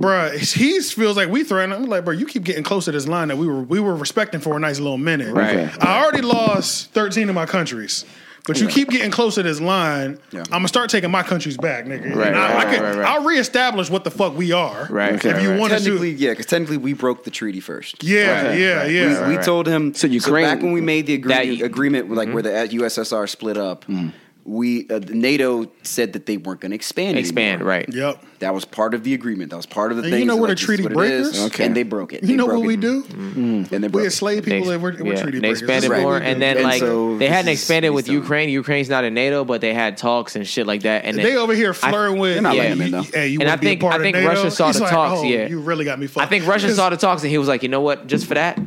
bruh, he feels like we threaten. I'm like, bruh, you keep getting close to this line that we were we were respecting for a nice little minute.
Right.
I already lost 13 of my countries. But you keep getting close to this line.
Yeah.
I'm gonna start taking my countries back, nigga.
Right,
and I,
right,
I can,
right, right.
I'll reestablish what the fuck we are.
Right,
If
okay,
you
right.
want to
Technically,
do,
yeah, because technically we broke the treaty first.
yeah,
Okay,
yeah,
right.
yeah.
we
right.
told him.
So Ukraine- Mm-hmm.
back when we made the agree-
That-
agreement, like where the USSR split up,
Mm.
we uh, NATO said that they weren't going to expand.
expand.
anymore.
Right.
Yep.
That was part of the agreement. That was part of the
And
thing.
you know
so,
we're
like,
the
this is
treaty
what it
breakers?
is,
Okay.
And they broke it.
You
They
know
broke
what we
it. Mm-hmm.
do?
And
We
they broke it. <laughs>
enslave
They-
people and we're, we're
yeah,
treaty
they
breakers. That's
expanded
what we
more,
do.
and then
And
like
so
they
this
hadn't
is-
expanded with
these don't-
Ukraine. Ukraine's not in NATO, but they had talks and shit like that. And
They
then-
over here
I-
flirting with.
They're not letting
yeah.
him in, though.
Hey, you
And
wanna
I think-
be a part
I
of
think
NATO?
Russia saw
He's
the
like,
talks,
oh,
yeah.
you really got me fucked.
I think Russia
'Cause-
saw the talks, and he was like, you know what? Just for that,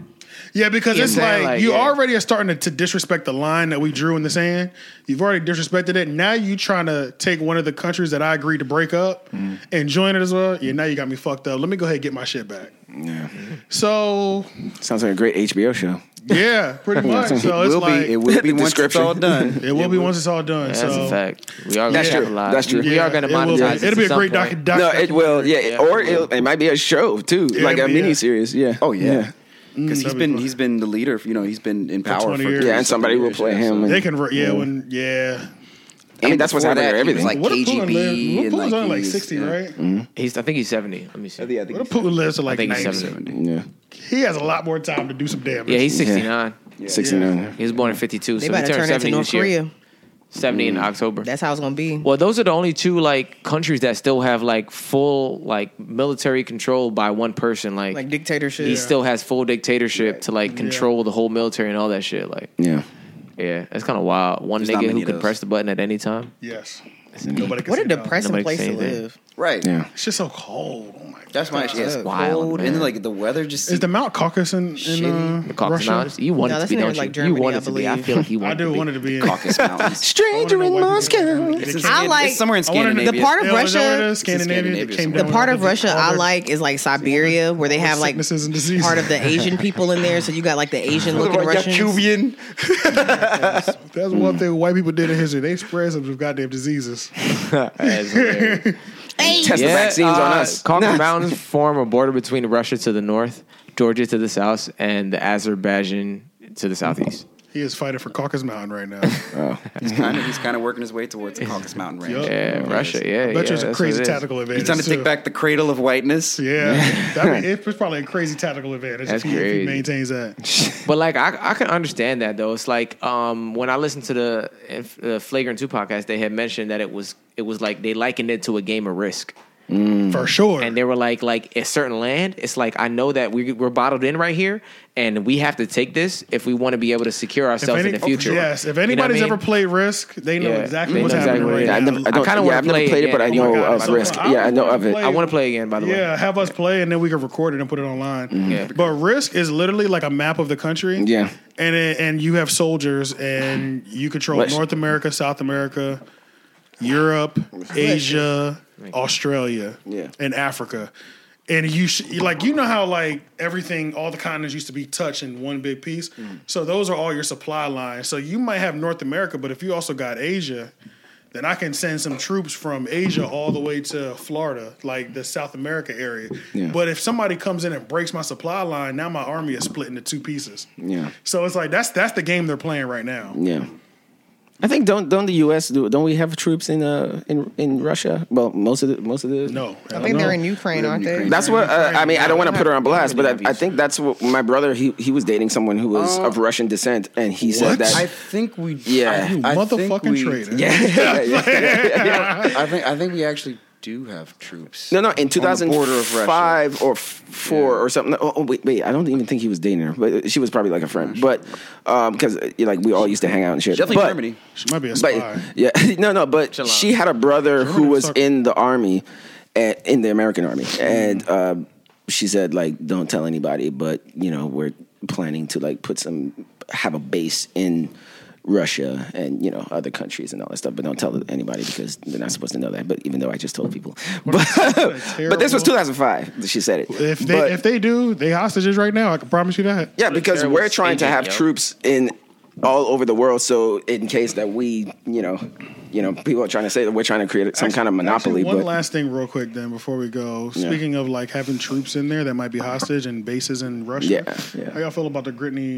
Yeah, because
You
it's
know what I'm
like,
saying? Like,
you
yeah.
already are starting to, to disrespect the line that we drew in the sand. You've already disrespected it. Now you trying to take one of the countries that I agreed to break up
Mm.
and join it as well. Yeah, now you got me fucked up. Let me go ahead and get my shit back. So
Sounds like a great HBO show.
yeah,
<laughs>
pretty much. So it's
It will
like
be. It
<laughs>
will be
The
once it's
description.
all <laughs> done.
it will be once it's all done.
that's
so
a fact. We are.
That's
gonna
true.
capitalize.
That's true.
We are going to
it will be.
monetize. this
It'll be
at
a
some
great
point.
doc. doc-
No, it will. Yeah, it- or it, it might be a show too, like a
it'll be, yeah.
mini series. Yeah.
Oh yeah, because
Mm. that'd
he's
be
been
fun.
he's been the leader. You know, he's been in power
20
for
years.
Yeah, and somebody will
years,
play
yeah,
him.
They
and-
can. re- Yeah, when yeah.
I mean, that's what's
Before
happening
that,
to
he was
everything.
like-
What if Putin
KGB
lives?
and,
What if Putin's
like,
only like
he's-
sixty,
yeah.
right?
He's. I think he's seventy. Let me see.
So, yeah, I think
What if
he's-
Putin lives to like
think he's
ninety?
70.
yeah,
He has a lot more time to do some damage.
Yeah, he's sixty nine.
sixty nine.
He was born in fifty two,
They
so he
about to
turned
turn into
seventy
North
this year.
Korea. Mm.
Seventy in October.
That's how it's gonna be.
Well, those are the only two like countries that still have like full like military control by one person. Like,
Like dictatorship.
he still has full dictatorship to like control the whole military and all that shit. Like,
Yeah.
yeah, it's kind of wild. One
There's not
nigga
many of
who could
those.
press the button at any time.
Yes. Nobody can
What a
say no.
depressing
Nobody
place
say
to
anything.
live.
right.
Yeah.
It's just so cold. Oh my god.
That's my yeah, it's
wild,
cold,
man.
and then like the weather just
Is the Mount Caucasus in, in uh,
Shitty.
The Caucasus
Russia?
Mountains. You want
No,
it to
that's
be,
in,
don't you?
like,
you
Germany,
want
I
it to be. I
believe.
feel like
<laughs>
you
I
want it
do
to
want it
be.
to be in
<laughs>
Caucasus Mountains.
Stranger in Moscow.
It's in
It's in Scan-
like-
it's somewhere in
I wanna know-
Scandinavia.
the part of
Yeah, is that
Russia-
what it is?
It's in
Scandinavia. that
Scandinavia
came down
somewhere.
The
with
part
all
of
the-
Russia
all
I
the
like is like Siberia, where they have like
sicknesses and diseases.
part of the Asian people in there, so you got like the Asian looking Russians.
Yakubian.
That's one thing white people did in history. They spread some goddamn diseases.
That's hilarious.
Test the vaccines on
uh,
us.
<laughs>
Caucasus Mountains form a border between Russia to the north, Georgia to the south, and Azerbaijan to the southeast.
He is fiting for Caucasus Mountain right now.
He's kind of he's kind of working his way towards the Caucasus Mountain range.
Yup.
Yeah, Russia. Yeah,
Oh, I bet you
yeah,
it's a
that's
crazy
what it is.
tactical advantage.
He's trying to
too.
take back the cradle of whiteness.
Yeah, I mean, it's probably a crazy tactical advantage
That's
if, he, if he
crazy.
maintains that.
But like I, I can understand that though. It's like um, when I listened to the inf- uh, Flagrant Two podcast, they had mentioned that it was it was like they likened it to a game of risk, Hmm.
For sure.
and they were like like a certain land. It's like I know that we we're bottled in right here, and we have to take this if we want to be able to secure ourselves
any-
in the future.
Yes, if
You know what I
anybody's
mean?
ever played Risk, they know
Yeah,
exactly
they
what's
know
happening
exactly what it
right
is.
now.
Yeah, I've never, I
I
don't,
kinda wanna
yeah, I've never
play it,
played it,
yeah.
but I
Oh my
know
God,
of
it's so
Risk.
fun.
Yeah, I know
I
of it.
wanna
I want to play again. By the way,
Yeah, have us play and then we can record it and put it online.
Yeah.
But Risk is literally like a map of the country.
Yeah.
And it, and you have soldiers and you control
Let's-
North America, South America, Europe, Asia, Australia,
Yeah.
and Africa. And you sh- you- like you know how like everything all the continents used to be touched in one big piece.
Mm.
So those are all your supply lines. So you might have North America, but if you also got Asia, then I can send some troops from Asia all the way to Florida, like the South America area.
Yeah.
But if somebody comes in and breaks my supply line, now my army is split into two pieces.
Yeah.
So it's like that's that's the game they're playing right now.
Yeah. I think don't don't the U.S. do don't we have troops in uh in in Russia? Well, most of the most of the
No,
I think they're in Ukraine, aren't they?
That's what uh, I mean. I don't want to put her on blast, but I, I think that's what my brother he he was dating someone who was of
Oh.
Russian descent, and he
What?
said that
I think we.
Yeah.
I,
You
I think
motherfucking
we,
traitor.
<laughs> yeah, yeah,
<laughs>
yeah.
<laughs>
I think I think we actually do have troops.
no no in two
on the
thousand
border of Russia.
five or f- four or something. Oh, oh, wait wait, I don't even think he was dating her, but she was probably like a friend, but because like we all used to hang out and shit.
Mm-hmm. Definitely
but,
Germany.
She might be a
but
spy.
yeah, <laughs> no, no. But
Chill out.
she had a brother who
Jordan,
was
suck.
in the army, at, in the American army,
Mm.
and uh, she said like, "Don't tell anybody," but you know, we're planning to like put some have a base in Russia and you know other countries and all that stuff. But don't tell anybody because they're not supposed to know that. But even though I just told people, but, <laughs> but this was
terrible-
2005. that She said it.
If they
But-
if they do, they hostages right now. I can promise you that.
yeah,
What a
because
terrible
we're trying to
statement,
have
yo.
troops in all over the world. So in case that we, you know, you know, people are trying to say that we're trying to create some kind of monopoly.
Actually, one
but
last thing, real quick, then before we go. Speaking of like having troops in there that might be hostage and bases in Russia.
Yeah, yeah.
How y'all feel about the Brittany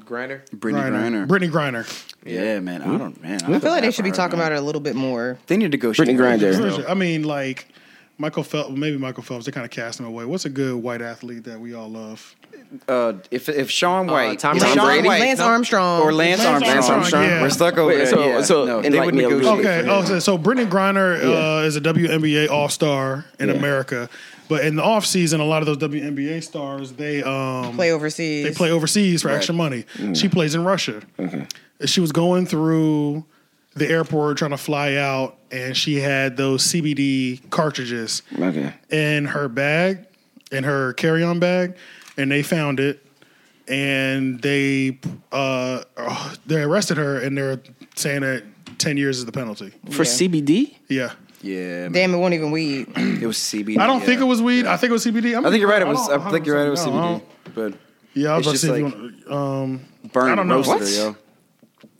Grinder.
Brittany
Griner?
Griner.
Brittany Hmm? Griner.
yeah, man. I don't, man.
I feel like they should be talking about it a little bit more.
They need to go. shoot
Brittany
her.
Griner.
Just-
Sure, sure. I mean, like Michael Phelps, maybe Michael Phelps. They kind of cast him away. What's a good white athlete that we all love?
Uh, if if Sean White,
Tom
if
Brady.
Sean
Brady.
White-
Lance Armstrong.
or Lance,
Lance
Armstrong,
Armstrong, yeah.
we're stuck over
Oh,
Wait,
there.
so-
yeah.
so
no,
enlighten
they would
me a little
negotiate.
bit.
Okay. Oh, so, so Brittany Griner uh,
Yeah.
is a WNBA All Star in
Yeah.
America, but in the off season, a lot of those WNBA stars they um,
Play overseas.
They play overseas for
Right. Mm. Mm-hmm.
extra money. She plays in Russia. She was going through the airport trying to fly out, and she had those CBD cartridges
okay,
in her bag, in her carry on bag, and they found it. And they uh, oh, they arrested her, and they're saying that ten years is the penalty.
for
Yeah.
CBD.
Yeah,
Yeah, man.
Damn, it won't even weed.
it was CBD.
I don't think
yeah.
it was weed. I think it was CBD. I'm-
I think you're right. It was.
don't
I think you're right. It was
100% know. I
CBD.
don't-
But
Yeah, I was about to
It's
say.
just
if you wanna- um,
burn
I don't know.
roasted her,
What?
yo.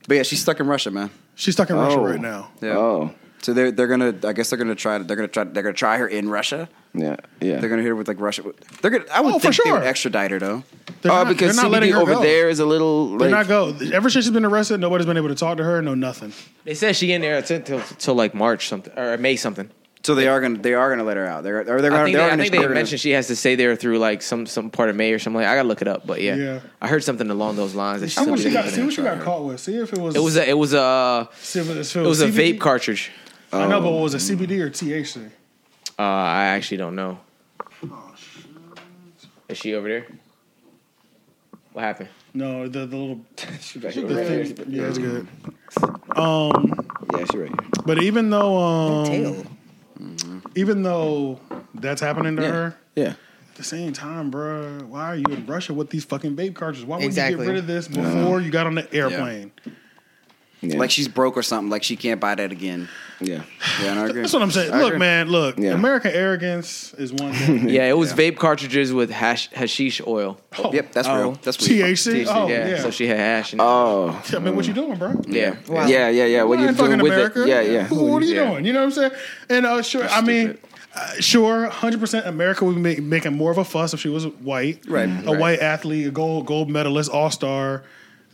But yeah, she's stuck in Russia, man.
she's stuck in Russia
Oh.
right now.
Yeah.
Oh,
So they're they're gonna. I guess they're gonna try. They're gonna try. They're gonna try her in Russia.
yeah, yeah.
They're gonna hit her with like Russia. They're gonna. I would
Oh, for
think they would
sure.
extradite her though. Uh,
They're
oh,
not-
because
they're not letting
CBD
her
over
go.
there is a little
They're not
like
go. Ever since she's been arrested, nobody's been able to talk to her. No nothing.
They said she in there until, till till, like March something or May something.
So they are gonna. They are gonna let her out. They're. Or they're gonna.
I think
they're
they, I
gonna,
think
they're
they
gonna-
mentioned she has to stay there through like some some part of May or something. Like, I gotta look it up, but yeah,
Yeah.
I heard something along those lines. That she's
I
gonna
want
be
she got.
living
See
in.
what she got caught with. See if it was.
It was a it was a
see if if
it was a
CBD.
vape cartridge.
I know, but was it CBD or THC?
Uh, I actually don't know.
Oh,
Is she over there? What happened?
No, the the little the
Right here.
thing. Yeah, it's good. Um,
Yeah, she right. here.
But even though,
Tail.
um, even though that's happening to her,
Yeah.
at the same time, bruh, why are you in Russia with these fucking vape cartridges? Why would you
Exactly.
get rid of this before you got on the airplane?
yeah.
Like she's broke or something. Like she can't buy that again.
yeah.
Yeah, no, I agree.
That's what I'm saying.
I
Look,
agree.
man, look,
Yeah.
American arrogance is one thing.
Yeah, it was vape cartridges with hash, hashish oil.
Yep,
Oh.
that's real. That's weird.
THC. Oh yeah.
yeah. So she had hash. In it.
Oh.
I mean, what you doing, bro?
yeah.
Wow.
Yeah, yeah, yeah.
What
What are you doing with
America?
it? Yeah, yeah.
Who- What are you
Yeah.
doing? You know what I'm saying? And uh, sure, I mean, uh, sure, 100% America would be make, making more of a fuss if she was white.
Right,
A
right.
white athlete, a gold, gold medalist, all star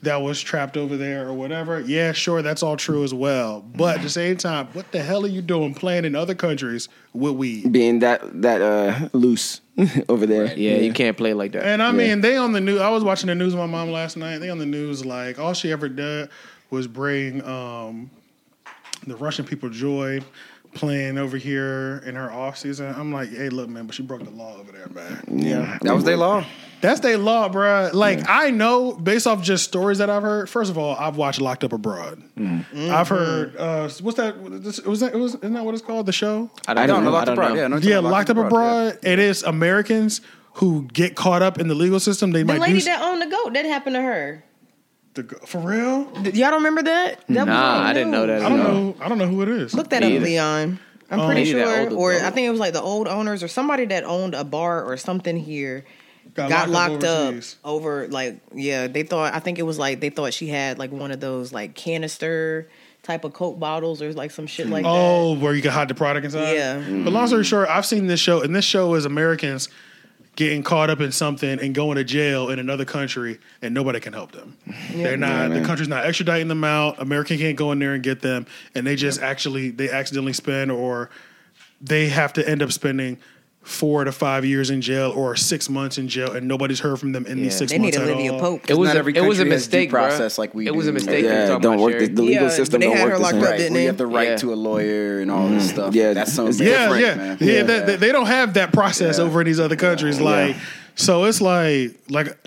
that was trapped over there or whatever. Yeah, sure, that's all true as well. But at the same time, what the hell are you doing playing in other countries with weed?
Being that that uh loose <laughs> over there.
yeah, you can't play like that.
And I mean, they on the news. I was watching the news with my mom last night. They on the news like all she ever did was bring um, the Russian people joy playing over here in her off season. I'm like, hey, look, man, but she broke the law over there, man.
Yeah.
That was their law.
That's their law, bruh. Like I know based off just stories that I've heard. First of all, I've watched Locked Up Abroad. I've heard uh, what's that? Was that? Was isn't that what it's called? The show?
I don't know. Locked
I don't
abroad.
know.
Yeah, no, it's
Yeah,
not
locked, up
yeah.
abroad. It is Americans who get caught up in the legal system. They
The
might
lady
do
that owned the goat, that happened to her.
The g- for real?
Th- Y'all don't remember that? that was
Nah,
on the
I didn't
news.
know that.
I don't know. I don't know who it is.
Look that
Me
up,
either.
Leon. I'm
Um,
pretty
Maybe that
sure,
older
or
goat.
I think it was like the old owners or somebody that owned a bar or something here got, locked, up,
overseas.
over like yeah they thought I think it was like they thought she had like one of those like canister type of coke bottles or like some shit like
Oh, where you can hide the product inside.
Yeah.
But long story short, I've seen this show, and this show is Americans getting caught up in something and going to jail in another country, and nobody can help them. They're not. the country's not extraditing them out. American can't go in there and get them, and they just actually they accidentally spend or they have to end up spending. Four to five years in jail or six months in jail, and nobody's heard from them in these
Yeah.
six
that. They need
months. at
Olivia
all.
Pope.
It was
Not
a,
every
it was a
country has due
mistake, bro.
process like we
It was
do.
a mistake.
Yeah,
You're
Yeah,
talking
don't
about,
work
Sherry.
the, the legal
Yeah,
system.
they
Don't
had her
work
locked
the
up,
same.
Right.
didn't
we
they?
have the right
Yeah.
to a lawyer and all this stuff.
Yeah,
that's so
it's-
yeah,
different,
yeah,
man.
yeah. They, they don't have that process over in these other countries. Like, so it's like, like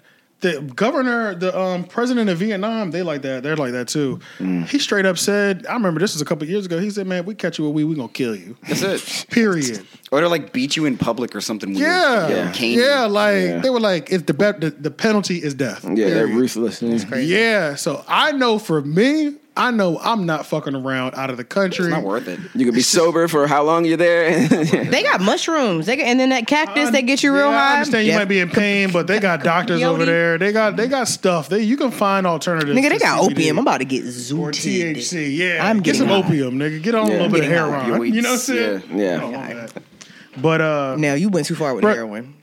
the governor, the um, president of Vietnam, they like that. They're like that too. He straight up said, I remember this was a couple years ago. He said, "Man, we catch you with weed, we gonna kill you."
That's it.
Period.
Or they'll like beat you in public or something weird.
Yeah, yeah.
Cane you.
like
Yeah.
they were like, "It's the, be- the the penalty is death."
Yeah, they're
Period.
ruthless. Yeah.
Yeah, so I know for me, I know I'm not fucking around out of the country.
It's not worth it.
You could be sober for how long you're there. <laughs>
They got mushrooms. They got, and then that cactus that gets you
yeah,
real high.
I understand you
Yeah.
might be in pain, but they
<laughs>
got doctors over
Peyote.
there. They got they got stuff. They you can find alternatives.
Nigga, they
to
got
CBD
opium. I'm about to get
or
zooted.
THC. Yeah,
I'm
get some
getting high.
opium, nigga. Get on
Yeah.
a little bit of
Getting
heroin.
opioids.
You know what I'm saying?
Yeah.
yeah.
Oh, my bad. But uh,
Now you went too far with
Bruh.
the heroin.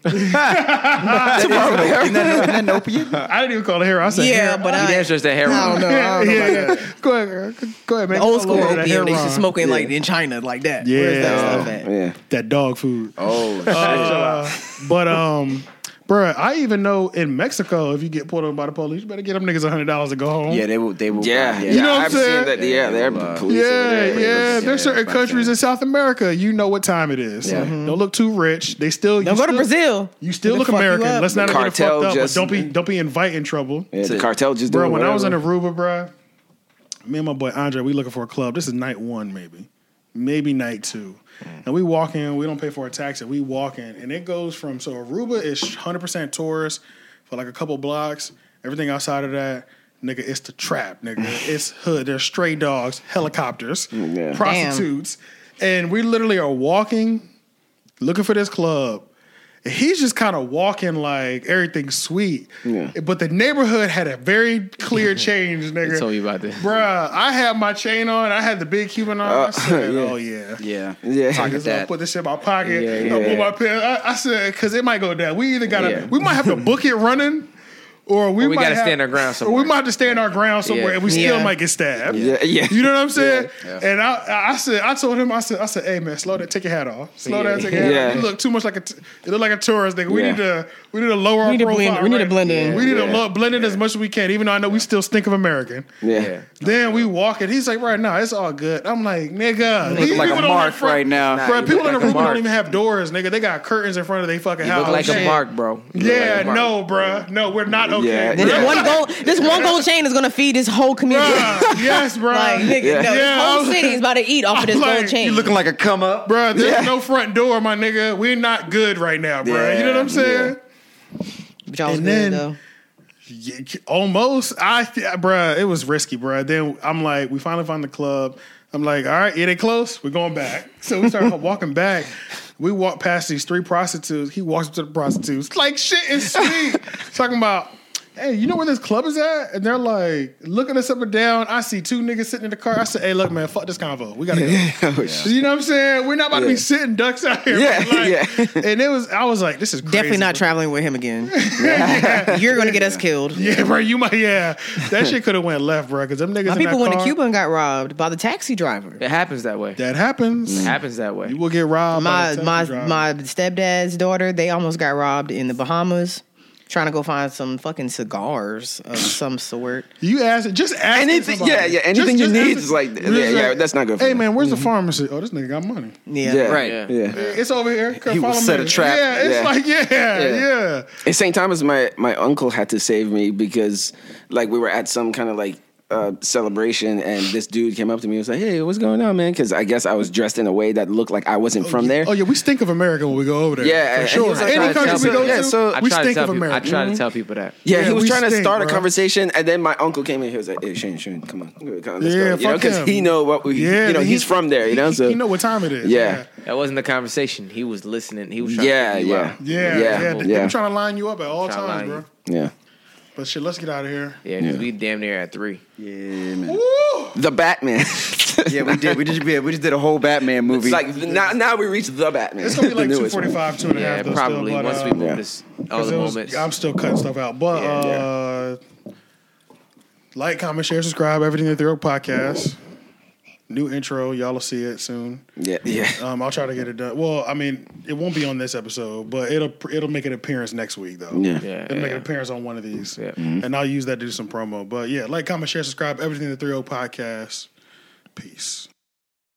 Isn't that, isn't that an opiate?
<laughs> I didn't even call it heroin. I said
Yeah,
heroin.
but
He
I,
danced just a heroin.
I don't
<laughs>
know.
yeah,
I don't know
yeah,
about
yeah. Go ahead, girl. go ahead, man.
the old school
Call it
opium. They used
heroin.
to smoke it like in China, like that.
Yeah.
Where's that
Oh,
stuff at?
Yeah.
that dog food.
Oh,
Uh, but um, bruh, I even know in Mexico, if you get pulled over by the police, you better get them niggas hundred dollars to go home.
yeah, they will. They will.
Yeah.
You know what I'm
I've seen
saying?
that. Yeah, they're
Yeah.
police. over
yeah,
there.
yeah. There's certain
that's what I'm
countries
saying.
in South America, you know what time it is.
Yeah.
Don't look too rich. They still
Don't
you
go to
still-
Brazil.
You still
They'll
look
fuck you
American.
up.
Let's not
The
get it
cartel
fucked up, but
just-
don't be don't be inviting trouble.
Yeah, the cartel just
Bro,
doing
when I was in
whatever.
Aruba, bro, me and my boy Andre, we looking for a club. This is night one, maybe, maybe night two,
Mm.
and we walk in. We don't pay for a taxi. We walk in, and it goes from so Aruba is hundred percent tourist for like a couple blocks. Everything outside of that. Nigga, it's the trap, nigga.
<laughs>
It's hood. There's stray dogs, helicopters,
Yeah.
prostitutes. And we literally are walking, looking for this club. And he's just kind of walking like everything's sweet.
Yeah.
But the neighborhood had a very clear
<laughs>
change, nigga.
told you about this.
Bruh, I had my chain on. I had the big Cuban on.
Uh, <laughs>
I said, oh, yeah.
Yeah.
<laughs> Yeah.
I just
that.
put this shit in my pocket.
Yeah,
I put
yeah.
my pen. I, I said, because it might go down. We either gotta,
Yeah.
we might
<laughs>
have to book it running, or we,
Or we
might
gotta
have-
stand our ground
Or
somewhere.
we might have to stand our ground somewhere,
Yeah.
and we still
Yeah.
might get stabbed.
Yeah, yeah.
You know what I'm saying?
Yeah.
And I, I said, I told him, I said, I said, hey man, slow down, take your hat off, slow down, take your hat
Yeah.
off. You look too much like a, t- you look like a tourist nigga. We
Yeah.
need to, we need to lower our
need to
profile.
blend- we need to
right?
blend in.
We need to
Yeah.
lo- blend in as much as we can, even though I know we still stink of American.
Yeah.
Then we walk it. He's like, right now, it's all good. I'm like, nigga, these
like a
people don't
mark
have front-
right now.
Bruh,
you
people in
look like
the
a
room don't
mark.
even have doors, nigga. They got curtains in front of their fucking
You
house.
look like
Shit.
a mark, bro. You look
Yeah,
like a mark.
no, bruh. No, we're not okay.
Yeah.
This one gold, this one gold chain is gonna feed this whole community.
Bruh, <laughs> yes, bruh.
Like nigga,
Yeah.
Yeah,
no, this
I
whole
was-
city is about to eat off of this
I'm like,
gold chain.
you
Looking like a come
<laughs>
up.
Bruh, there's no front door, my nigga. We're not good right now, bruh. you know what I'm
Yeah,
saying?
But y'all was
and
good
then-
though.
Yeah, almost. I, th- bruh, it was risky, bruh. Then I'm like, we finally found the club. I'm like, all right, yeah, they close. We're going back. So we
<laughs>
start walking back. We walk past these three prostitutes. He walks up to the prostitutes, like shit is
<laughs>
sweet. Talking about, hey, you know where this club is at? And they're like, looking us up and down. I see two niggas sitting in the car. I said, hey, look, man, fuck this convo. We gotta go.
<laughs> Oh,
So You know what I'm saying? We're not about to be sitting ducks out here.
Yeah,
Like, And it was, I was like, this is crazy.
Definitely not
bro.
traveling with
<laughs>
him again. You're gonna get us killed.
Yeah, <laughs> bro, you might. Yeah, that shit could have went left, bro. Because them niggas.
My
in
people
that
went to
car,
Cuba and got robbed by the taxi driver.
It happens that way.
That happens.
It happens that way.
You will get robbed. by
My
the taxi
my
driver.
my stepdad's daughter, they almost got robbed in the Bahamas. Trying to go find some fucking cigars of some sort.
You ask. Just ask.
Anything-
somebody.
yeah, yeah, anything you
ask-
need is like-
just
yeah, yeah, that's not good for
Hey
them.
man, where's the pharmacy? Oh, this nigga got money.
Yeah.
Yeah.
Right.
Yeah.
It's over here. Come
He will
follow
set
me.
a trap.
Yeah, it's
Yeah.
like yeah, yeah.
At St. Thomas, my, my uncle had to save me because like we were at some kind of like uh, celebration and this dude came up to me and was like, "Hey, what's going on, man?" Because I guess I was dressed in a way that looked like I wasn't from there.
Oh yeah, we stink of America when we go over there.
Yeah,
for
and-
sure.
and he was like
Any
trying to
country we
tell-
go
yeah,
to,
so- I
we
try to
stink
tell
of
people-
America. Mm-hmm.
I try to tell people that.
Yeah,
Yeah,
he was
we
trying to
stink,
start a
bro.
conversation, and then my uncle came in. He was like, "Hey, Shane, Shane, come on, come on let's
Yeah,
go." You know,
fuck him.
because he know what we,
Yeah,
you know,
he-
he's from there. You know,
he-
so
he know what time it is.
Yeah.
That wasn't the conversation. He was listening. He was trying
yeah,
to figure you
yeah,
out.
yeah, yeah.
yeah,
They- They
yeah,
be trying to line you up at all
Trying to
times,
line
bro.
yeah.
But shit, let's get out of here.
Yeah, 'cause we damn near at three.
Yeah, man.
Woo!
The <laughs> Batman.
Yeah, we did. We just yeah, we just did a whole Batman movie.
It's like now, now we reach the Batman.
It's gonna be
<laughs> The
like two
newest one.
forty five, two and a
Yeah,
half. though,
probably
still, but,
once
uh,
we move
Yeah.
this other
it was-
moments.
I'm still cutting stuff out, but
Yeah.
uh, like, comment, share, subscribe. Everything at the Rogue Podcast. New intro, y'all will see it soon.
Yeah, yeah.
Um, I'll try to get it done. Well, I mean, it won't be on this episode, but it'll it'll make an appearance next week though.
Yeah. Mm-hmm.
Yeah,
it'll make an
yeah.
appearance on one of these,
Yeah.
and I'll use that to do some promo. But yeah, like, comment, share, subscribe. Everything at the Three O Podcast. Peace.